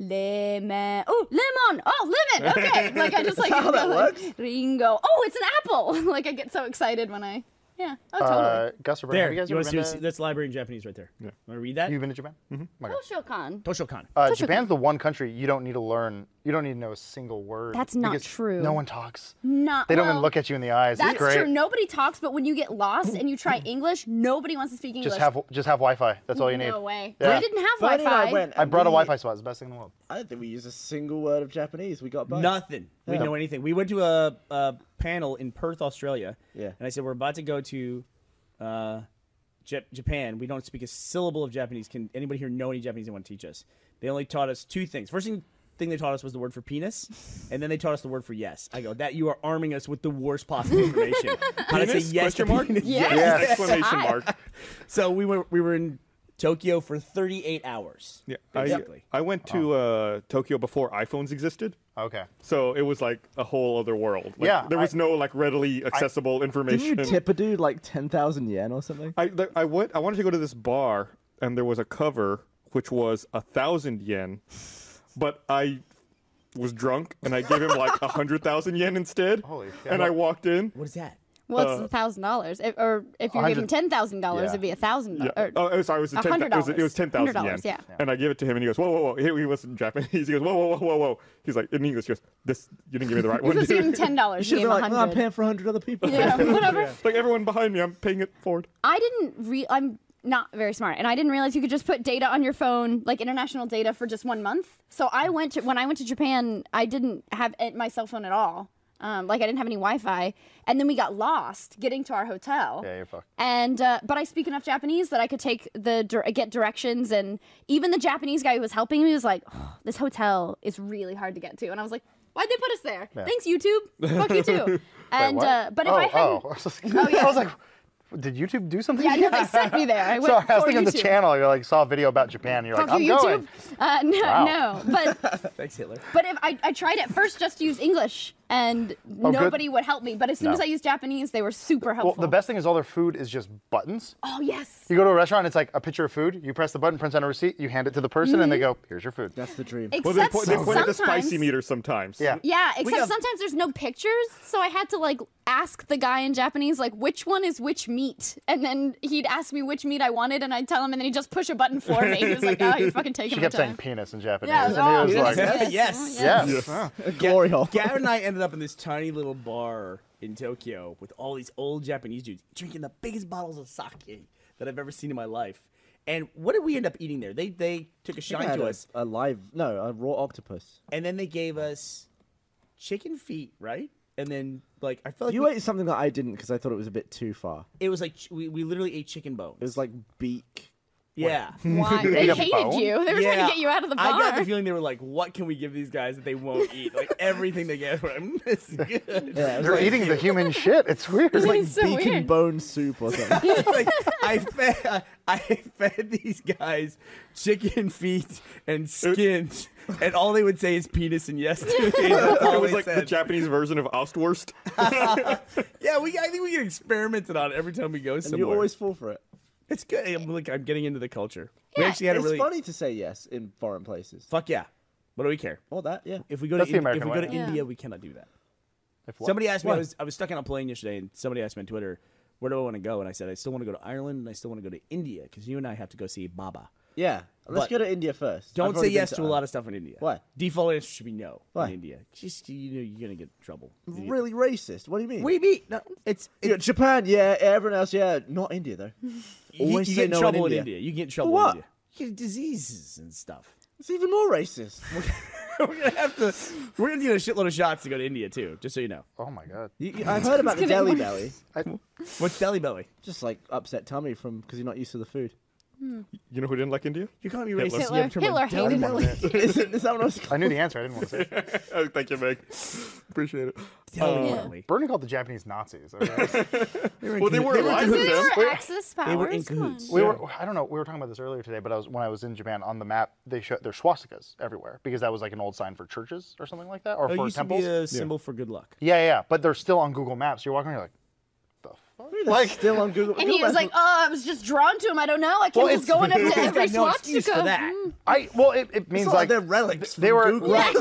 Speaker 3: Lemon. Oh, lemon. Oh, lemon. Okay. Like I just like
Speaker 5: how that
Speaker 3: go, like, Ringo. Oh, it's an apple. like I get so excited when I. Yeah. Oh, totally.
Speaker 4: Uh, Gus or Brian,
Speaker 7: There,
Speaker 4: have you guys
Speaker 7: you
Speaker 4: ever
Speaker 7: want
Speaker 4: been
Speaker 7: to see
Speaker 4: to?
Speaker 7: that's library in Japanese right there. Yeah. Want to read that?
Speaker 4: You've been to Japan? Mm-hmm.
Speaker 3: Oh,
Speaker 4: my
Speaker 3: Toshokan.
Speaker 4: God.
Speaker 7: Toshokan.
Speaker 4: Uh, Japan's the one country you don't need to learn. You don't need to know a single word.
Speaker 3: That's not
Speaker 4: because
Speaker 3: true.
Speaker 4: No one talks.
Speaker 3: Not.
Speaker 4: They don't
Speaker 3: well,
Speaker 4: even look at you in the eyes.
Speaker 3: That's
Speaker 4: it's great.
Speaker 3: true. Nobody talks, but when you get lost and you try English, nobody wants to speak English.
Speaker 4: Just have just have Wi-Fi. That's all you need.
Speaker 3: No way.
Speaker 4: Yeah.
Speaker 3: We didn't have
Speaker 5: Bernie and
Speaker 3: Wi-Fi.
Speaker 5: I went.
Speaker 4: I
Speaker 5: and
Speaker 4: brought a
Speaker 5: we-
Speaker 4: Wi-Fi spot. It's the best thing in the world.
Speaker 5: I don't think we used a single word of Japanese. We got both.
Speaker 7: Nothing.
Speaker 2: We know anything. We went to a, a panel in Perth, Australia.
Speaker 5: Yeah.
Speaker 2: And I said, we're about to go to uh, Jap Japan. We don't speak a syllable of Japanese. Can anybody here know any Japanese they want to teach us? They only taught us two things. First thing, thing they taught us was the word for penis, and then they taught us the word for yes. I go, that you are arming us with the worst possible information. How to say
Speaker 1: Penis?
Speaker 2: yes to
Speaker 1: Question mark?
Speaker 2: penis.
Speaker 3: Yes.
Speaker 4: Yes.
Speaker 1: Exclamation
Speaker 3: Hi.
Speaker 1: mark.
Speaker 2: So we were, we were in Tokyo for 38 hours.
Speaker 1: Yeah, I,
Speaker 2: Basically.
Speaker 1: I went to uh, Tokyo before iPhones existed.
Speaker 4: Okay.
Speaker 1: So it was like a whole other world. Like,
Speaker 4: Yeah,
Speaker 1: there was
Speaker 4: I-
Speaker 1: no like readily accessible
Speaker 5: Didn't you
Speaker 1: information.
Speaker 5: tip a dude like ten thousand yen or something?
Speaker 1: I th- I went. I wanted to go to this bar, and there was a cover which was a thousand yen, but I was drunk and I gave him like a hundred thousand yen instead.
Speaker 4: Holy shit.
Speaker 1: And I walked in.
Speaker 2: What is that?
Speaker 3: Well,
Speaker 4: Uh,
Speaker 3: it's a thousand dollars, or if you gave him
Speaker 4: 100
Speaker 3: ten thousand dollars, it'd be a thousand.
Speaker 1: Yeah.
Speaker 3: or-
Speaker 1: oh, sorry. It was, a ten, it was, it was
Speaker 3: $100,
Speaker 1: ten thousand yen.
Speaker 3: $100, yeah.
Speaker 1: And I gave it to him, and he goes, "Whoa, whoa, whoa!" He, he was in Japanese. He goes, "Whoa, whoa, whoa, whoa, whoa!" He's like in English. He goes, "This, you didn't give me the right
Speaker 3: You're
Speaker 1: one."
Speaker 3: supposed to give him
Speaker 1: dude."
Speaker 3: ten dollars. You
Speaker 5: Should
Speaker 3: gave
Speaker 5: have
Speaker 3: him
Speaker 5: been like, no, I'm
Speaker 3: hundred.
Speaker 5: paying for hundred other people.
Speaker 3: Yeah, whatever.
Speaker 1: It's like everyone behind me, I'm paying it forward.
Speaker 3: I didn't re I'm not very smart and I didn't realize you could just put data on your phone like international data for just one month. So I went to when I went to Japan, I didn't have it, my cell phone at all. Um, like I didn't have any Wi-Fi and then we got lost getting to our hotel.
Speaker 4: Yeah, you're fucked.
Speaker 3: And uh, but I speak enough Japanese that I could take the dir- get directions and even the Japanese guy who was helping me was like, "Oh, "This hotel is really hard to get to." And I was like, "Why'd they put us there? Thanks YouTube. Fuck you too." And
Speaker 4: What?
Speaker 3: uh, but if
Speaker 4: oh,
Speaker 3: I hadn't
Speaker 4: oh. I was, like, I was like, did YouTube do something?
Speaker 3: yeah, no, they sent me there. I went
Speaker 4: Sorry, I was
Speaker 3: for
Speaker 4: thinking
Speaker 3: YouTube.
Speaker 4: the channel. You're like saw a video about Japan. And you're like,
Speaker 3: Fuck
Speaker 4: I'm
Speaker 3: you, YouTube.
Speaker 4: going.
Speaker 3: Uh, no, no.
Speaker 4: Wow.
Speaker 3: But
Speaker 2: Thanks, Hitler.
Speaker 3: but if I, I tried at first just to use English and
Speaker 4: Oh, good.
Speaker 3: nobody would help me. But as soon
Speaker 4: No.
Speaker 3: as I used Japanese, they were super
Speaker 4: Well,
Speaker 3: helpful.
Speaker 4: the best thing is all their food is just buttons.
Speaker 3: Oh yes,
Speaker 4: You go to a restaurant, it's like a picture of food. You press the button, print out a receipt, you hand it to the person, and they
Speaker 3: Mm-hmm.
Speaker 4: go, "Here's your food."
Speaker 5: That's the dream.
Speaker 3: except
Speaker 1: Well, they, po- they
Speaker 3: sometimes.
Speaker 1: point at the spicy meter sometimes.
Speaker 4: yeah.
Speaker 3: Yeah, except
Speaker 2: got-
Speaker 3: sometimes there's no pictures, so I had to like ask the guy in Japanese like which one is which meat, and then he'd ask me which meat I wanted, and I'd tell him, and then he'd just push a button for me. He was like, "Oh, you're fucking taking
Speaker 4: She
Speaker 3: my
Speaker 4: kept saying
Speaker 3: time."
Speaker 4: penis in Japanese,
Speaker 3: yeah, oh,
Speaker 4: and it was like,
Speaker 2: yes.
Speaker 3: yes.
Speaker 4: yeah.
Speaker 5: Glory hole.
Speaker 2: Garrett and I ended up in this tiny little bar in Tokyo with all these old Japanese dudes drinking the biggest bottles of sake that I've ever seen in my life. And what did we end up eating there? They they took a
Speaker 5: I
Speaker 2: shine
Speaker 5: had
Speaker 2: to
Speaker 5: a,
Speaker 2: us,
Speaker 5: a live, no, a raw octopus.
Speaker 2: and then they gave us chicken feet, right? And then like I felt like
Speaker 5: You
Speaker 2: we-
Speaker 5: ate something that I didn't because I thought it was a bit too far.
Speaker 2: it was like ch- we, we literally ate chicken bone.
Speaker 5: It was like beak.
Speaker 2: yeah.
Speaker 3: Why? They
Speaker 4: a
Speaker 3: hated
Speaker 4: bone?
Speaker 3: you. They were trying
Speaker 2: Yeah.
Speaker 3: to get you out of the bar.
Speaker 2: I got the feeling they were like, "What can we give these guys that they won't eat? Like everything they get, I'm this is good."
Speaker 4: They're eating the human shit. It's weird.
Speaker 5: Like
Speaker 3: It's so
Speaker 5: beak
Speaker 3: weird.
Speaker 5: and bone soup or something.
Speaker 2: It's like I fed I fed these guys chicken feet and skins, and all they would say is penis and yes to me. That's all
Speaker 1: It was
Speaker 2: they
Speaker 1: like the
Speaker 2: said.
Speaker 1: Japanese version of Ostwurst.
Speaker 2: yeah, we I think we get experimented on every time we go somewhere.
Speaker 5: you always fall for it.
Speaker 2: it's good. I'm like I'm getting into the culture. we actually had
Speaker 5: It's
Speaker 2: a really
Speaker 5: funny to say yes in foreign places.
Speaker 2: fuck yeah. What do we care?
Speaker 5: All that, yeah.
Speaker 2: If we go
Speaker 4: That's
Speaker 2: to
Speaker 4: the
Speaker 2: Ind- if
Speaker 4: American
Speaker 2: we go
Speaker 4: way.
Speaker 2: to
Speaker 3: Yeah.
Speaker 2: India, we cannot do that.
Speaker 4: If what?
Speaker 2: Somebody asked me. I
Speaker 5: Why?
Speaker 2: was I was stuck on a plane yesterday, and somebody asked me on Twitter, where do I want to go? And I said, I still want to go to Ireland and I still want to go to India because you and I have to go see Baba.
Speaker 5: Yeah. Let's
Speaker 2: But-
Speaker 5: go to India first. I've
Speaker 2: Don't say
Speaker 5: already been uh,
Speaker 2: yes to a
Speaker 5: Ireland.
Speaker 2: lot of stuff in India.
Speaker 5: Why?
Speaker 2: Default answer should be no
Speaker 5: Why?
Speaker 2: in India. Just you know you're gonna get in trouble.
Speaker 5: Really racist. What do you mean?
Speaker 2: Wait, me? No, it's,
Speaker 5: Yeah,
Speaker 2: it's
Speaker 5: Japan, yeah. Everyone else, yeah. Not India though.
Speaker 2: you, you
Speaker 5: Always say
Speaker 2: get in
Speaker 5: no in
Speaker 2: trouble in
Speaker 5: India.
Speaker 2: India. You get in trouble in
Speaker 5: what?
Speaker 2: India. You get diseases and stuff.
Speaker 5: It's even more racist.
Speaker 2: we're gonna have to. We're gonna need a shitload of shots to go to India too. Just so you know.
Speaker 4: Oh my god.
Speaker 5: You- you- I've heard about the
Speaker 3: getting
Speaker 5: deli
Speaker 3: worse.
Speaker 5: belly.
Speaker 2: What's Delhi Belly?
Speaker 5: Just like upset tummy from because you're not used to the food.
Speaker 1: You know who didn't like India?
Speaker 2: You can't be
Speaker 1: Hitler.
Speaker 2: racist.
Speaker 3: Hitler, Hitler hated it.
Speaker 5: Isn't is that what I was?
Speaker 4: I knew the answer. I didn't want to say. it.
Speaker 1: Oh, thank you, Meg. Appreciate it.
Speaker 2: Delhi
Speaker 3: Yeah.
Speaker 2: Belly.
Speaker 4: Bernie called the Japanese Nazis. Okay?
Speaker 1: Well, they were aligned
Speaker 3: Because
Speaker 1: with
Speaker 3: they
Speaker 1: them.
Speaker 3: were Axis powers.
Speaker 2: They were in
Speaker 3: Come on.
Speaker 2: cahoots.
Speaker 4: we were. I don't know. We were talking about this earlier today, but I was when I was in Japan on the map, they showed their swastikas everywhere because that was like an old sign for churches or something like that, or
Speaker 2: Oh, it
Speaker 4: for
Speaker 2: used
Speaker 4: temples.
Speaker 2: to be a symbol for good luck.
Speaker 4: Yeah, yeah, yeah. But they're still on Google Maps. You're walking, you're like, the fuck?
Speaker 5: Like still on Google.
Speaker 3: And
Speaker 5: Google
Speaker 3: he was
Speaker 5: Maps-
Speaker 3: like, "Oh, I was just drawn to him. I don't know. I kept
Speaker 4: Well,
Speaker 3: just
Speaker 4: it's-
Speaker 3: going up to every
Speaker 2: got no excuse for
Speaker 3: swastika."
Speaker 2: that.
Speaker 3: Mm.
Speaker 4: I well, it, it means
Speaker 5: not like
Speaker 4: like
Speaker 5: Oh, they're relics
Speaker 4: They
Speaker 5: from
Speaker 4: were
Speaker 5: Google.
Speaker 4: right.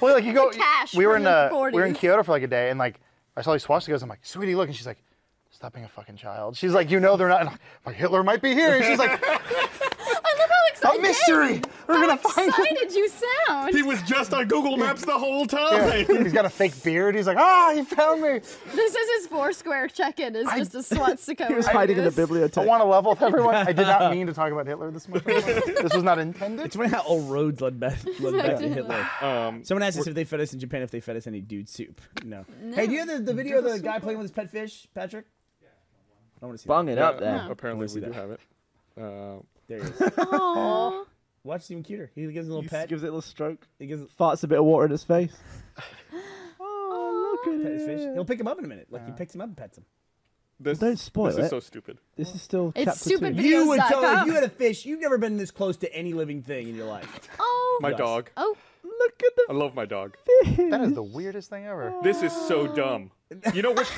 Speaker 4: well, like you go.
Speaker 3: It's like cash
Speaker 4: we were
Speaker 3: from
Speaker 4: in
Speaker 3: the
Speaker 4: uh, we were in
Speaker 3: 40s.
Speaker 4: Kyoto for like a day, and like I saw these swastikas. I'm like, sweetie, look, and she's like, stop being a fucking child. She's like, you know they're not. And I'm like Hitler might be here, and she's like,
Speaker 3: I love how
Speaker 4: a
Speaker 3: excited.
Speaker 4: mystery. We're
Speaker 3: How
Speaker 4: gonna find. him."
Speaker 3: excited you sound.
Speaker 1: He was just on Google Maps the whole time.
Speaker 4: Yeah. He's got a fake beard. He's like, ah, he found me.
Speaker 3: This is his Foursquare check-in. Is just a swastika.
Speaker 5: he was hiding in the
Speaker 3: radius.
Speaker 4: I
Speaker 5: bibliothèque.
Speaker 4: want to level with everyone. I did not mean to talk about Hitler this much. this was not intended.
Speaker 2: It's funny how old roads led back, led back to Hitler.
Speaker 1: Um,
Speaker 2: Someone asked us if they fed us in Japan if they fed us any dude soup. No. Hey, do you have the, the video of the guy playing with his pet fish, Patrick? I want to see.
Speaker 5: bung it up there.
Speaker 1: Apparently, we
Speaker 2: see
Speaker 1: do
Speaker 2: that.
Speaker 1: have it. Uh,
Speaker 2: That. There he is.
Speaker 3: Aw.
Speaker 2: Watch it's even cuter. He gives a little
Speaker 5: Just
Speaker 2: pet.
Speaker 5: gives it a little stroke.
Speaker 2: He gives a
Speaker 5: Farts a bit of water in his face. Oh,
Speaker 3: Oh,
Speaker 2: pet his fish. He'll pick him up in a minute. Like he picks him up and pets him.
Speaker 1: this,
Speaker 5: Don't spoil
Speaker 1: this
Speaker 5: it.
Speaker 1: is so stupid.
Speaker 5: This is still
Speaker 3: It's
Speaker 5: chapter
Speaker 3: stupid
Speaker 5: Two.
Speaker 3: video.
Speaker 2: You would
Speaker 3: Videos.com.
Speaker 2: tell if you had a fish. You've never been this close to any living thing in your life.
Speaker 3: oh.
Speaker 1: My dog.
Speaker 3: Oh.
Speaker 5: Look at
Speaker 1: I love my dog.
Speaker 4: That is the weirdest thing ever.
Speaker 1: This is so dumb. You know what?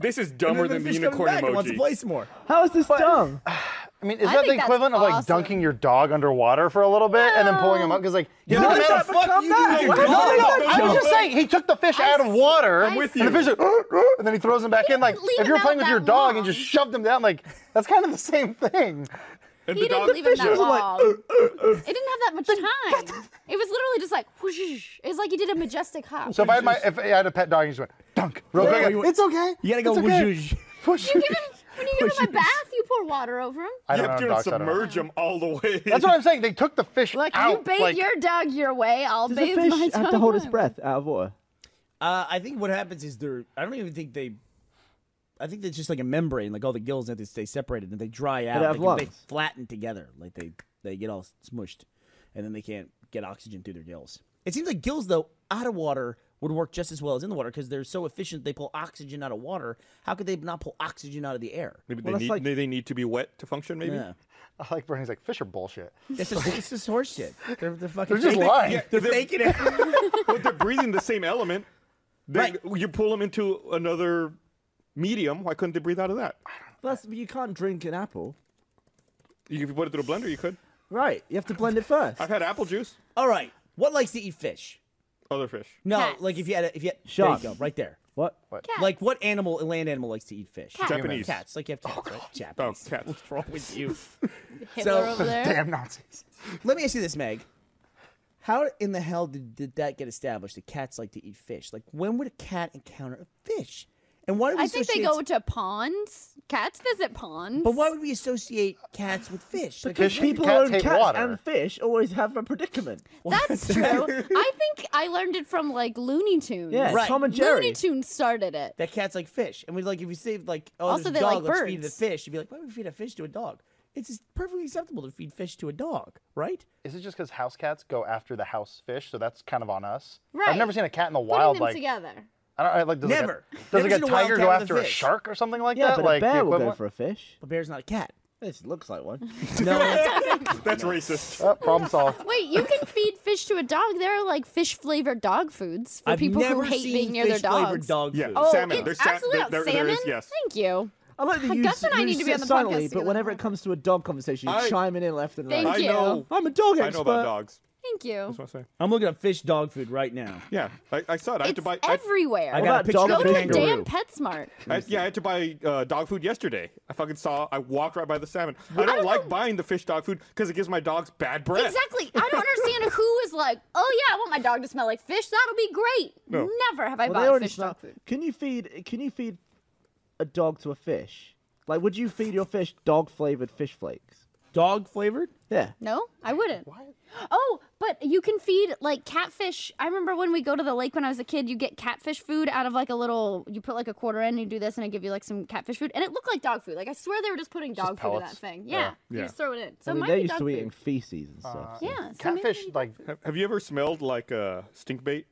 Speaker 1: this is dumber
Speaker 2: And
Speaker 1: than the
Speaker 2: fish comes
Speaker 1: unicorn
Speaker 2: back and wants to
Speaker 1: emoji.
Speaker 2: play some more.
Speaker 5: the. How is this dumb?
Speaker 4: I mean, is
Speaker 3: I
Speaker 4: that the
Speaker 3: think that's
Speaker 4: equivalent of like
Speaker 3: awesome.
Speaker 4: dunking your dog underwater for a little bit and then pulling him up? Because like, you
Speaker 2: How
Speaker 4: know,
Speaker 2: did
Speaker 4: man,
Speaker 2: the fuck you do with your dog?
Speaker 4: I was just saying, he took the fish out of water.
Speaker 3: I'm with
Speaker 4: and the
Speaker 1: you.
Speaker 4: fish like, "Uh, uh," and then he throws him back in. Like,
Speaker 3: leave
Speaker 4: if
Speaker 3: him
Speaker 4: you're
Speaker 3: out
Speaker 4: playing with
Speaker 3: that
Speaker 4: your dog
Speaker 3: long.
Speaker 4: and just shoved him down, like that's kind of the same thing.
Speaker 1: And
Speaker 3: He
Speaker 1: the
Speaker 3: didn't
Speaker 1: dog,
Speaker 3: leave him that
Speaker 1: Yeah.
Speaker 3: long. It didn't have that much time. It was literally just like whoosh. It was like he did a majestic hop.
Speaker 4: So if I had my, if I had a pet dog, he just went dunk real
Speaker 2: Yeah,
Speaker 4: quick.
Speaker 2: you-
Speaker 4: it's okay.
Speaker 2: You gotta go.
Speaker 4: It's okay.
Speaker 2: whoosh.
Speaker 4: Whoosh.
Speaker 3: You give him, when you give him a bath, you pour water over him.
Speaker 4: I
Speaker 1: You
Speaker 4: don't
Speaker 1: have
Speaker 4: know
Speaker 1: to
Speaker 4: dogs, I don't know.
Speaker 1: submerge him all the way.
Speaker 4: That's what I'm saying. They took the fish
Speaker 3: Look,
Speaker 4: out.
Speaker 3: you bathe
Speaker 4: like,
Speaker 3: your dog your way. I'll
Speaker 5: Does
Speaker 3: bathe
Speaker 5: a fish
Speaker 3: my dog.
Speaker 5: have to hold its
Speaker 3: mine.
Speaker 5: breath out of water?
Speaker 2: Uh, I think what happens is they're. I don't even think they. I think there's just like a membrane, like all the gills have to stay separated, and they dry out.
Speaker 5: have
Speaker 2: they, can- they
Speaker 5: lungs.
Speaker 2: flatten together, like they they get all smushed, and then they can't get oxygen through their gills. It seems like gills, though, out of water would work just as well as in the water because they're so efficient. They pull oxygen out of water. How could they not pull oxygen out of the air?
Speaker 1: Maybe they,
Speaker 5: Well, that's
Speaker 1: need,
Speaker 5: like-
Speaker 1: they they need to be wet to function, maybe?
Speaker 2: Yeah,
Speaker 4: I like Bernie's like fish are bullshit.
Speaker 2: this is this is horseshit. They're they're fucking.
Speaker 4: They're just
Speaker 2: faking-
Speaker 4: lying.
Speaker 2: They're faking it.
Speaker 1: but they're breathing the same element. They,
Speaker 2: Right.
Speaker 1: You pull them into another medium. Why couldn't they breathe out of that?
Speaker 5: Plus, you can't drink an apple.
Speaker 1: You, if you put it through a blender, you could.
Speaker 5: Right, you have to blend it first.
Speaker 1: I've had apple juice,
Speaker 2: All right. What likes to eat fish?
Speaker 1: other fish. Oh,
Speaker 2: No,
Speaker 3: Cats.
Speaker 2: like if you had a, if you had,
Speaker 5: Sharks.
Speaker 2: There you go, right there.
Speaker 5: What?
Speaker 3: Cats.
Speaker 2: Like what animal, land animal likes to eat fish?
Speaker 3: Cats.
Speaker 1: Japanese.
Speaker 2: Cats. Like you have cats, right?
Speaker 1: Oh,
Speaker 2: Japanese.
Speaker 1: cats.
Speaker 2: What's wrong with you?
Speaker 3: Hitler
Speaker 2: so-
Speaker 3: over there.
Speaker 4: Damn Nazis.
Speaker 2: Let me ask you this, Meg. How in the hell did, did that get established that cats like to eat fish? Like when would a cat encounter a fish? And why do we
Speaker 3: I think they
Speaker 2: associate-
Speaker 3: go to ponds. Cats visit ponds.
Speaker 2: But why would we associate cats with fish? Like,
Speaker 4: Fish
Speaker 5: People who
Speaker 4: cats
Speaker 5: own
Speaker 4: hate
Speaker 5: cats
Speaker 4: water.
Speaker 5: and fish always have a predicament.
Speaker 3: That's true. I think I learned it from like Looney Tunes.
Speaker 5: Yeah,
Speaker 2: Right.
Speaker 5: Tom and
Speaker 3: Looney
Speaker 5: Jerry.
Speaker 3: Tunes started it.
Speaker 2: that cats like fish. And we like if we say like oh
Speaker 3: Also,
Speaker 2: there's a
Speaker 3: they
Speaker 2: dog,
Speaker 3: like
Speaker 2: let's feed the
Speaker 3: birds.
Speaker 2: fish, you'd be like, why would we feed a fish to a dog? It's just perfectly acceptable to feed fish to a dog, right?
Speaker 4: Is it just because house cats go after the house fish, so that's kind of on us?
Speaker 3: Right.
Speaker 4: I've never seen a cat in the
Speaker 3: Putting
Speaker 4: wild
Speaker 3: them
Speaker 4: like
Speaker 3: together.
Speaker 4: I don't I- like does
Speaker 2: Never.
Speaker 4: Like a,
Speaker 2: Never
Speaker 4: does like
Speaker 2: seen
Speaker 4: a
Speaker 2: a wild
Speaker 4: tiger
Speaker 2: cat
Speaker 4: go
Speaker 2: with a
Speaker 4: after a,
Speaker 2: fish.
Speaker 4: shark or something like
Speaker 5: Yeah,
Speaker 4: that?
Speaker 5: but
Speaker 4: like
Speaker 5: a
Speaker 4: the
Speaker 5: bear will go
Speaker 4: equivalent?
Speaker 5: for a fish.
Speaker 2: A bear's not a cat.
Speaker 5: This looks like one.
Speaker 2: No, that's-
Speaker 1: That's racist.
Speaker 4: Oh, problem solved.
Speaker 3: Wait, you can feed fish to a dog. There are like fish flavored dog foods for
Speaker 2: I've
Speaker 3: people who
Speaker 2: never
Speaker 3: hate
Speaker 2: seen
Speaker 3: being near their
Speaker 2: fish-flavored
Speaker 3: dogs.
Speaker 2: dog
Speaker 1: Yeah,
Speaker 2: food.
Speaker 3: Oh,
Speaker 1: salmon.
Speaker 3: it's
Speaker 1: There's sa-
Speaker 3: absolutely
Speaker 1: there- there-
Speaker 3: salmon.
Speaker 1: there is- yes.
Speaker 3: Thank you.
Speaker 5: I like that you.
Speaker 3: Gus and I
Speaker 5: you
Speaker 3: need to be
Speaker 5: sit
Speaker 3: on the
Speaker 5: silently,
Speaker 3: podcast
Speaker 5: but
Speaker 3: together.
Speaker 5: whenever it comes to a dog conversation, you're
Speaker 1: I-
Speaker 5: chiming in left and right.
Speaker 3: Thank
Speaker 1: I
Speaker 3: you.
Speaker 1: know.
Speaker 5: I'm a dog expert.
Speaker 1: I know about dogs.
Speaker 3: Thank you.
Speaker 1: That's what I say.
Speaker 2: I'm looking up fish dog food right now.
Speaker 1: Yeah, I, I saw it. I had
Speaker 3: It's
Speaker 1: to buy. I-
Speaker 3: everywhere.
Speaker 2: I got a
Speaker 5: about
Speaker 2: picture
Speaker 5: dog
Speaker 3: Go
Speaker 2: of
Speaker 3: to
Speaker 2: a
Speaker 5: food?
Speaker 3: the
Speaker 2: kangaroo.
Speaker 3: damn PetSmart.
Speaker 1: I, yeah, I had to buy uh, dog food yesterday. I fucking saw. I walked right by the salmon. I don't
Speaker 3: don't
Speaker 1: like
Speaker 3: know-
Speaker 1: buying the fish dog food because it gives my dogs bad breath.
Speaker 3: Exactly. I don't understand who is like, oh yeah, I want my dog to smell like fish. That'll be great.
Speaker 1: No.
Speaker 3: Never have I
Speaker 5: Well, they
Speaker 3: bought
Speaker 5: already
Speaker 3: fish dog
Speaker 5: smell.
Speaker 3: food.
Speaker 5: Can you feed? Can you feed a dog to a fish? Like, would you feed your fish dog flavored fish flakes?
Speaker 2: Dog flavored?
Speaker 5: Yeah.
Speaker 3: No, I wouldn't. Oh, but you can feed like catfish. I remember when we go to the lake when I was a kid, you get catfish food out of like a little. You put like a quarter in, you do this, and it give you like some catfish food, and it looked like dog food. Like I swear they were just putting dog food in that
Speaker 4: pellets.
Speaker 3: thing. Yeah, you
Speaker 1: Yeah.
Speaker 3: just throw it in. So
Speaker 5: I mean,
Speaker 3: it might
Speaker 5: they're
Speaker 3: be
Speaker 5: used
Speaker 3: dog
Speaker 5: to
Speaker 3: food.
Speaker 5: eating feces and stuff. so-
Speaker 3: Yeah, so
Speaker 4: Catfish,
Speaker 3: maybe-
Speaker 4: like
Speaker 1: Ha- Have you ever smelled like uh, stink bait?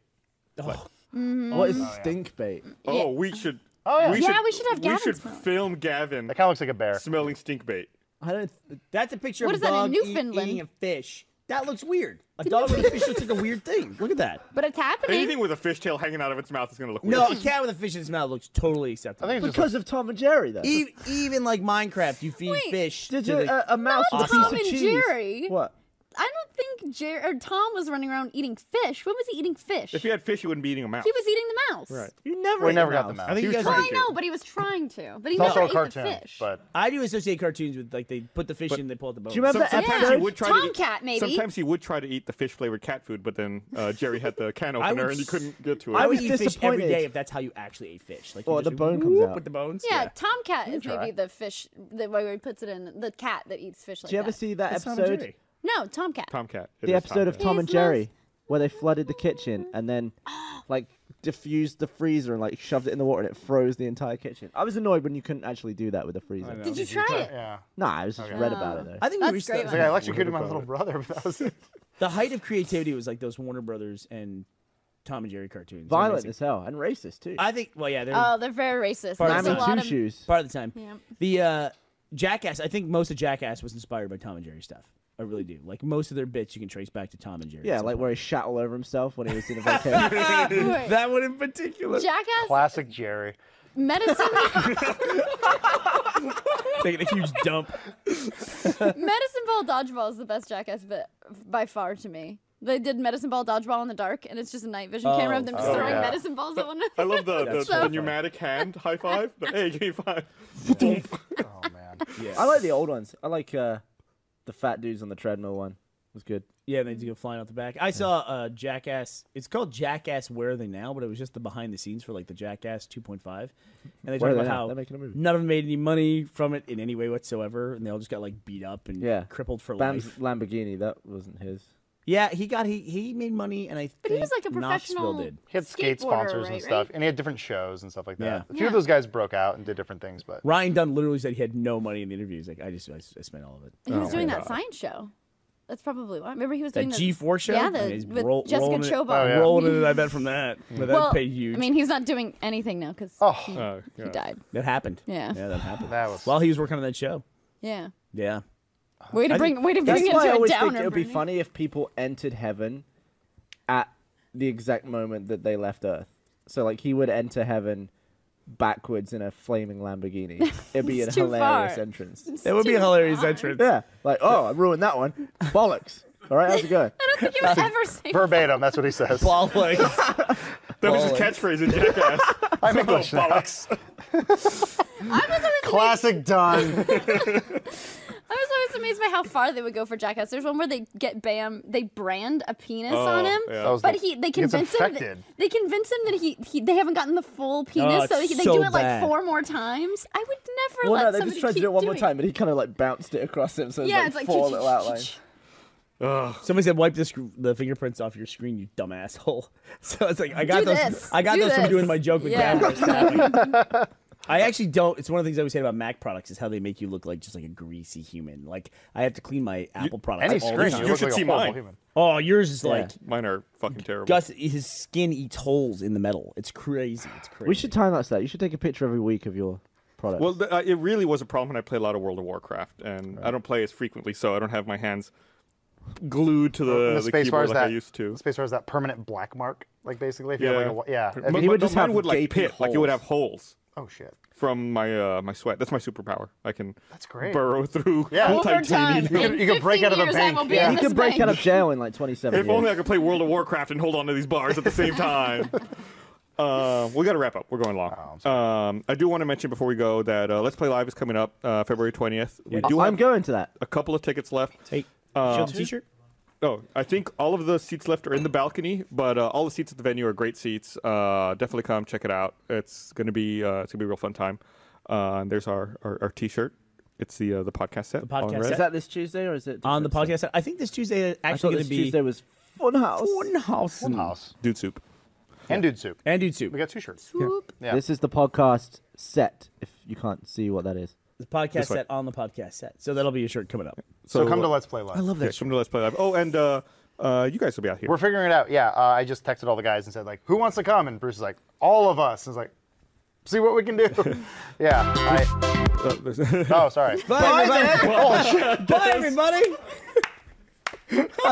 Speaker 5: What is stink bait?
Speaker 1: Oh, we should.
Speaker 4: Oh, yeah.
Speaker 1: we
Speaker 3: Yeah, we should have
Speaker 1: We
Speaker 3: Gavin
Speaker 1: should
Speaker 3: smell it.
Speaker 1: film Gavin
Speaker 4: that kind of looks like a bear.
Speaker 1: smelling stink bait.
Speaker 5: I don't. th-
Speaker 2: That's a picture
Speaker 3: What
Speaker 2: of
Speaker 3: is
Speaker 2: a
Speaker 3: that,
Speaker 2: dog
Speaker 3: in
Speaker 2: eat-
Speaker 3: Newfoundland?
Speaker 2: eating a fish. That looks weird. A dog with a fish looks like a weird thing. Look at that.
Speaker 3: but it's happening.
Speaker 1: Anything with a fish tail hanging out of its mouth is gonna look weird.
Speaker 2: No, a cat with a fish in its mouth looks totally
Speaker 4: I
Speaker 2: acceptable.
Speaker 4: think it's just
Speaker 5: Because of Tom and Jerry, though.
Speaker 2: E- even like Minecraft, you feed
Speaker 3: Wait.
Speaker 2: fish.
Speaker 5: Did
Speaker 2: to
Speaker 5: you, uh,
Speaker 2: the-
Speaker 5: a, a mouse
Speaker 3: Not
Speaker 5: with a piece
Speaker 3: Tom
Speaker 5: of
Speaker 3: and
Speaker 5: cheese?
Speaker 3: Jerry.
Speaker 5: What?
Speaker 3: I don't think Jer- or Tom was running around eating fish. When was he eating fish?
Speaker 1: If he had fish, he wouldn't be eating a mouse.
Speaker 3: He was eating the mouse.
Speaker 1: Right.
Speaker 5: You never.
Speaker 4: We
Speaker 5: eat
Speaker 4: never
Speaker 5: a
Speaker 4: got the
Speaker 5: mouse.
Speaker 4: mouse.
Speaker 2: I think you
Speaker 1: He was
Speaker 2: guys
Speaker 3: Well,
Speaker 1: trying
Speaker 3: I
Speaker 1: to.
Speaker 3: know, but he was trying to. But he
Speaker 4: It's
Speaker 3: never
Speaker 4: also a
Speaker 3: ate the
Speaker 4: cartoon,
Speaker 3: fish.
Speaker 4: but
Speaker 2: I do associate cartoons with like they put the fish in, they pull out the bones.
Speaker 5: you remember-
Speaker 1: Sometimes
Speaker 3: Yeah.
Speaker 1: he would try to eat,
Speaker 3: Tomcat, maybe.
Speaker 1: Sometimes he would try to eat the fish flavored cat food, but then uh, Jerry had the can
Speaker 2: I
Speaker 1: opener
Speaker 2: would
Speaker 1: and he
Speaker 2: s-
Speaker 1: couldn't get to it.
Speaker 2: I
Speaker 5: was
Speaker 2: would eat fish every
Speaker 5: disappointed.
Speaker 2: day if that's how you actually ate fish. Like you
Speaker 5: Or
Speaker 2: just
Speaker 5: the bone comes
Speaker 2: whoop
Speaker 5: out.
Speaker 2: with the bones.
Speaker 3: yeah, Tomcat is
Speaker 4: try.
Speaker 3: maybe the fish, the way where he puts it in, the cat that eats fish like
Speaker 5: Do you ever
Speaker 3: that.
Speaker 5: see that
Speaker 2: That's Tom and
Speaker 5: episode?
Speaker 2: Jerry.
Speaker 3: No, Tomcat.
Speaker 1: Tomcat. It
Speaker 5: The
Speaker 1: is
Speaker 5: episode of
Speaker 1: Tomcat.
Speaker 5: Tom and
Speaker 3: He's nice.
Speaker 5: Jerry where they flooded the kitchen and then, like, diffused the freezer and like shoved it in the water and it froze the entire kitchen. I was annoyed when you couldn't actually do that with the freezer.
Speaker 3: Did you try it?
Speaker 4: yeah.
Speaker 5: Nah, I was just read about it though.
Speaker 2: I think we
Speaker 3: That's
Speaker 2: reached
Speaker 3: great.
Speaker 2: the,
Speaker 4: It's like I electrocuted my little brother, but that was it.
Speaker 2: the height of creativity was like those Warner Brothers and Tom and Jerry cartoons. They're
Speaker 5: Violent
Speaker 2: amazing.
Speaker 5: as hell and racist too.
Speaker 2: I think. Well, yeah, they're
Speaker 3: Oh, they're very racist.
Speaker 5: I'm
Speaker 3: There's a
Speaker 5: in
Speaker 3: lot
Speaker 5: two
Speaker 3: of.
Speaker 5: shoes.
Speaker 2: part of the time.
Speaker 3: Yeah.
Speaker 2: The uh, Jackass. I think most of Jackass was inspired by Tom and Jerry stuff. I really do. Like most of their bits, you can trace back to Tom and Jerry.
Speaker 5: Yeah, like where he shat all over himself when he was in a vacation.
Speaker 3: Wait,
Speaker 2: that one in particular.
Speaker 3: Jackass
Speaker 4: Classic Jerry.
Speaker 3: medicine
Speaker 2: Taking a huge dump.
Speaker 3: medicine ball dodgeball is the best Jackass bit by far to me. They did medicine ball dodgeball in the dark, and it's just a night vision camera of them just
Speaker 4: Oh,
Speaker 3: throwing
Speaker 4: yeah.
Speaker 3: medicine balls at one
Speaker 1: I
Speaker 3: another.
Speaker 1: love the, the,
Speaker 2: That's
Speaker 1: the
Speaker 2: so
Speaker 1: pneumatic hand high five. The, hey, give me five.
Speaker 4: Oh man.
Speaker 5: I like the old ones. I like uh, the fat dudes on the treadmill one. It was good.
Speaker 2: Yeah, they do go flying out the back. I saw uh, Jackass. It's called Jackass. Where are they now? But it was just the behind the scenes for like the Jackass 2.5, and they
Speaker 5: Where
Speaker 2: talked
Speaker 5: Are They
Speaker 2: about
Speaker 5: Now?
Speaker 2: how
Speaker 5: They're making a movie.
Speaker 2: none of them made any money from it in any way whatsoever, and they all just got like beat up and
Speaker 5: Yeah.
Speaker 2: crippled for
Speaker 5: Bam's
Speaker 2: life.
Speaker 5: Lamborghini. That wasn't his.
Speaker 2: Yeah, he got he he made money, and I
Speaker 3: But he was like
Speaker 2: think
Speaker 3: a
Speaker 2: Knoxville
Speaker 3: professional.
Speaker 2: did.
Speaker 4: He had skate
Speaker 3: skateboarder,
Speaker 4: sponsors
Speaker 3: right,
Speaker 4: and stuff,
Speaker 3: right?
Speaker 4: and he had different shows and stuff like that.
Speaker 2: Yeah.
Speaker 4: A few of
Speaker 3: Yeah.
Speaker 4: those guys broke out and did different things, but
Speaker 2: Ryan Dunn literally said he had no money in the interview. He's like, I just I, s- I spent all of it.
Speaker 3: He was doing that science show. That's probably why. Remember he was doing
Speaker 2: That
Speaker 3: the
Speaker 2: G4 show. I
Speaker 3: Yeah,
Speaker 2: mean,
Speaker 3: the,
Speaker 2: he's
Speaker 3: with
Speaker 2: roll-
Speaker 3: Jessica
Speaker 2: rolling it-
Speaker 3: Chobot.
Speaker 4: Oh, yeah.
Speaker 2: Rolling it, I bet from that. But that
Speaker 3: Well,
Speaker 2: paid huge.
Speaker 3: I mean, he's not doing anything now because
Speaker 4: Oh.
Speaker 3: he,
Speaker 1: Oh,
Speaker 3: he
Speaker 1: yeah.
Speaker 3: died.
Speaker 2: that happened.
Speaker 3: Yeah.
Speaker 2: yeah, that happened.
Speaker 4: that was
Speaker 2: While he was working on that show.
Speaker 3: Yeah.
Speaker 2: Yeah.
Speaker 3: Way to
Speaker 2: I
Speaker 3: bring, way to
Speaker 5: That's
Speaker 3: bring it
Speaker 5: why I
Speaker 3: to a
Speaker 5: always
Speaker 3: downer.
Speaker 5: think it would be
Speaker 3: Brittany.
Speaker 5: funny if people entered heaven at the exact moment that they left Earth. So like he would enter heaven backwards in a flaming Lamborghini. It'd be a
Speaker 3: It's too
Speaker 5: hilarious
Speaker 3: far.
Speaker 5: entrance.
Speaker 2: That would be a hilarious entrance.
Speaker 5: Yeah, like oh, I ruined that one. Bollocks. All right, how's it going?
Speaker 3: I don't think he would ever say.
Speaker 4: verbatim. That's what he says.
Speaker 2: Ball like
Speaker 1: That was his catchphrase in Jackass.
Speaker 4: I'm
Speaker 1: oh,
Speaker 4: English now.
Speaker 1: bollocks.
Speaker 4: Classic Don.
Speaker 3: I was always amazed by how far they would go for Jackass. There's one where they get Bam, they brand a penis on him,
Speaker 1: yeah.
Speaker 4: That was
Speaker 3: but
Speaker 4: the-
Speaker 3: he they
Speaker 4: he gets
Speaker 3: convince him that,
Speaker 4: infected.
Speaker 3: they convince him that he, he they haven't gotten the full penis,
Speaker 2: Oh,
Speaker 3: so, he,
Speaker 2: it's
Speaker 3: they
Speaker 2: so
Speaker 3: do it
Speaker 2: bad.
Speaker 3: like four more times. I would never
Speaker 5: Well,
Speaker 3: let
Speaker 5: no, they just
Speaker 3: somebody
Speaker 5: tried to
Speaker 3: keep
Speaker 5: do it one more
Speaker 3: doing
Speaker 5: time, but he kind of like bounced it across him, so
Speaker 3: Yeah,
Speaker 5: it's like four little outlines.
Speaker 2: somebody said, wipe this, the fingerprints off your screen, you dumb asshole. So it's like I got
Speaker 3: Do
Speaker 2: those.
Speaker 3: this.
Speaker 2: I got
Speaker 3: Do
Speaker 2: those from
Speaker 3: this.
Speaker 2: doing my joke with
Speaker 3: Yeah.
Speaker 2: Gavin Verstappen. I actually don't. It's one of the things I would say about Mac products is how they make you look like just like a greasy human. Like I have to clean my Apple products.
Speaker 4: Any
Speaker 2: all
Speaker 4: screen,
Speaker 2: The
Speaker 4: you
Speaker 2: time.
Speaker 1: You
Speaker 4: look
Speaker 1: should
Speaker 4: like
Speaker 1: see
Speaker 4: a horrible
Speaker 1: mine.
Speaker 4: human.
Speaker 2: Oh, yours is like
Speaker 1: Mine are fucking terrible.
Speaker 2: Gus. His skin eats holes in the metal. It's crazy. It's crazy.
Speaker 5: We should time lapse that. You should take a picture every week of your product.
Speaker 1: Well, th- uh, it really was a problem when I play a lot of World of Warcraft, and I don't play as frequently, so I don't have my hands glued to the,
Speaker 4: And
Speaker 1: the,
Speaker 4: the space
Speaker 1: keyboard
Speaker 4: bar is
Speaker 1: like
Speaker 4: that
Speaker 1: I used to.
Speaker 4: Space bar is that permanent black mark, like basically. If you
Speaker 1: Yeah,
Speaker 4: have like a, wa- yeah.
Speaker 1: But-
Speaker 4: And
Speaker 1: but
Speaker 5: he would
Speaker 1: no,
Speaker 5: just
Speaker 1: mine
Speaker 5: have
Speaker 1: would like
Speaker 5: gaping
Speaker 1: pit, like it would
Speaker 5: holes.
Speaker 1: have holes.
Speaker 4: Oh shit.
Speaker 1: from my uh, my sweat. That's my superpower. I can
Speaker 4: That's great.
Speaker 1: burrow through
Speaker 4: Yeah.
Speaker 1: all
Speaker 3: Over time,
Speaker 1: titanium.
Speaker 4: You
Speaker 3: in
Speaker 4: could- you could break
Speaker 3: 50
Speaker 4: out of the
Speaker 3: years,
Speaker 4: bank,
Speaker 3: I will be
Speaker 4: yeah.
Speaker 3: in
Speaker 5: You
Speaker 3: this
Speaker 5: could break
Speaker 3: bank.
Speaker 5: out of jail in like 27
Speaker 1: If
Speaker 5: years.
Speaker 1: only I could play World of Warcraft and hold on to these bars at the same time. Uh, we got to wrap up. We're going long.
Speaker 4: Oh,
Speaker 1: um, I do want to mention before we go that uh, Let's Play Live is coming up uh, February 20th. We do
Speaker 5: I'm
Speaker 1: have
Speaker 5: going to that.
Speaker 1: a couple of tickets left. Um,
Speaker 2: Hey, show the T-shirt.
Speaker 1: Oh, I think all of the seats left are in the balcony, but uh, all the seats at the venue are great seats. Uh, definitely come check it out. It's gonna be uh, it's gonna be a real fun time. Uh, and there's our, our, our T-shirt. It's the uh, the podcast set. The
Speaker 2: podcast
Speaker 5: Is
Speaker 2: set.
Speaker 5: that this Tuesday or is it
Speaker 2: On the
Speaker 5: different?
Speaker 2: podcast, I think this Tuesday is
Speaker 5: I thought
Speaker 2: actually going
Speaker 5: this
Speaker 2: to be
Speaker 5: Tuesday was Funhouse.
Speaker 2: House
Speaker 4: House.
Speaker 1: Dude soup.
Speaker 4: And dude soup.
Speaker 2: and YouTube.
Speaker 4: We got two shirts.
Speaker 3: Whoop.
Speaker 4: Yeah.
Speaker 5: This is the podcast set. If you can't see what that is,
Speaker 2: The
Speaker 1: This
Speaker 2: podcast
Speaker 1: way.
Speaker 2: set on the podcast set. So that'll be a shirt coming up.
Speaker 4: so, come to Let's Play Live.
Speaker 1: Love that. uh, Come to Let's Play Live. Oh, and uh, uh, you guys will be out here.
Speaker 4: We're figuring it out. Yeah, uh, I just texted all the guys and said like, "Who wants to come?" And Bruce is like, "All of us." And I was like, "See what we can do." yeah. I,
Speaker 1: Uh, there's-
Speaker 4: oh, sorry.
Speaker 2: Bye, everybody. Bye,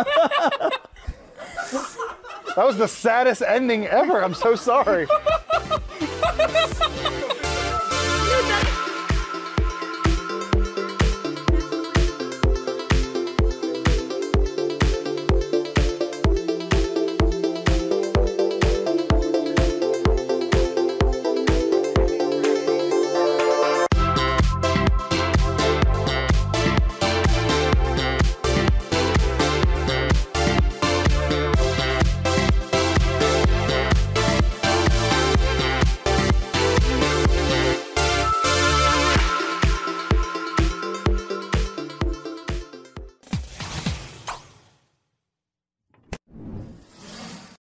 Speaker 2: everybody.
Speaker 4: That was the saddest ending ever. I'm so sorry.